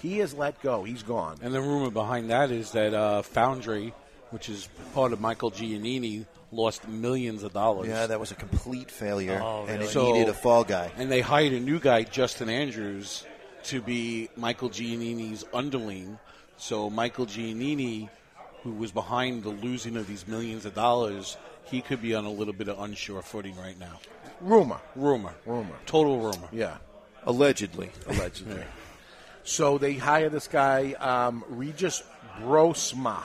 [SPEAKER 16] He is let go. He's gone.
[SPEAKER 2] And the rumor behind that is that uh, Foundry, which is part of Michael Giannini, lost millions of dollars.
[SPEAKER 17] Yeah, that was a complete failure,
[SPEAKER 2] Oh,
[SPEAKER 17] and it
[SPEAKER 2] really?
[SPEAKER 17] needed a fall guy.
[SPEAKER 2] And they hired a new guy, Justin Andrews, to be Michael Giannini's underling. So Michael Giannini, who was behind the losing of these millions of dollars, he could be on a little bit of unsure footing right now.
[SPEAKER 16] Rumor.
[SPEAKER 2] Rumor.
[SPEAKER 16] Rumor.
[SPEAKER 2] Total rumor.
[SPEAKER 16] Yeah.
[SPEAKER 17] Allegedly.
[SPEAKER 16] Allegedly. So they hire this guy, um, Regis Brosma,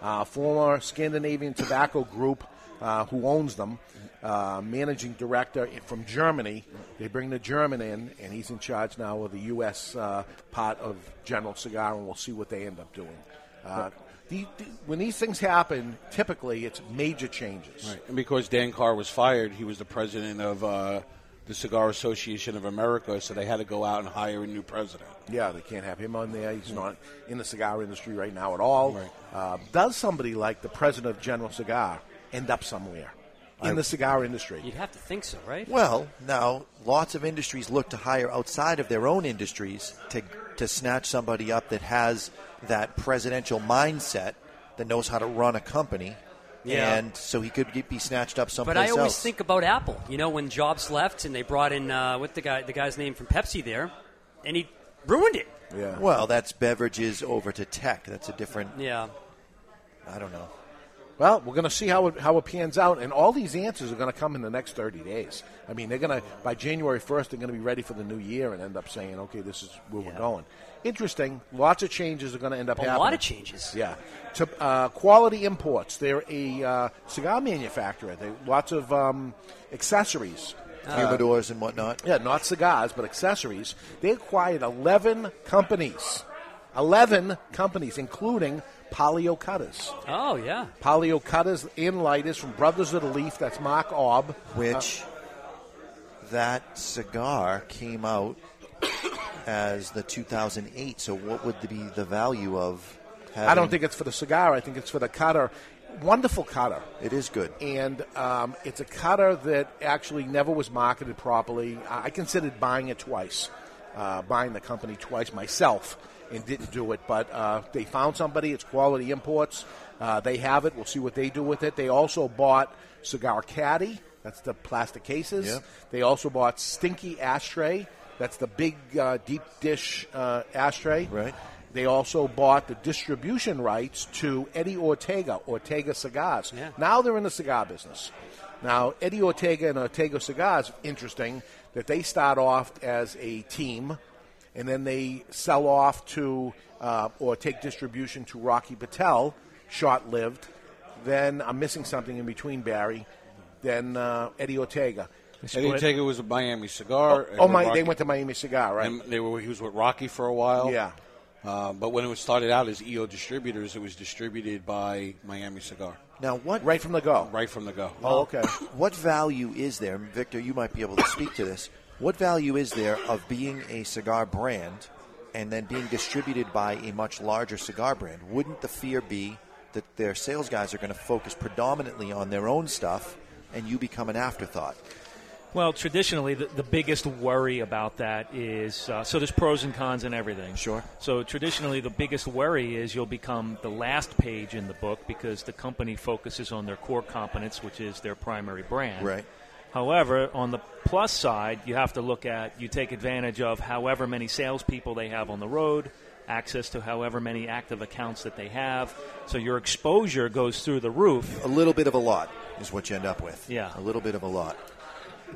[SPEAKER 16] uh, former Scandinavian Tobacco Group, uh, who owns them, uh, managing director i- from Germany. They bring the German in, and he's in charge now of the U.S. Uh, part of General Cigar, and we'll see what they end up doing. Uh, the, the, when these things happen, typically it's major changes.
[SPEAKER 2] Right. And because Dan Carr was fired, he was the president of uh, the Cigar Association of America, so they had to go out and hire a new president.
[SPEAKER 16] Yeah, they can't have him on there. He's not in the cigar industry right now at all. Uh, does somebody like the president of General Cigar end up somewhere in
[SPEAKER 17] I-
[SPEAKER 16] the cigar industry?
[SPEAKER 1] You'd have to think so, right?
[SPEAKER 17] Well, now lots of industries look to hire outside of their own industries to to snatch somebody up that has that presidential mindset that knows how to run a company,
[SPEAKER 1] Yeah.
[SPEAKER 17] and so he could get- be snatched up someplace
[SPEAKER 1] But I always
[SPEAKER 17] else.
[SPEAKER 1] think about Apple. You know, when Jobs left and they brought in uh, what the guy, the guy's name from Pepsi there, and he ruined it.
[SPEAKER 16] Yeah.
[SPEAKER 17] Well, that's beverages over to tech. That's a different.
[SPEAKER 1] Yeah.
[SPEAKER 17] I don't know.
[SPEAKER 16] Well, we're going to see how it, how it pans out, and all these answers are going to come in the next 30 days. I mean, they're going to by January 1st, they're going to be ready for the new year and end up saying, "Okay, this is where we're going." Interesting. Lots of changes are going to end up
[SPEAKER 1] A
[SPEAKER 16] happening.
[SPEAKER 1] lot of changes.
[SPEAKER 16] Yeah. To, uh, quality Imports. They're a uh, cigar manufacturer. They lots of um, accessories.
[SPEAKER 1] Uh,
[SPEAKER 17] Humidors and whatnot.
[SPEAKER 16] Yeah, not cigars, but accessories. They acquired 11 companies. 11 companies, including Palio Cutters.
[SPEAKER 1] Oh yeah.
[SPEAKER 16] Palio Cutters and Lighters from Brothers of the Leaf. That's Mark Orb.
[SPEAKER 17] Which that cigar came out as the 2008. So what would be the value of
[SPEAKER 16] Uh, I don't
[SPEAKER 17] Having-
[SPEAKER 16] think it's for the cigar. I think it's for the cutter. Wonderful cutter.
[SPEAKER 17] It is good.
[SPEAKER 16] And um, it's a cutter that actually never was marketed properly. I I considered buying it twice, uh, buying the company twice myself, and didn't do it. But uh, they found somebody. It's quality imports. Uh, they have it. We'll see what they do with it. They also bought Cigar Caddy. That's the plastic cases.
[SPEAKER 17] Yep.
[SPEAKER 16] They also bought Stinky Ashtray. That's the big uh, deep dish uh, ashtray. Right. They also bought the distribution rights to Eddie Ortega, Ortega Cigars. Now they're in the cigar business. Now, Eddie Ortega and Ortega Cigars, interesting that they start off as a team and then they sell off to uh, or take distribution to Rocky Patel, short lived. Then I'm missing something in between Barry. Then uh, Eddie Ortega.
[SPEAKER 2] Eddie Ortega was a Miami cigar.
[SPEAKER 16] Oh, oh, my! They went to Miami Cigar, right?
[SPEAKER 2] And they were he was with Rocky for a while.
[SPEAKER 16] Yeah.
[SPEAKER 2] Uh, but when it was started out as EO Distributors, it was distributed by Miami Cigar.
[SPEAKER 17] Now what?
[SPEAKER 16] Right from the go.
[SPEAKER 2] Right from the go.
[SPEAKER 16] Oh,
[SPEAKER 17] Oh, What value is there, Victor? You might be able to speak to this. What value is there of being a cigar brand and then being distributed by a much larger cigar brand? Wouldn't the fear be that their sales guys are going to focus predominantly on their own stuff and you become an afterthought?
[SPEAKER 18] Well, traditionally, the, the biggest worry about that is uh, so there's pros and cons and everything.
[SPEAKER 17] Sure.
[SPEAKER 18] So traditionally, the biggest worry is you'll become the last page in the book because the company focuses on their core competence, which is their primary brand.
[SPEAKER 17] Right.
[SPEAKER 18] However, on the plus side, you have to look at you take advantage of however many salespeople they have on the road, access to however many active accounts that they have. So your exposure goes through the roof.
[SPEAKER 17] A little bit of a lot is what you end up with.
[SPEAKER 18] Yeah.
[SPEAKER 17] A little bit of a lot.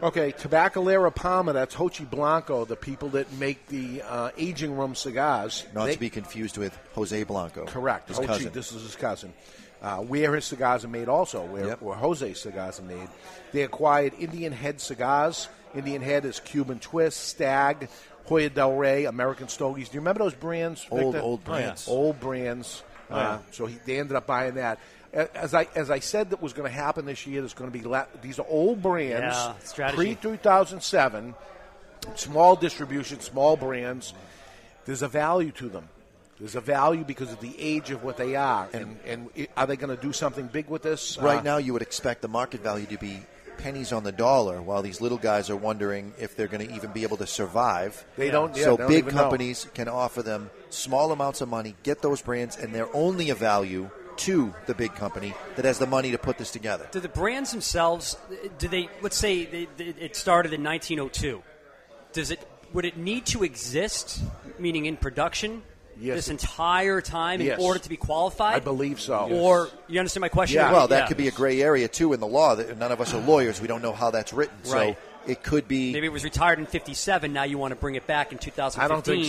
[SPEAKER 16] Okay, Tabacalera Palma. That's Hochi Blanco, the people that make the uh, aging room cigars.
[SPEAKER 17] Not
[SPEAKER 16] They-
[SPEAKER 17] to be confused with Jose Blanco.
[SPEAKER 16] Correct.
[SPEAKER 17] His
[SPEAKER 16] Hochi,
[SPEAKER 17] cousin.
[SPEAKER 16] This is his cousin. Uh, where his cigars are made, also where, where Jose's cigars are made. They acquired Indian Head cigars. Indian Head is Cuban Twist, Stag, Hoya Del Rey, American Stogies. Do you remember those brands?
[SPEAKER 17] Old-
[SPEAKER 16] Victor?
[SPEAKER 17] old Oh, yeah. brands.
[SPEAKER 16] Old brands.
[SPEAKER 17] Oh, yeah.
[SPEAKER 16] Uh, so he, they ended up buying that. A- As I as I said, that was going to happen this year. There's going to be la- these are old brands,
[SPEAKER 1] Yeah, strategy.
[SPEAKER 16] pre 2007, small distribution, small brands. There's a value to them. There's a value because of the age of what they are, and and, i are they going to do something big with this?
[SPEAKER 17] Right
[SPEAKER 16] Uh,
[SPEAKER 17] now, you would expect the market value to be pennies on the dollar, while these little guys are wondering if they're going to even be able to survive.
[SPEAKER 16] They Yeah. don't- yeah,
[SPEAKER 17] so
[SPEAKER 16] they don't
[SPEAKER 17] big
[SPEAKER 16] even know.
[SPEAKER 17] companies can offer them small amounts of money, get those brands, and they're only a value to the big company that has the money to put this together.
[SPEAKER 1] Do the brands themselves? Do they? Let's say they, they, it started in 1902. Does it? Would it need to exist, meaning in production,
[SPEAKER 16] Yes.
[SPEAKER 1] this entire time
[SPEAKER 17] Yes.
[SPEAKER 1] in order to be qualified?
[SPEAKER 17] I believe so. Yes.
[SPEAKER 1] Or you understand my question?
[SPEAKER 17] Well, that could be a gray area too in the law. That none of us are lawyers. We don't know how that's written.
[SPEAKER 1] Right.
[SPEAKER 17] So it could be.
[SPEAKER 1] Maybe it was retired in '57. Now you want to bring it back in 2015.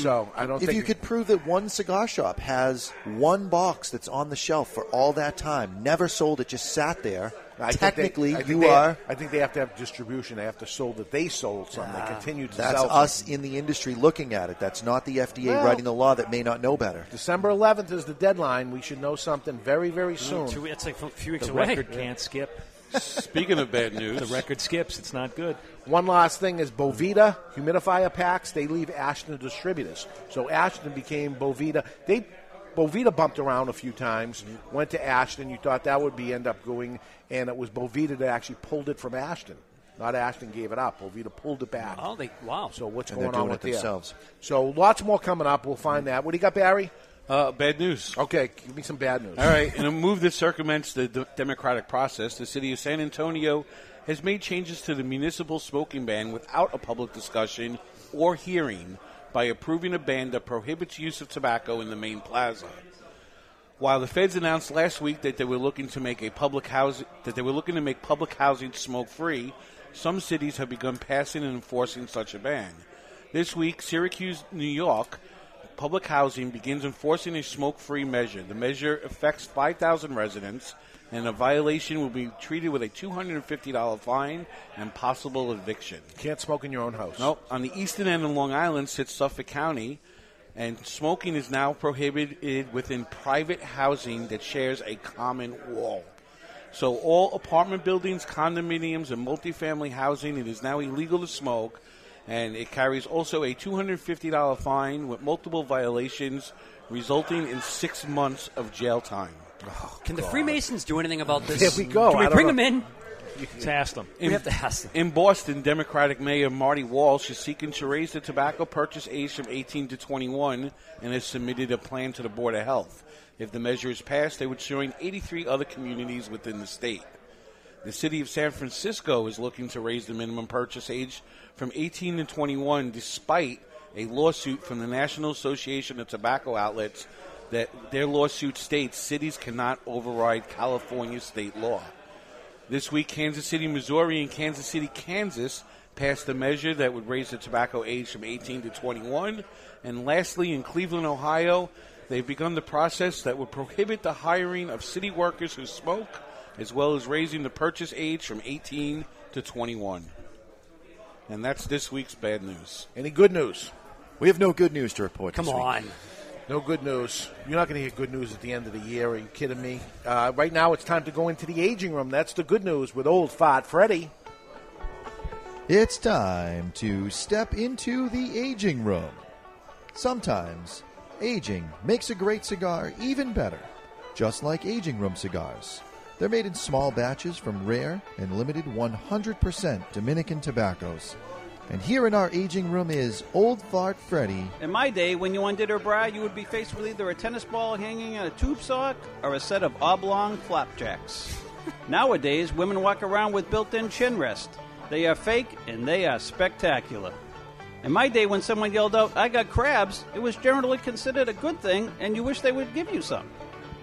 [SPEAKER 17] if you could prove that one cigar shop has one box that's on the shelf for all that time, never sold it, just sat there,
[SPEAKER 16] I think they-
[SPEAKER 17] technically
[SPEAKER 16] I think
[SPEAKER 17] you
[SPEAKER 16] they-
[SPEAKER 17] are.
[SPEAKER 16] I think they have to have distribution. They have to sold that they sold some.
[SPEAKER 17] Ah.
[SPEAKER 16] they continue to
[SPEAKER 17] That's
[SPEAKER 16] sell. some.
[SPEAKER 17] us in the industry looking at it. That's not the FDA
[SPEAKER 16] Well-
[SPEAKER 17] writing the law that may not know better.
[SPEAKER 16] December 11th is the deadline. We should know something very very soon.
[SPEAKER 1] two- that's like a few
[SPEAKER 18] The record can't skip.
[SPEAKER 2] Speaking of bad news,
[SPEAKER 18] the record skips. It's not good.
[SPEAKER 16] One last thing is Bovita humidifier packs. They leave Ashton distributors, so Ashton became Bovita. They Bovita bumped around a few times, went to Ashton. You thought that would be end up going, and it was Bovita that actually pulled it from Ashton. Not Ashton gave it up. Bovita pulled it back.
[SPEAKER 1] Oh, they wow.
[SPEAKER 16] So what's
[SPEAKER 17] And they're
[SPEAKER 16] going on
[SPEAKER 17] doing
[SPEAKER 16] with
[SPEAKER 17] it
[SPEAKER 16] there?
[SPEAKER 17] themselves.
[SPEAKER 16] So lots more coming up. We'll find that. What do you got, Barry?
[SPEAKER 2] Uh, bad news.
[SPEAKER 16] Okay, give me some bad news.
[SPEAKER 2] All right, in a move that circumvents the d- democratic process, the city of San Antonio has made changes to the municipal smoking ban without a public discussion or hearing by approving a ban that prohibits use of tobacco in the main plaza. While the feds announced last week that they were looking to make a public housing that they were looking to make public housing smoke free, some cities have begun passing and enforcing such a ban. This week, Syracuse, New York, public housing begins enforcing a smoke-free measure. The measure affects 5,000 residents, and a violation will be treated with a $250 fine and possible eviction.
[SPEAKER 16] Can't smoke in your own house.
[SPEAKER 2] Nope. On the eastern end of Long Island sits Suffolk County, and smoking is now prohibited within private housing that shares a common wall. So, all apartment buildings, condominiums, and multifamily housing, it is now illegal to smoke. and it carries also a $250 fine with multiple violations, resulting in six months of jail time.
[SPEAKER 1] Can the Freemasons do anything about this?
[SPEAKER 2] There we go.
[SPEAKER 1] Can we
[SPEAKER 2] I don't
[SPEAKER 1] bring
[SPEAKER 2] know.
[SPEAKER 1] them in?
[SPEAKER 18] Let's ask them.
[SPEAKER 1] We have to ask them.
[SPEAKER 2] In Boston, Democratic Mayor Marty Walsh is seeking to raise the tobacco purchase age from 18 to 21 and has submitted a plan to the Board of Health. If the measure is passed, they would join 83 other communities within the state. The city of San Francisco is looking to raise the minimum purchase age from 18 to 21 despite a lawsuit from the National Association of Tobacco Outlets that their lawsuit states cities cannot override California state law. This week, Kansas City, Missouri, and Kansas City, Kansas passed a measure that would raise the tobacco age from 18 to 21. And lastly, in Cleveland, Ohio, they've begun the process that would prohibit the hiring of city workers who smoke, as well as raising the purchase age from 18 to 21. And that's this week's bad news.
[SPEAKER 16] Any good news?
[SPEAKER 17] We have no good news to report. this week.
[SPEAKER 16] No good news. You're not going to hear good news at the end of the year. Are you kidding me? Uh, right now, it's time to go into the aging room. That's the good news with old fart Freddy.
[SPEAKER 17] It's time to step into the aging room. Sometimes, aging makes a great cigar even better, just like aging room cigars. They're made in small batches from rare and limited 100% Dominican tobaccos. And here in our aging room is Old Fart Freddy.
[SPEAKER 3] In my day, when you undid her bra, you would be faced with either a tennis ball hanging in a tube sock or a set of oblong flapjacks. Nowadays, women walk around with built in chin rest. They are fake and they are spectacular. In my day, when someone yelled out, I got crabs, it was generally considered a good thing and you wish they would give you some.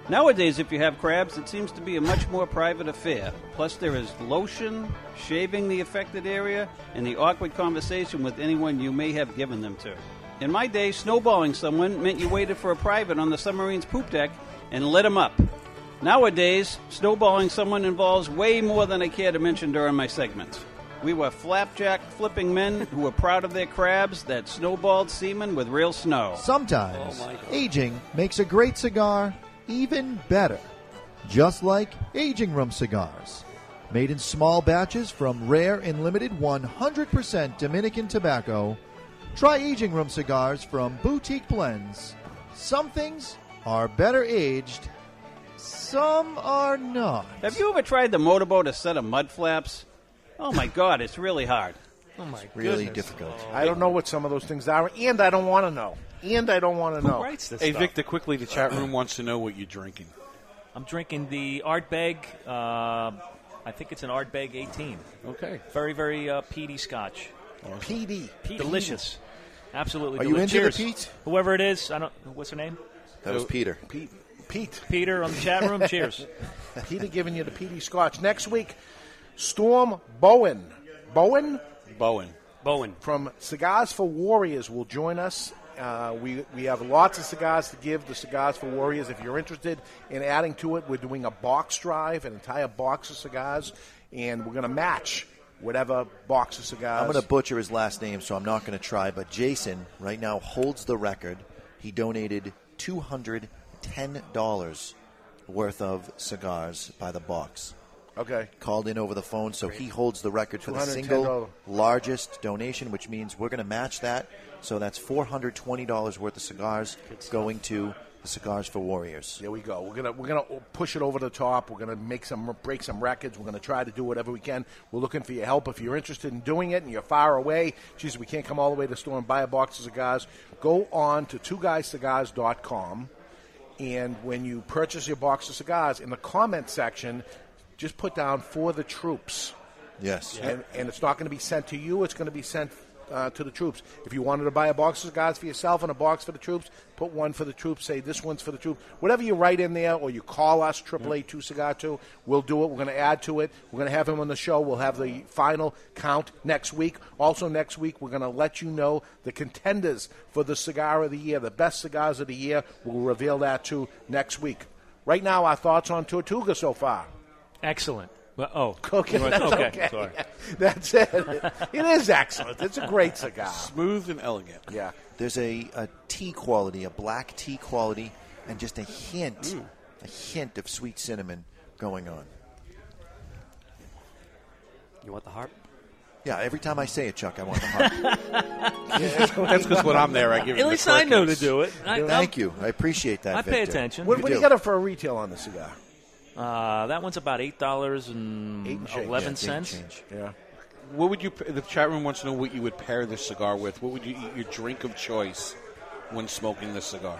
[SPEAKER 3] Nowadays, if you have crabs, it seems to be a much more private affair. Plus, there is lotion, shaving the affected area, and the awkward conversation with anyone you may have given them to. In my day, snowballing someone meant you waited for a private on the submarine's poop deck and lit him up. Nowadays, snowballing someone involves way more than I care to mention during my segment. We were flapjack flipping men who were proud of their crabs that snowballed seamen with real snow.
[SPEAKER 17] Sometimes
[SPEAKER 3] Oh,
[SPEAKER 17] aging makes a great cigar even better, just like aging room cigars. Made in small batches from rare and limited 100% Dominican tobacco, try aging room cigars from Boutique Blends. Some things are better aged, some are not.
[SPEAKER 3] Have you ever tried the motorboat a set of mud flaps? Oh my god, it's really hard.
[SPEAKER 16] Oh my
[SPEAKER 3] really
[SPEAKER 16] goodness.
[SPEAKER 3] difficult.
[SPEAKER 16] I don't know what some of those things are, and I don't want to know. And I don't want to know.
[SPEAKER 2] Hey, Victor, quickly, the chat room wants to know what you're drinking.
[SPEAKER 18] I'm drinking the Ardbeg. Uh, I think it's an Ardbeg 18.
[SPEAKER 2] Okay.
[SPEAKER 18] Very, very uh, peaty scotch.
[SPEAKER 16] Peaty.
[SPEAKER 18] Delicious. Absolutely
[SPEAKER 17] Are you
[SPEAKER 18] delicious.
[SPEAKER 17] into the
[SPEAKER 18] Cheers. Whoever it is, I don't. What's her name?
[SPEAKER 17] That was Peter.
[SPEAKER 16] Pete. Pete.
[SPEAKER 18] Peter on the chat room. Cheers.
[SPEAKER 16] Peter giving you the PD Scotch. Next week, Storm Bowen. Bowen?
[SPEAKER 2] Bowen.
[SPEAKER 1] Bowen.
[SPEAKER 16] From Cigars for Warriors will join us. Uh, we, we have lots of cigars to give the Cigars for Warriors. If you're interested in adding to it, we're doing a box drive, an entire box of cigars, and we're going to match whatever box of cigars.
[SPEAKER 17] I'm going to butcher his last name, so I'm not going to try. But Jason right now holds the record. He donated two hundred ten dollars worth of cigars by the box.
[SPEAKER 16] Okay.
[SPEAKER 17] Called in over the phone, so he holds the record for the
[SPEAKER 16] $210.
[SPEAKER 17] single largest donation, which means we're going to match that. So that's four hundred twenty dollars worth of cigars going to the Cigars for Warriors.
[SPEAKER 16] There we go. We're gonna we're gonna push it over the top. We're gonna make some break some records. We're gonna try to do whatever we can. We're looking for your help if you're interested in doing it and you're far away. Jeez, we can't come all the way to the store and buy a box of cigars. Go on to two twoguyscigars.com and when you purchase your box of cigars, in the comment section, just put down for the troops.
[SPEAKER 17] Yes.
[SPEAKER 16] And, and it's not going to be sent to you. It's going to be sent uh, to the troops. If you wanted to buy a box of cigars for yourself and a box for the troops, put one for the troops. Say this one's for the troops. Whatever you write in there, or you call us triple eight two cigar two. We'll do it. We're going to add to it. We're going to have him on the show. We'll have the final count next week. Also next week, we're going to let you know the contenders for the cigar of the year, the best cigars of the year. We'll reveal that too next week. Right now, our thoughts on Tortuga so far.
[SPEAKER 18] Excellent. Well, oh,
[SPEAKER 16] Okay, that's okay.
[SPEAKER 18] Sorry.
[SPEAKER 16] That's it. It is excellent. It's a great cigar.
[SPEAKER 2] Smooth and elegant.
[SPEAKER 16] Yeah.
[SPEAKER 17] There's a, a tea quality, a black tea quality, and just a hint,
[SPEAKER 2] Mm.
[SPEAKER 17] a hint of sweet cinnamon going on.
[SPEAKER 1] You want the harp?
[SPEAKER 17] Yeah, every time I say it, Chuck, I want the heart.
[SPEAKER 2] That's 'cause when I'm there, I give At him the least I short know to kiss. do it. I-
[SPEAKER 17] Thank
[SPEAKER 18] I'm-
[SPEAKER 17] you. I appreciate that.
[SPEAKER 18] I pay
[SPEAKER 17] Victor.
[SPEAKER 18] attention.
[SPEAKER 16] What,
[SPEAKER 18] You
[SPEAKER 16] what do you
[SPEAKER 18] do.
[SPEAKER 16] got for a retail on the cigar?
[SPEAKER 18] Uh, that one's about eight dollars
[SPEAKER 16] Eight and change.
[SPEAKER 18] eleven
[SPEAKER 16] Yeah, eight
[SPEAKER 18] cents.
[SPEAKER 16] change. Yeah.
[SPEAKER 2] What would you? pa- The chat room wants to know what you would pair this cigar with. What would you eat your drink of choice when smoking this cigar?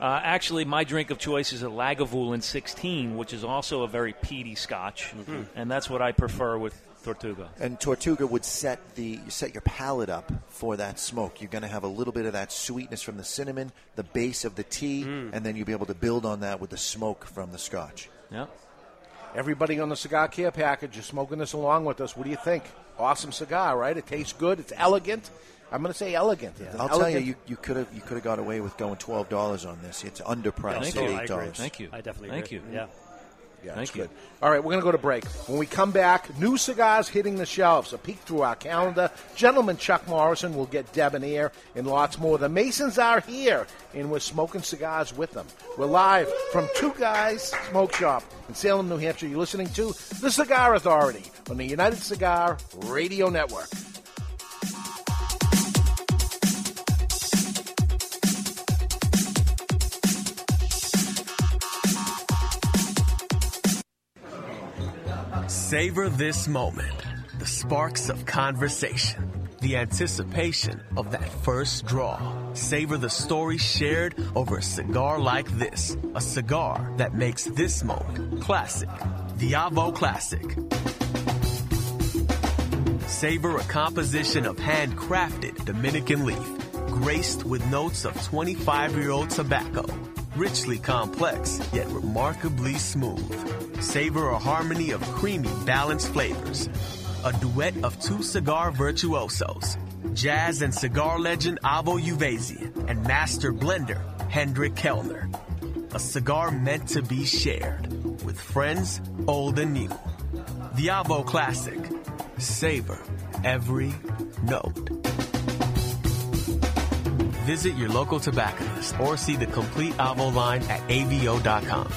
[SPEAKER 18] Uh, actually, my drink of choice is a Lagavulin 16, which is also a very peaty Scotch,
[SPEAKER 17] Mhm.
[SPEAKER 18] and that's what I prefer with Tortuga.
[SPEAKER 17] And Tortuga would set the set your palate up for that smoke. You're going to have a little bit of that sweetness from the cinnamon, the base of the tea,
[SPEAKER 16] Mm.
[SPEAKER 17] and then you'll be able to build on that with the smoke from the scotch.
[SPEAKER 18] Yeah.
[SPEAKER 16] Everybody on the cigar care package is smoking this along with us. What do you think? Awesome cigar, right? It tastes good. It's elegant. I'm going to say elegant. It's an
[SPEAKER 17] I'll tell you,
[SPEAKER 16] elegant-
[SPEAKER 17] you you could have you could have got away with going twelve dollars on this. It's underpriced
[SPEAKER 16] Thank you.
[SPEAKER 17] at
[SPEAKER 16] I
[SPEAKER 17] eight
[SPEAKER 16] agree.
[SPEAKER 17] dollars.
[SPEAKER 16] Thank you. I definitely Thank agree. you.
[SPEAKER 17] Yeah.
[SPEAKER 16] Yeah,
[SPEAKER 17] Thank
[SPEAKER 16] it's
[SPEAKER 17] you.
[SPEAKER 16] good. All right, we're going to go to break. When we come back, new cigars hitting the shelves. A peek through our calendar. Gentleman Chuck Morrison will get debonair and lots more. The Masons are here, and we're smoking cigars with them. We're live from Two Guys Smoke Shop in Salem, New Hampshire. You're listening to The Cigar Authority on the United Cigar Radio Network.
[SPEAKER 5] Savor this moment. The sparks of conversation. The anticipation of that first draw. Savor the story shared over a cigar like this. A cigar that makes this moment classic. The Avo Classic. Savor a composition of handcrafted Dominican leaf, graced with notes of 25 year old tobacco. Richly complex, yet remarkably smooth. Savor a harmony of creamy, balanced flavors. A duet of two cigar virtuosos, jazz and cigar legend Avo Uvesian and master blender Hendrik Kellner. A cigar meant to be shared with friends old and new. The Avo Classic. Savor every note. Visit your local tobacconist or see the complete Avo line at AVO.com.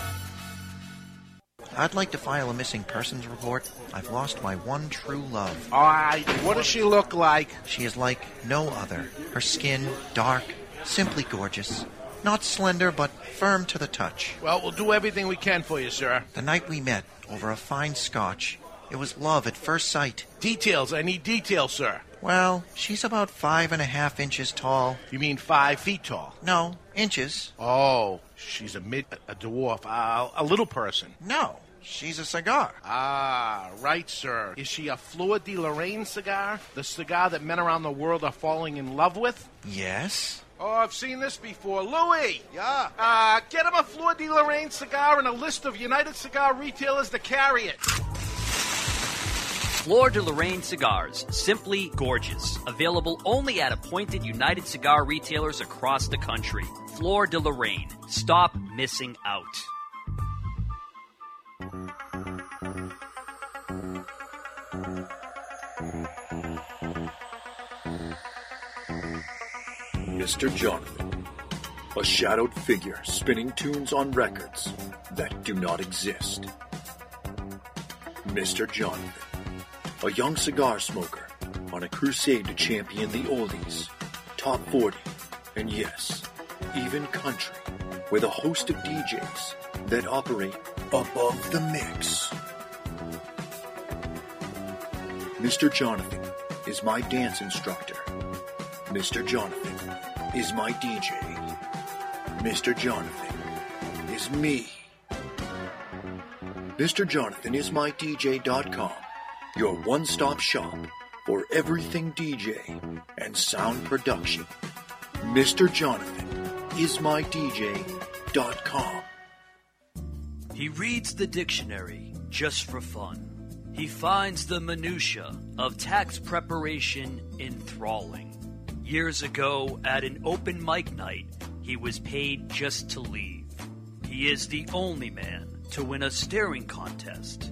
[SPEAKER 17] I'd like to file a missing persons report. I've lost my one true love.
[SPEAKER 16] All right, what does she look like?
[SPEAKER 17] She is like no other. Her skin, dark, simply gorgeous. Not slender, but firm to the touch.
[SPEAKER 16] Well, we'll do everything we can for you, sir.
[SPEAKER 17] The night we met over a fine scotch, it was love at first sight.
[SPEAKER 16] Details. I need details, sir.
[SPEAKER 17] Well, she's about five and a half inches tall.
[SPEAKER 16] You mean five feet tall?
[SPEAKER 17] No, inches.
[SPEAKER 16] Oh, she's a mid, a dwarf, uh, a little person.
[SPEAKER 17] No, she's a cigar.
[SPEAKER 16] Ah, right, sir. Is she a Fleur de Lorraine cigar? The cigar that men around the world are falling in love with?
[SPEAKER 17] Yes?
[SPEAKER 16] Oh, I've seen this before. Louis! Yeah? Uh, get him a Fleur de Lorraine cigar and a list of United Cigar retailers to carry it.
[SPEAKER 12] Fleur de Lorraine cigars, simply gorgeous. Available only at appointed United Cigar retailers across the country. Fleur de Lorraine. Stop missing out.
[SPEAKER 6] Mr. Jonathan, a shadowed figure spinning tunes on records that do not exist. Mr. Jonathan, a young cigar smoker on a crusade to champion the oldies, top 40, and yes, even country, with a host of DJs that operate above the mix. Mr. Jonathan is my dance instructor. Mr. Jonathan is my DJ. Mr. Jonathan is me. Mr. Jonathan is my DJ.com, your one stop shop for everything DJ and sound production. Mr. Jonathan is my DJ.com.
[SPEAKER 12] He reads the dictionary just for fun. He finds the minutia of tax preparation enthralling. Years ago, at an open mic night, he was paid just to leave. He is the only man to win a staring contest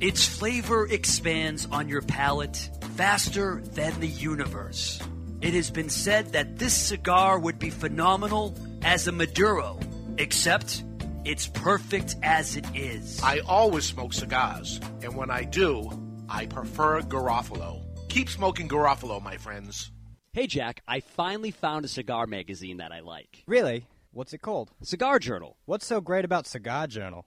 [SPEAKER 12] Its flavor expands on your palate faster than the universe. It has been said that this cigar would be phenomenal as a Maduro, except it's perfect as it is.
[SPEAKER 14] I always smoke cigars, and when I do, I prefer Garofalo. Keep smoking Garofalo, my friends.
[SPEAKER 1] Hey, Jack, I finally found a cigar magazine that I like.
[SPEAKER 4] Really? What's it called?
[SPEAKER 1] Cigar Journal.
[SPEAKER 4] What's so great about Cigar Journal?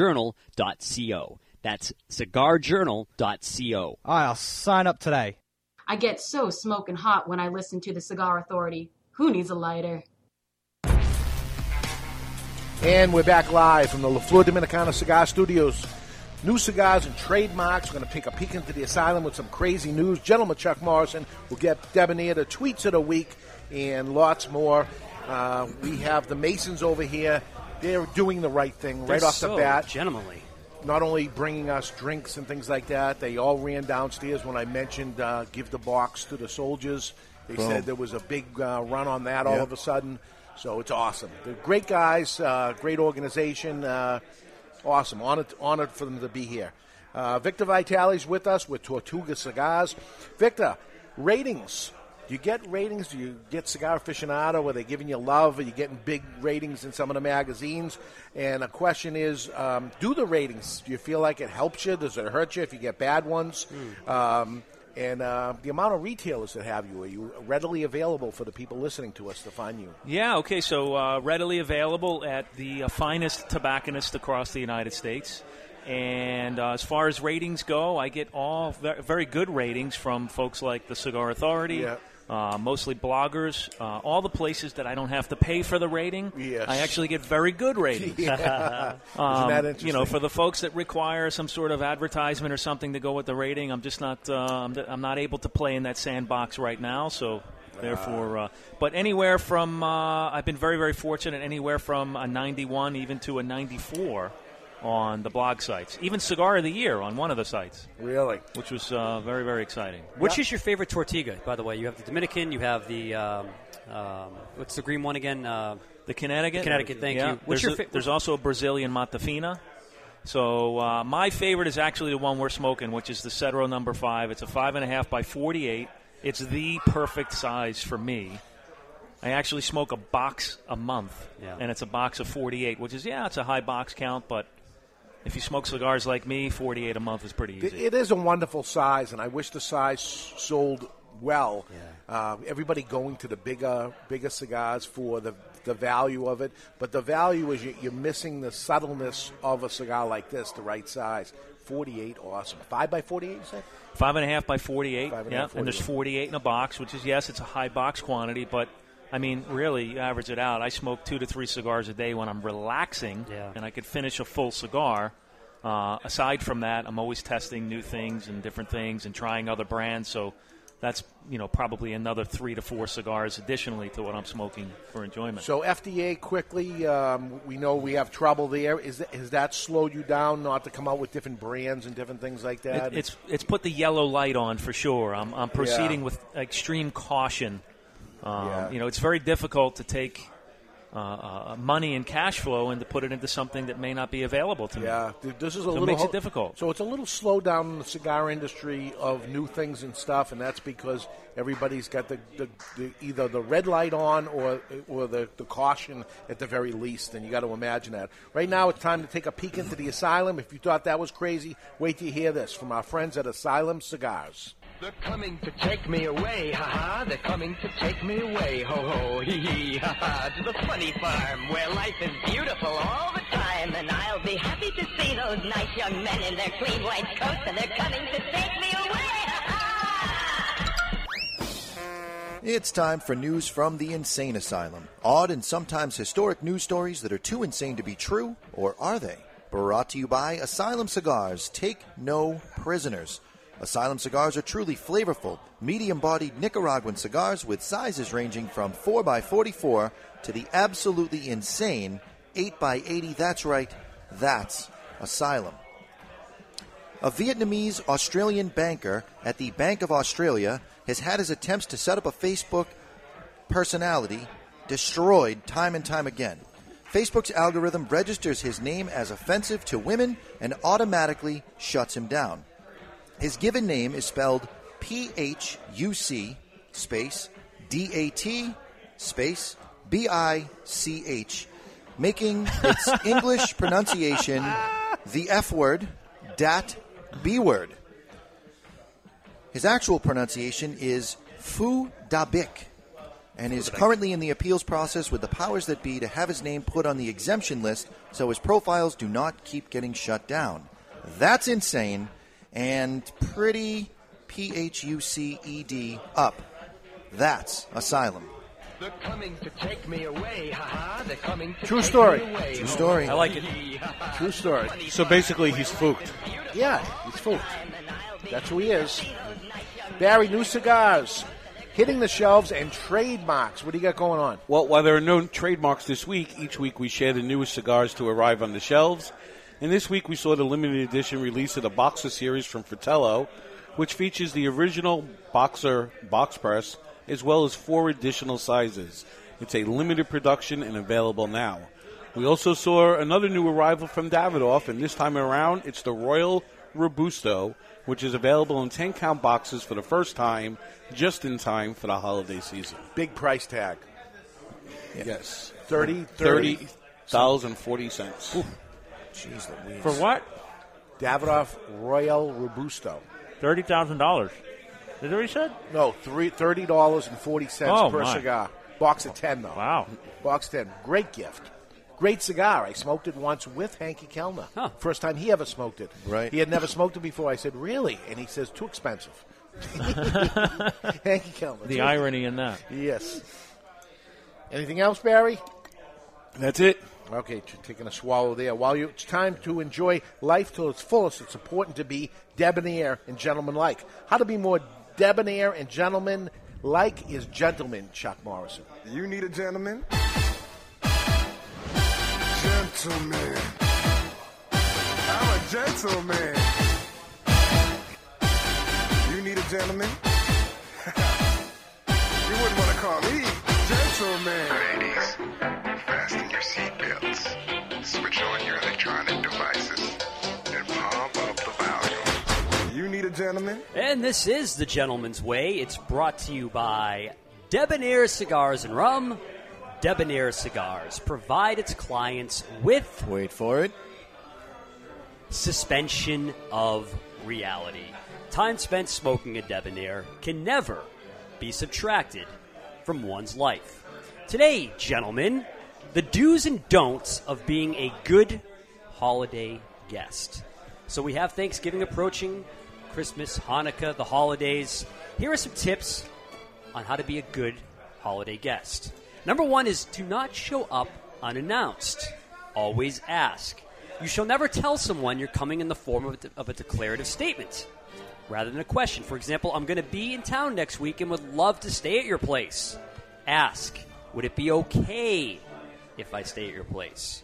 [SPEAKER 1] www.cigarjournal.co. That's cigarjournal.co.
[SPEAKER 4] I'll sign up today.
[SPEAKER 7] I get so smoking hot when I listen to the Cigar Authority. Who needs a lighter?
[SPEAKER 16] And we're back live from the La Flor Dominicana Cigar Studios. New cigars and trademarks. We're going to take a peek into the asylum with some crazy news. Gentleman Chuck Morrison will get debonair the tweets of the week and lots more. Uh, we have the Masons over here. They're doing the right thing right
[SPEAKER 1] They're
[SPEAKER 16] off
[SPEAKER 1] so
[SPEAKER 16] the bat.
[SPEAKER 1] Gentlemanly.
[SPEAKER 16] Not only bringing us drinks and things like that, they all ran downstairs when I mentioned uh, give the box to the soldiers. They
[SPEAKER 17] Boom.
[SPEAKER 16] said there was a big uh, run on that all
[SPEAKER 17] Yeah.
[SPEAKER 16] of a sudden. So it's awesome. They're great guys, uh, great organization. Uh, awesome. Honored, honored for them to be here. Uh, Victor Vitale's with us with Tortuga Cigars. Victor, ratings. Do you get ratings? Do you get Cigar Aficionado? Are they giving you love? Are you getting big ratings in some of the magazines? And the question is um, do the ratings, do you feel like it helps you? Does it hurt you if you get bad ones? Um, and uh, the amount of retailers that have you, are you readily available for the people listening to us to find you?
[SPEAKER 18] Yeah, okay, so uh, readily available at the uh, finest tobacconist across the United States. And uh, as far as ratings go, I get all ve- very good ratings from folks like the Cigar Authority,
[SPEAKER 16] Yeah.
[SPEAKER 18] uh, mostly bloggers, uh, all the places that I don't have to pay for the rating.
[SPEAKER 16] Yes.
[SPEAKER 18] I actually get very good ratings.
[SPEAKER 16] Yeah.
[SPEAKER 18] Um,
[SPEAKER 16] Isn't that
[SPEAKER 18] You know,
[SPEAKER 16] interesting?
[SPEAKER 18] for the folks that require some sort of advertisement or something to go with the rating, I'm just not uh, I'm, I'm not able to play in that sandbox right now. So
[SPEAKER 16] Ah.
[SPEAKER 18] therefore, uh, but anywhere from uh, I've been very very fortunate anywhere from a 91 even to a 94 on the blog sites, even cigar of the year on one of the sites.
[SPEAKER 16] Really,
[SPEAKER 18] which was uh, very very exciting.
[SPEAKER 1] Which is your favorite tortilla, by the way? You have the Dominican, you have the, um, um, what's the green one again? Uh,
[SPEAKER 18] the Connecticut.
[SPEAKER 1] Connecticut, thank
[SPEAKER 18] Yeah.
[SPEAKER 1] you. What's
[SPEAKER 18] there's,
[SPEAKER 1] your
[SPEAKER 18] a-
[SPEAKER 1] fa-
[SPEAKER 18] there's also a Brazilian Matafina. So uh, my favorite is actually the one we're smoking, which is the Cedro number five. It's a five and a half by forty-eight. It's the perfect size for me. I actually smoke a box a month, and it's a box of forty-eight, which is yeah, it's a high box count, but if you smoke cigars like me, forty-eight a month is pretty easy.
[SPEAKER 16] It, it is a wonderful size, and I wish the size sold well. Uh, everybody going to the bigger, bigger cigars for the the value of it, but the value is you, you're missing the subtleness of a cigar like this, the right size. Forty-eight, awesome. Five by forty-eight, you said?
[SPEAKER 18] Five and a half by 48.
[SPEAKER 16] Five and a
[SPEAKER 18] yeah,
[SPEAKER 16] half,
[SPEAKER 18] and there's 48 in a box, which is, yes, it's a high box quantity, but I mean, really, you average it out. I smoke two to three cigars a day when I'm relaxing, and I could finish a full cigar. Uh, aside from that, I'm always testing new things and different things and trying other brands, so that's you know probably another three to four cigars additionally to what I'm smoking for enjoyment.
[SPEAKER 16] So FDA quickly, um, we know we have trouble there. Is that, has that slowed you down not to come out with different brands and different things like
[SPEAKER 18] It-
[SPEAKER 16] that?
[SPEAKER 18] it's it's put the yellow light on for sure. I'm I'm proceeding with extreme caution. Um,
[SPEAKER 16] Yeah.
[SPEAKER 18] You know, it's very difficult to take uh, uh, money and cash flow and to put it into something that may not be available to me.
[SPEAKER 16] Yeah, th- this is a
[SPEAKER 18] so
[SPEAKER 16] little
[SPEAKER 18] it makes
[SPEAKER 16] ho-
[SPEAKER 18] it difficult.
[SPEAKER 16] So it's a little slowdown in the cigar industry of new things and stuff, and that's because everybody's got the, the, the either the red light on or or the, the caution at the very least. And you got to imagine that. Right now, it's time to take a peek into the asylum. If you thought that was crazy, wait to hear this from our friends at Asylum Cigars.
[SPEAKER 8] They're coming to take me away, ha ha. They're coming to take me away, ho ho, hee hee, ha ha. To the funny farm where life is beautiful all the time. And I'll be happy to see those nice young men in their clean white coats. And they're coming to take me away.
[SPEAKER 17] It's time for news from the Insane Asylum. Odd and sometimes historic news stories that are too insane to be true, or are they? Brought to you by Asylum Cigars. Take no prisoners. Asylum cigars are truly flavorful, medium bodied Nicaraguan cigars with sizes ranging from 4x44 to the absolutely insane 8x80. That's right, that's Asylum. A Vietnamese Australian banker at the Bank of Australia has had his attempts to set up a Facebook personality destroyed time and time again. Facebook's algorithm registers his name as offensive to women and automatically shuts him down. His given name is spelled P H U C space D A T space B I C H, making its English pronunciation the F word, dat B word. His actual pronunciation is Fu Dabik and is currently in the appeals process with the powers that be to have his name put on the exemption list so his profiles do not keep getting shut down. That's insane and pretty P H U C E D up. That's Asylum.
[SPEAKER 8] They're coming to take me away, ha ha. They're coming to
[SPEAKER 16] True
[SPEAKER 8] take
[SPEAKER 16] story.
[SPEAKER 8] me away.
[SPEAKER 16] True story. I like it.
[SPEAKER 8] True
[SPEAKER 16] story.
[SPEAKER 2] So basically, he's fooked.
[SPEAKER 16] Yeah, he's full. That's who he is. Barry, new cigars hitting the shelves and trademarks. What do you got going on?
[SPEAKER 2] Well, while there are no trademarks this week, each week we share the newest cigars to arrive on the shelves. And this week we saw the limited edition release of the Boxer series from Fratello, which features the original Boxer box press as well as four additional sizes. It's a limited production and available now. We also saw another new arrival from Davidoff, and this time around it's the Royal Robusto, which is available in 10 count boxes for the first time, just in time for the holiday season.
[SPEAKER 16] Big price tag.
[SPEAKER 2] Yes.
[SPEAKER 16] 30, 30.
[SPEAKER 2] 30 thousand forty cents.
[SPEAKER 17] Jeez Louise.
[SPEAKER 9] For what?
[SPEAKER 16] Davidoff Royal Robusto.
[SPEAKER 9] Thirty thousand dollars. Is that what he said?
[SPEAKER 16] No, three, $30.40
[SPEAKER 9] Oh,
[SPEAKER 16] per
[SPEAKER 9] my.
[SPEAKER 16] cigar. Box of 10, though. Wow. Box 10. Great gift. Great cigar. I smoked it once with Hanky Kellner. First time he ever smoked it.
[SPEAKER 17] Right.
[SPEAKER 16] He had never smoked it before. I said, really? And he says, too expensive. Hanky Kellner.
[SPEAKER 18] The
[SPEAKER 16] too-
[SPEAKER 18] irony in that.
[SPEAKER 16] Yes. Anything else, Barry?
[SPEAKER 2] That's it.
[SPEAKER 16] Okay, t- taking a swallow there. While you, it's time to enjoy life till its fullest, it's important to be debonair and gentlemanlike. How to be more debonair and gentlemanlike is gentleman, Chuck Morrison.
[SPEAKER 11] You need a gentleman? Gentleman. I'm a gentleman. You need a gentleman? you wouldn't want to call me gentleman. Ladies, fasten your seatbelts. Switch on your electronic devices and pump up the volume. You need a gentleman?
[SPEAKER 1] And this is The Gentleman's Way. It's brought to you by Debonair Cigars and Rum. Debonair Cigars provide its clients with.
[SPEAKER 17] Wait for it.
[SPEAKER 1] Suspension of reality. Time spent smoking a debonair can never be subtracted from one's life. Today, gentlemen, the do's and don'ts of being a good holiday guest. So we have Thanksgiving approaching, Christmas, Hanukkah, the holidays. Here are some tips on how to be a good holiday guest. Number one is do not show up unannounced. Always ask. You shall never tell someone you're coming in the form of a, de- of a declarative statement rather than a question. For example, I'm going to be in town next week and would love to stay at your place. Ask, would it be okay if I stay at your place?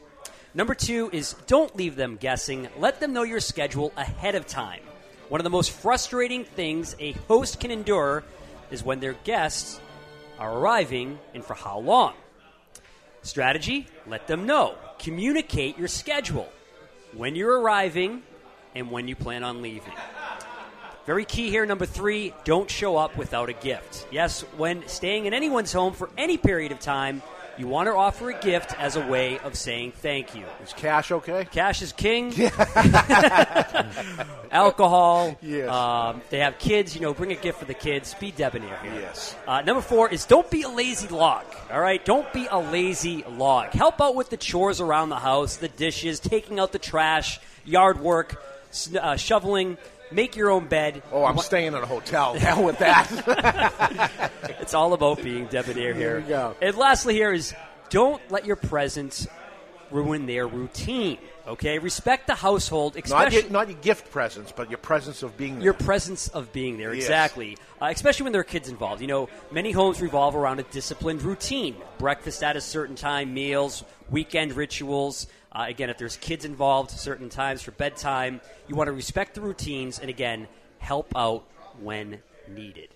[SPEAKER 1] Number two is don't leave them guessing. Let them know your schedule ahead of time. One of the most frustrating things a host can endure is when their guests are arriving and for how long. Strategy? Let them know. Communicate your schedule. When you're arriving and when you plan on leaving. Very key here, number three, don't show up without a gift. Yes, when staying in anyone's home for any period of time, you want to offer a gift as a way of saying thank you.
[SPEAKER 16] Is cash okay?
[SPEAKER 1] Cash is king. Alcohol. Yes. Um, they have kids, you know, bring a gift for the kids. Be debonair here. Yes. Uh, number four is don't be a lazy log, all right? Don't be a lazy log. Help out with the chores around the house, the dishes, taking out the trash, yard work, sn- uh, shoveling. Make your own bed.
[SPEAKER 16] Oh, I'm staying in a hotel. Hell with that.
[SPEAKER 1] it's all about being debonair here.
[SPEAKER 16] There we go.
[SPEAKER 1] And lastly, here is don't let your presence ruin their routine. Okay, respect the household,
[SPEAKER 16] not,
[SPEAKER 1] especially
[SPEAKER 16] your, not your gift presence, but your presence of being there.
[SPEAKER 1] your presence of being there.
[SPEAKER 16] Yes.
[SPEAKER 1] Exactly, uh, especially when there are kids involved. You know, many homes revolve around a disciplined routine: breakfast at a certain time, meals, weekend rituals. Uh, again, if there's kids involved, certain times for bedtime. You want to respect the routines, and again, help out when needed.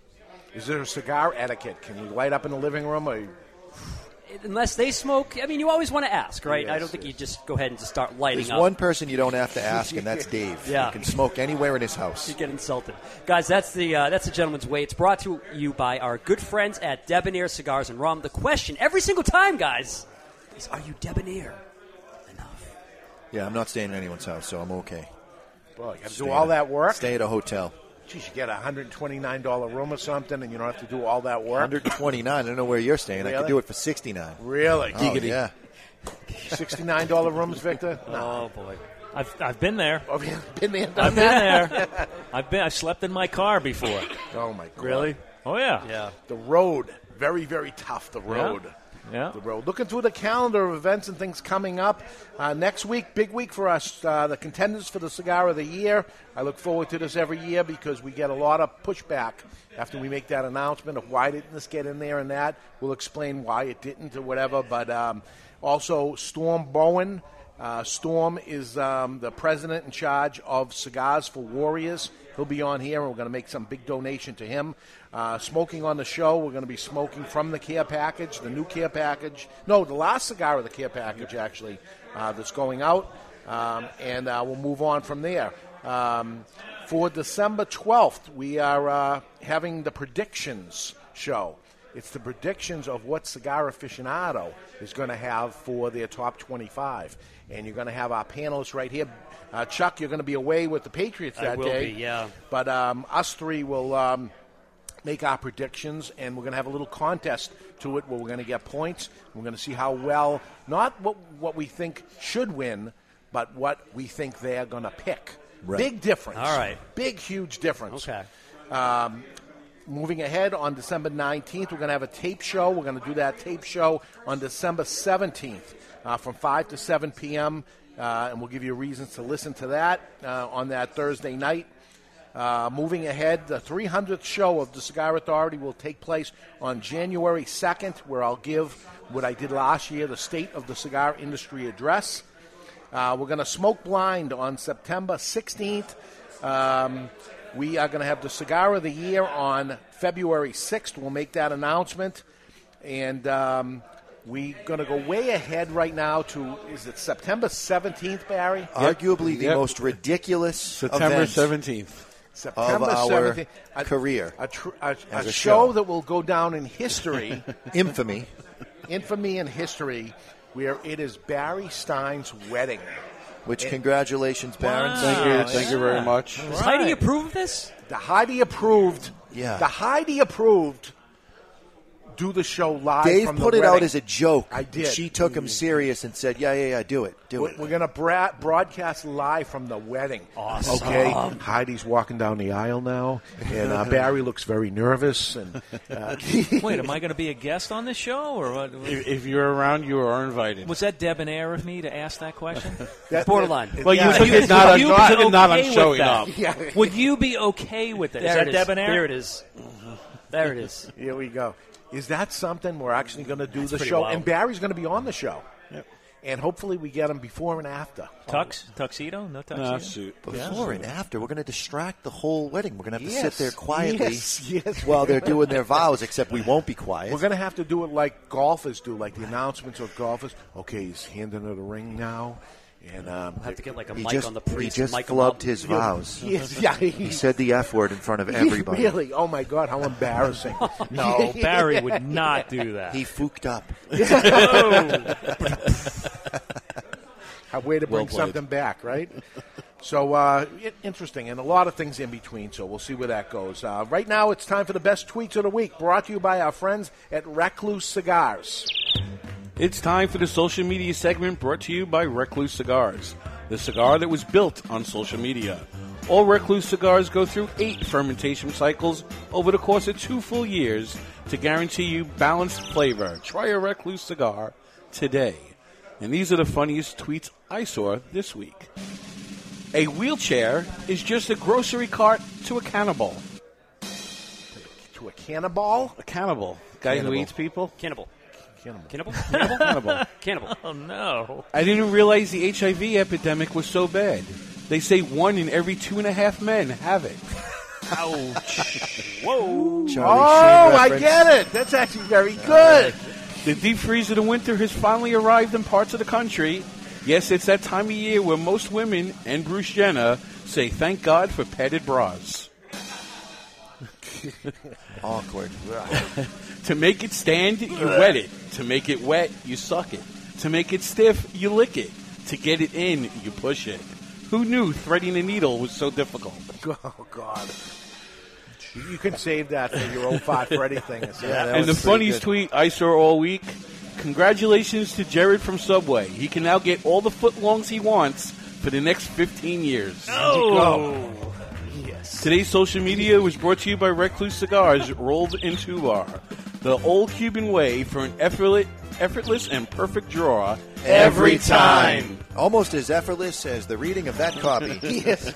[SPEAKER 16] Is there a cigar etiquette? Can you light up in the living room? Or
[SPEAKER 1] Unless they smoke, I mean, you always want to ask, right? I
[SPEAKER 17] Yes,
[SPEAKER 1] don't think you just go ahead and just start lighting
[SPEAKER 17] There's
[SPEAKER 1] up.
[SPEAKER 17] one person you don't have to ask, and that's Dave.
[SPEAKER 1] Yeah.
[SPEAKER 17] You can smoke anywhere in his house.
[SPEAKER 1] You get insulted, guys. That's the uh, that's the gentleman's way. It's brought to you by our good friends at Debonair Cigars and Rum. The question every single time, guys, is: Are you debonair?
[SPEAKER 17] Yeah, I'm not staying in anyone's house, so I'm okay.
[SPEAKER 16] well, you have to
[SPEAKER 17] Stay
[SPEAKER 16] do all
[SPEAKER 17] at-
[SPEAKER 16] that work.
[SPEAKER 17] Stay at a hotel.
[SPEAKER 16] Geez, you get a hundred twenty nine dollar room or something, and you don't have to do all that work.
[SPEAKER 17] 129. I don't know where you're staying. I could
[SPEAKER 16] Really?
[SPEAKER 17] do it for 69.
[SPEAKER 16] Really?
[SPEAKER 17] Oh,
[SPEAKER 16] Giggity.
[SPEAKER 17] yeah.
[SPEAKER 16] Sixty nine dollar rooms, Victor.
[SPEAKER 18] Oh boy, I've, I've been there.
[SPEAKER 16] I've Oh, been there.
[SPEAKER 18] I've been there. I've been. I've slept in my car before.
[SPEAKER 16] Oh my god!
[SPEAKER 18] Really? Oh yeah. Yeah.
[SPEAKER 16] The road, very very tough. The road.
[SPEAKER 18] Yeah.
[SPEAKER 16] The road. Looking through the calendar of events and things coming up uh, next week. Big week for us. Uh, the contenders for the cigar of the year. I look forward to this every year because we get a lot of pushback after we make that announcement of why didn't this get in there and that. We'll explain why it didn't or whatever. But um, also Storm Bowen. Uh, Storm is um, the president in charge of Cigars for Warriors. He'll be on here, and we're going to make some big donation to him. Uh, smoking on the show, we're going to be smoking from the care package, the new care package. No, the last cigar of the care package, actually, uh, that's going out, um, and uh, we'll move on from there. Um, for December 12th, we are uh, having the predictions show. It's the predictions of what Cigar Aficionado is going to have for their top 25. And you're going to have our panelists right here. Uh, Chuck, you're going to be away with the Patriots
[SPEAKER 1] I
[SPEAKER 16] that
[SPEAKER 1] will
[SPEAKER 16] day.
[SPEAKER 1] be, yeah.
[SPEAKER 16] But um, us three will um, make our predictions, and we're going to have a little contest to it where we're going to get points. We're going to see how well, not what, what we think should win, but what we think they're going to pick.
[SPEAKER 17] Right.
[SPEAKER 16] Big difference.
[SPEAKER 17] All right.
[SPEAKER 16] Big, huge difference. Okay. Um, moving ahead on December 19th, we're going to have a tape show. We're going to do that tape show on December 17th uh, from 5 to 7 p.m., uh, and we'll give you reasons to listen to that uh, on that Thursday night. Uh, moving ahead, the 300th show of the Cigar Authority will take place on January 2nd, where I'll give what I did last year the State of the Cigar Industry Address. Uh, we're going to smoke blind on September 16th. Um, we are going to have the cigar of the year on February 6th. We'll make that announcement. And um, we're going to go way ahead right now to, is it September 17th, Barry?
[SPEAKER 17] Arguably the most ridiculous
[SPEAKER 2] September
[SPEAKER 17] event
[SPEAKER 2] 17th.
[SPEAKER 16] September
[SPEAKER 17] of our
[SPEAKER 16] 17th.
[SPEAKER 17] career.
[SPEAKER 16] A, tr- a, a
[SPEAKER 17] As
[SPEAKER 16] show,
[SPEAKER 17] a
[SPEAKER 16] that will go down in history,
[SPEAKER 17] Infamy.
[SPEAKER 16] infamy in history, where it is Barry Stein's wedding.
[SPEAKER 17] Which,
[SPEAKER 16] It-
[SPEAKER 17] congratulations, Barron.
[SPEAKER 16] Thank you. Thank you very Yeah. much.
[SPEAKER 1] Does Heidi approve of this?
[SPEAKER 16] The Heidi approved.
[SPEAKER 17] Yeah.
[SPEAKER 16] The Heidi approved. Do the show live.
[SPEAKER 17] Dave
[SPEAKER 16] from the
[SPEAKER 17] put it out
[SPEAKER 16] wedding.
[SPEAKER 17] as a joke.
[SPEAKER 16] I did.
[SPEAKER 17] She took him serious and said, "Yeah, yeah, yeah, do it, do
[SPEAKER 16] We're,
[SPEAKER 17] it."
[SPEAKER 16] we're gonna bra- broadcast live from the wedding.
[SPEAKER 17] Awesome.
[SPEAKER 16] Okay. Heidi's walking down the aisle now, and uh, Barry looks very nervous. And uh,
[SPEAKER 18] Wait, am I going to be a guest on this show or what?
[SPEAKER 2] If, if you're around, you are invited.
[SPEAKER 18] Was that debonair of me to ask that question?
[SPEAKER 2] That- Borderline. that- Well, you took it not
[SPEAKER 18] would
[SPEAKER 2] on- not-
[SPEAKER 18] be
[SPEAKER 2] not on
[SPEAKER 18] okay with
[SPEAKER 2] showing
[SPEAKER 18] that?
[SPEAKER 2] up. Yeah.
[SPEAKER 18] Would you be okay with it? Is
[SPEAKER 16] There
[SPEAKER 18] that
[SPEAKER 16] it is.
[SPEAKER 18] debonair?
[SPEAKER 16] There it
[SPEAKER 1] is. There it is.
[SPEAKER 16] Here we go. Is that something we're actually going to do the
[SPEAKER 18] pretty
[SPEAKER 16] show?
[SPEAKER 18] wild.
[SPEAKER 16] And Barry's going to be on the show. and hopefully we get them before and after.
[SPEAKER 18] Tux, tuxedo, no
[SPEAKER 2] Ah,
[SPEAKER 18] tuxedo.
[SPEAKER 17] Before and after, we're going to distract the whole wedding. We're going to have to sit
[SPEAKER 16] Yes.
[SPEAKER 17] there quietly
[SPEAKER 16] Yes, yes.
[SPEAKER 17] while they're doing their vows, except we won't be quiet.
[SPEAKER 16] We're going to have to do it like golfers do, like the announcements of golfers. Okay, he's handing her the ring now. And um,
[SPEAKER 1] have to get like a
[SPEAKER 17] He
[SPEAKER 1] mic
[SPEAKER 17] just,
[SPEAKER 1] on the
[SPEAKER 17] he
[SPEAKER 1] priest.
[SPEAKER 17] just
[SPEAKER 1] mic him up.
[SPEAKER 17] flubbed his vows.
[SPEAKER 16] Yes, yeah, he-
[SPEAKER 17] he said the F word in front of everybody.
[SPEAKER 16] Really? Oh my God! How embarrassing!
[SPEAKER 17] No, Barry would not
[SPEAKER 18] do that.
[SPEAKER 17] He fooked up.
[SPEAKER 16] A way to
[SPEAKER 17] Well
[SPEAKER 16] bring
[SPEAKER 17] played.
[SPEAKER 16] something back, right? So uh, i- interesting, and a lot of things in between. So we'll see where that goes. Uh, right now, it's time for the best tweets of the week, brought to you by our friends at Recluse Cigars.
[SPEAKER 2] It's time for the social media segment brought to you by Recluse Cigars, the cigar that was built on social media. All Recluse cigars go through eight fermentation cycles over the course of two full years to guarantee you balanced flavor. Try a Recluse cigar today. And these are the funniest tweets I saw this week. A wheelchair is just a grocery cart to a cannibal.
[SPEAKER 16] To a cannibal?
[SPEAKER 2] A cannibal. Guy
[SPEAKER 1] Cannibal.
[SPEAKER 2] who eats people?
[SPEAKER 1] Cannibal.
[SPEAKER 16] Cannibal.
[SPEAKER 1] Cannibal. Cannibal.
[SPEAKER 2] Cannibal.
[SPEAKER 1] Cannibal.
[SPEAKER 18] Oh no.
[SPEAKER 2] I didn't realize the HIV epidemic was so bad. They say one in every two and a half men have it.
[SPEAKER 18] Ouch. Whoa.
[SPEAKER 16] oh, I get it. That's actually very good.
[SPEAKER 2] The deep freeze of the winter has finally arrived in parts of the country. Yes, it's that time of year where most women and Bruce Jenner say thank God for padded bras.
[SPEAKER 17] Awkward.
[SPEAKER 2] to make it stand, you wet it. To make it wet, you suck it. To make it stiff, you lick it. To get it in, you push it. Who knew threading a needle was so difficult?
[SPEAKER 16] Oh God. You can save that for your old fart for anything.
[SPEAKER 2] and the funniest tweet I saw all week. Congratulations to Jared from Subway. He can now get all the footlongs he wants for the next 15 years.
[SPEAKER 18] Oh.
[SPEAKER 2] Today's social media was brought to you by Recluse Cigars, rolled in two bar. The old Cuban way for an effortless, effortless and perfect draw
[SPEAKER 17] Almost as effortless as the reading of that copy.
[SPEAKER 16] yes,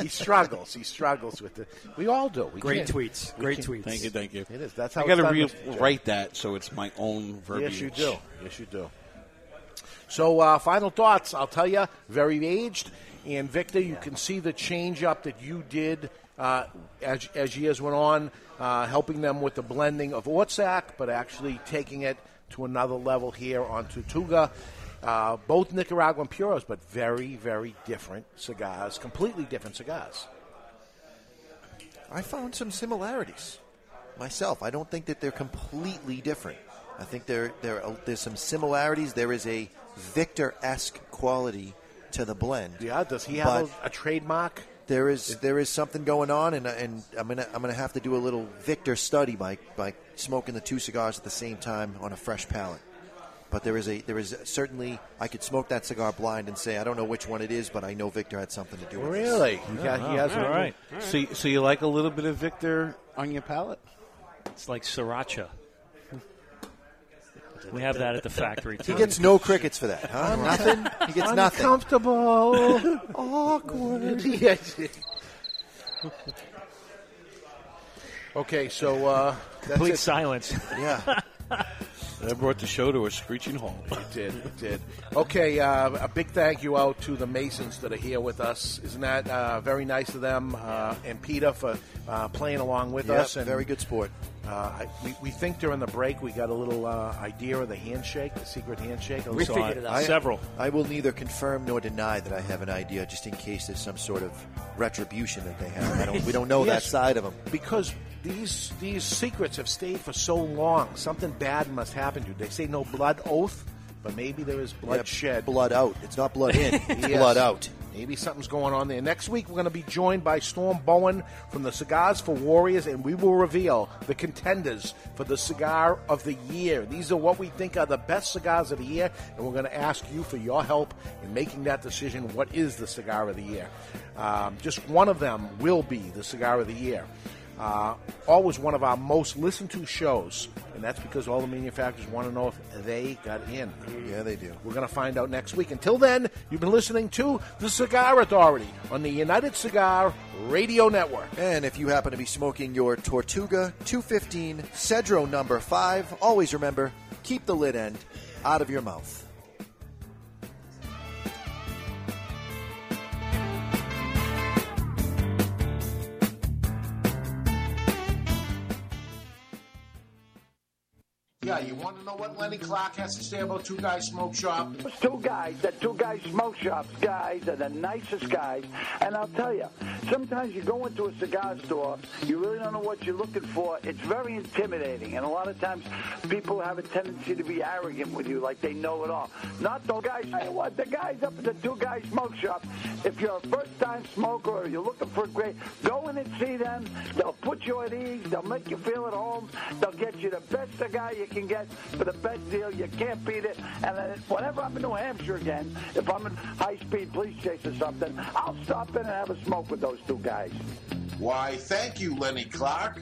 [SPEAKER 16] he struggles. He struggles with it. We all do. We
[SPEAKER 1] Great
[SPEAKER 16] can't-
[SPEAKER 1] tweets.
[SPEAKER 16] we
[SPEAKER 1] Great
[SPEAKER 16] can't-
[SPEAKER 1] tweets.
[SPEAKER 2] Thank you, thank you.
[SPEAKER 16] It is. That's how
[SPEAKER 2] I got
[SPEAKER 16] it's
[SPEAKER 2] to
[SPEAKER 16] done,
[SPEAKER 2] re-
[SPEAKER 16] Mr. Jones.
[SPEAKER 2] write that so it's my own verbiage.
[SPEAKER 16] Yes, you do. Yes, you do. So, uh, final thoughts. I'll tell you, very aged. And Victor, you can see the change up that you did uh, as, as years went on, uh, helping them with the blending of Ortsac, but actually taking it to another level here on Tutuga. Uh, both Nicaraguan puros, but very, very different cigars, completely different cigars.
[SPEAKER 17] I found some similarities myself. I don't think that they're completely different. I think there there uh, there's some similarities. There is a Victor esque quality to the blend.
[SPEAKER 16] Yeah, does he
[SPEAKER 17] But-
[SPEAKER 16] have a, a trademark?
[SPEAKER 17] There is there is something going on, and and I'm gonna I'm gonna have to do a little Victor study by by smoking the two cigars at the same time on a fresh palate. But there is a there is certainly I could smoke that cigar blind and say I don't know which one it is, but I know Victor had something to do with it.
[SPEAKER 16] Really? He, got, he has a-
[SPEAKER 2] So, y- so you like a little bit of Victor on your palate?
[SPEAKER 18] It's like sriracha. We have that at the factory too.
[SPEAKER 17] He gets no crickets for that, huh? nothing. He gets nothing.
[SPEAKER 16] Uncomfortable. Awkward. Yes. Okay, so uh, that's
[SPEAKER 18] Complete
[SPEAKER 16] it.
[SPEAKER 18] silence.
[SPEAKER 17] Yeah.
[SPEAKER 2] That brought the show to a screeching halt.
[SPEAKER 16] It did. It did. Okay, uh, a big thank you out to the Masons that are here with us. Isn't that uh, very nice of them? Uh, and Peter for uh, playing along with
[SPEAKER 17] Yep,
[SPEAKER 16] us. And,
[SPEAKER 17] very good sport.
[SPEAKER 16] Uh, I, we, we think during the break we got a little uh, idea of the handshake, the secret handshake.
[SPEAKER 17] We
[SPEAKER 16] So
[SPEAKER 17] figured
[SPEAKER 16] I-
[SPEAKER 17] it out. Several. I will neither confirm nor deny that I have an idea, just in case there's some sort of retribution that they have. I don't, we don't know that
[SPEAKER 16] Yes.
[SPEAKER 17] side of them.
[SPEAKER 16] because these these secrets have stayed for so long. Something bad must happen to you. They say no blood oath, but maybe there is blood
[SPEAKER 17] Yeah,
[SPEAKER 16] shed,
[SPEAKER 17] blood out. It's not blood in. It's
[SPEAKER 16] Yes.
[SPEAKER 17] blood out.
[SPEAKER 16] Maybe something's going on there. Next week, we're going to be joined by Storm Bowen from the Cigars for Warriors, and we will reveal the contenders for the cigar of the year. These are what we think are the best cigars of the year, and we're going to ask you for your help in making that decision. What is the cigar of the year? Um, just one of them will be the cigar of the year. Uh, always one of our most listened to shows, and that's because all the manufacturers want to know if they got in.
[SPEAKER 17] Yeah, they do.
[SPEAKER 16] We're going to find out next week. Until then, you've been listening to The Cigar Authority on the United Cigar Radio Network.
[SPEAKER 17] And if you happen to be smoking your Tortuga 215 Cedro number 5, always remember keep the lid end out of your mouth.
[SPEAKER 13] guy. You want to know what Lenny Clark has to say about Two Guys Smoke Shop?
[SPEAKER 15] Two guys, the two guys smoke shops guys are the nicest guys. And I'll tell you, sometimes you go into a cigar store, you really don't know what you're looking for. It's very intimidating, and a lot of times people have a tendency to be arrogant with you, like they know it all. Not the guys. I want the guys up at the two guys smoke shop. If you're a first-time smoker or you're looking for a great, go in and see them. They'll put you at ease. They'll make you feel at home. They'll get you the best cigar you can get for the best deal. You can't beat it. And uh, whenever I'm in New Hampshire again, if I'm in high-speed police chase or something, I'll stop in and have a smoke with those two guys.
[SPEAKER 13] Why, thank you, Lenny Clark.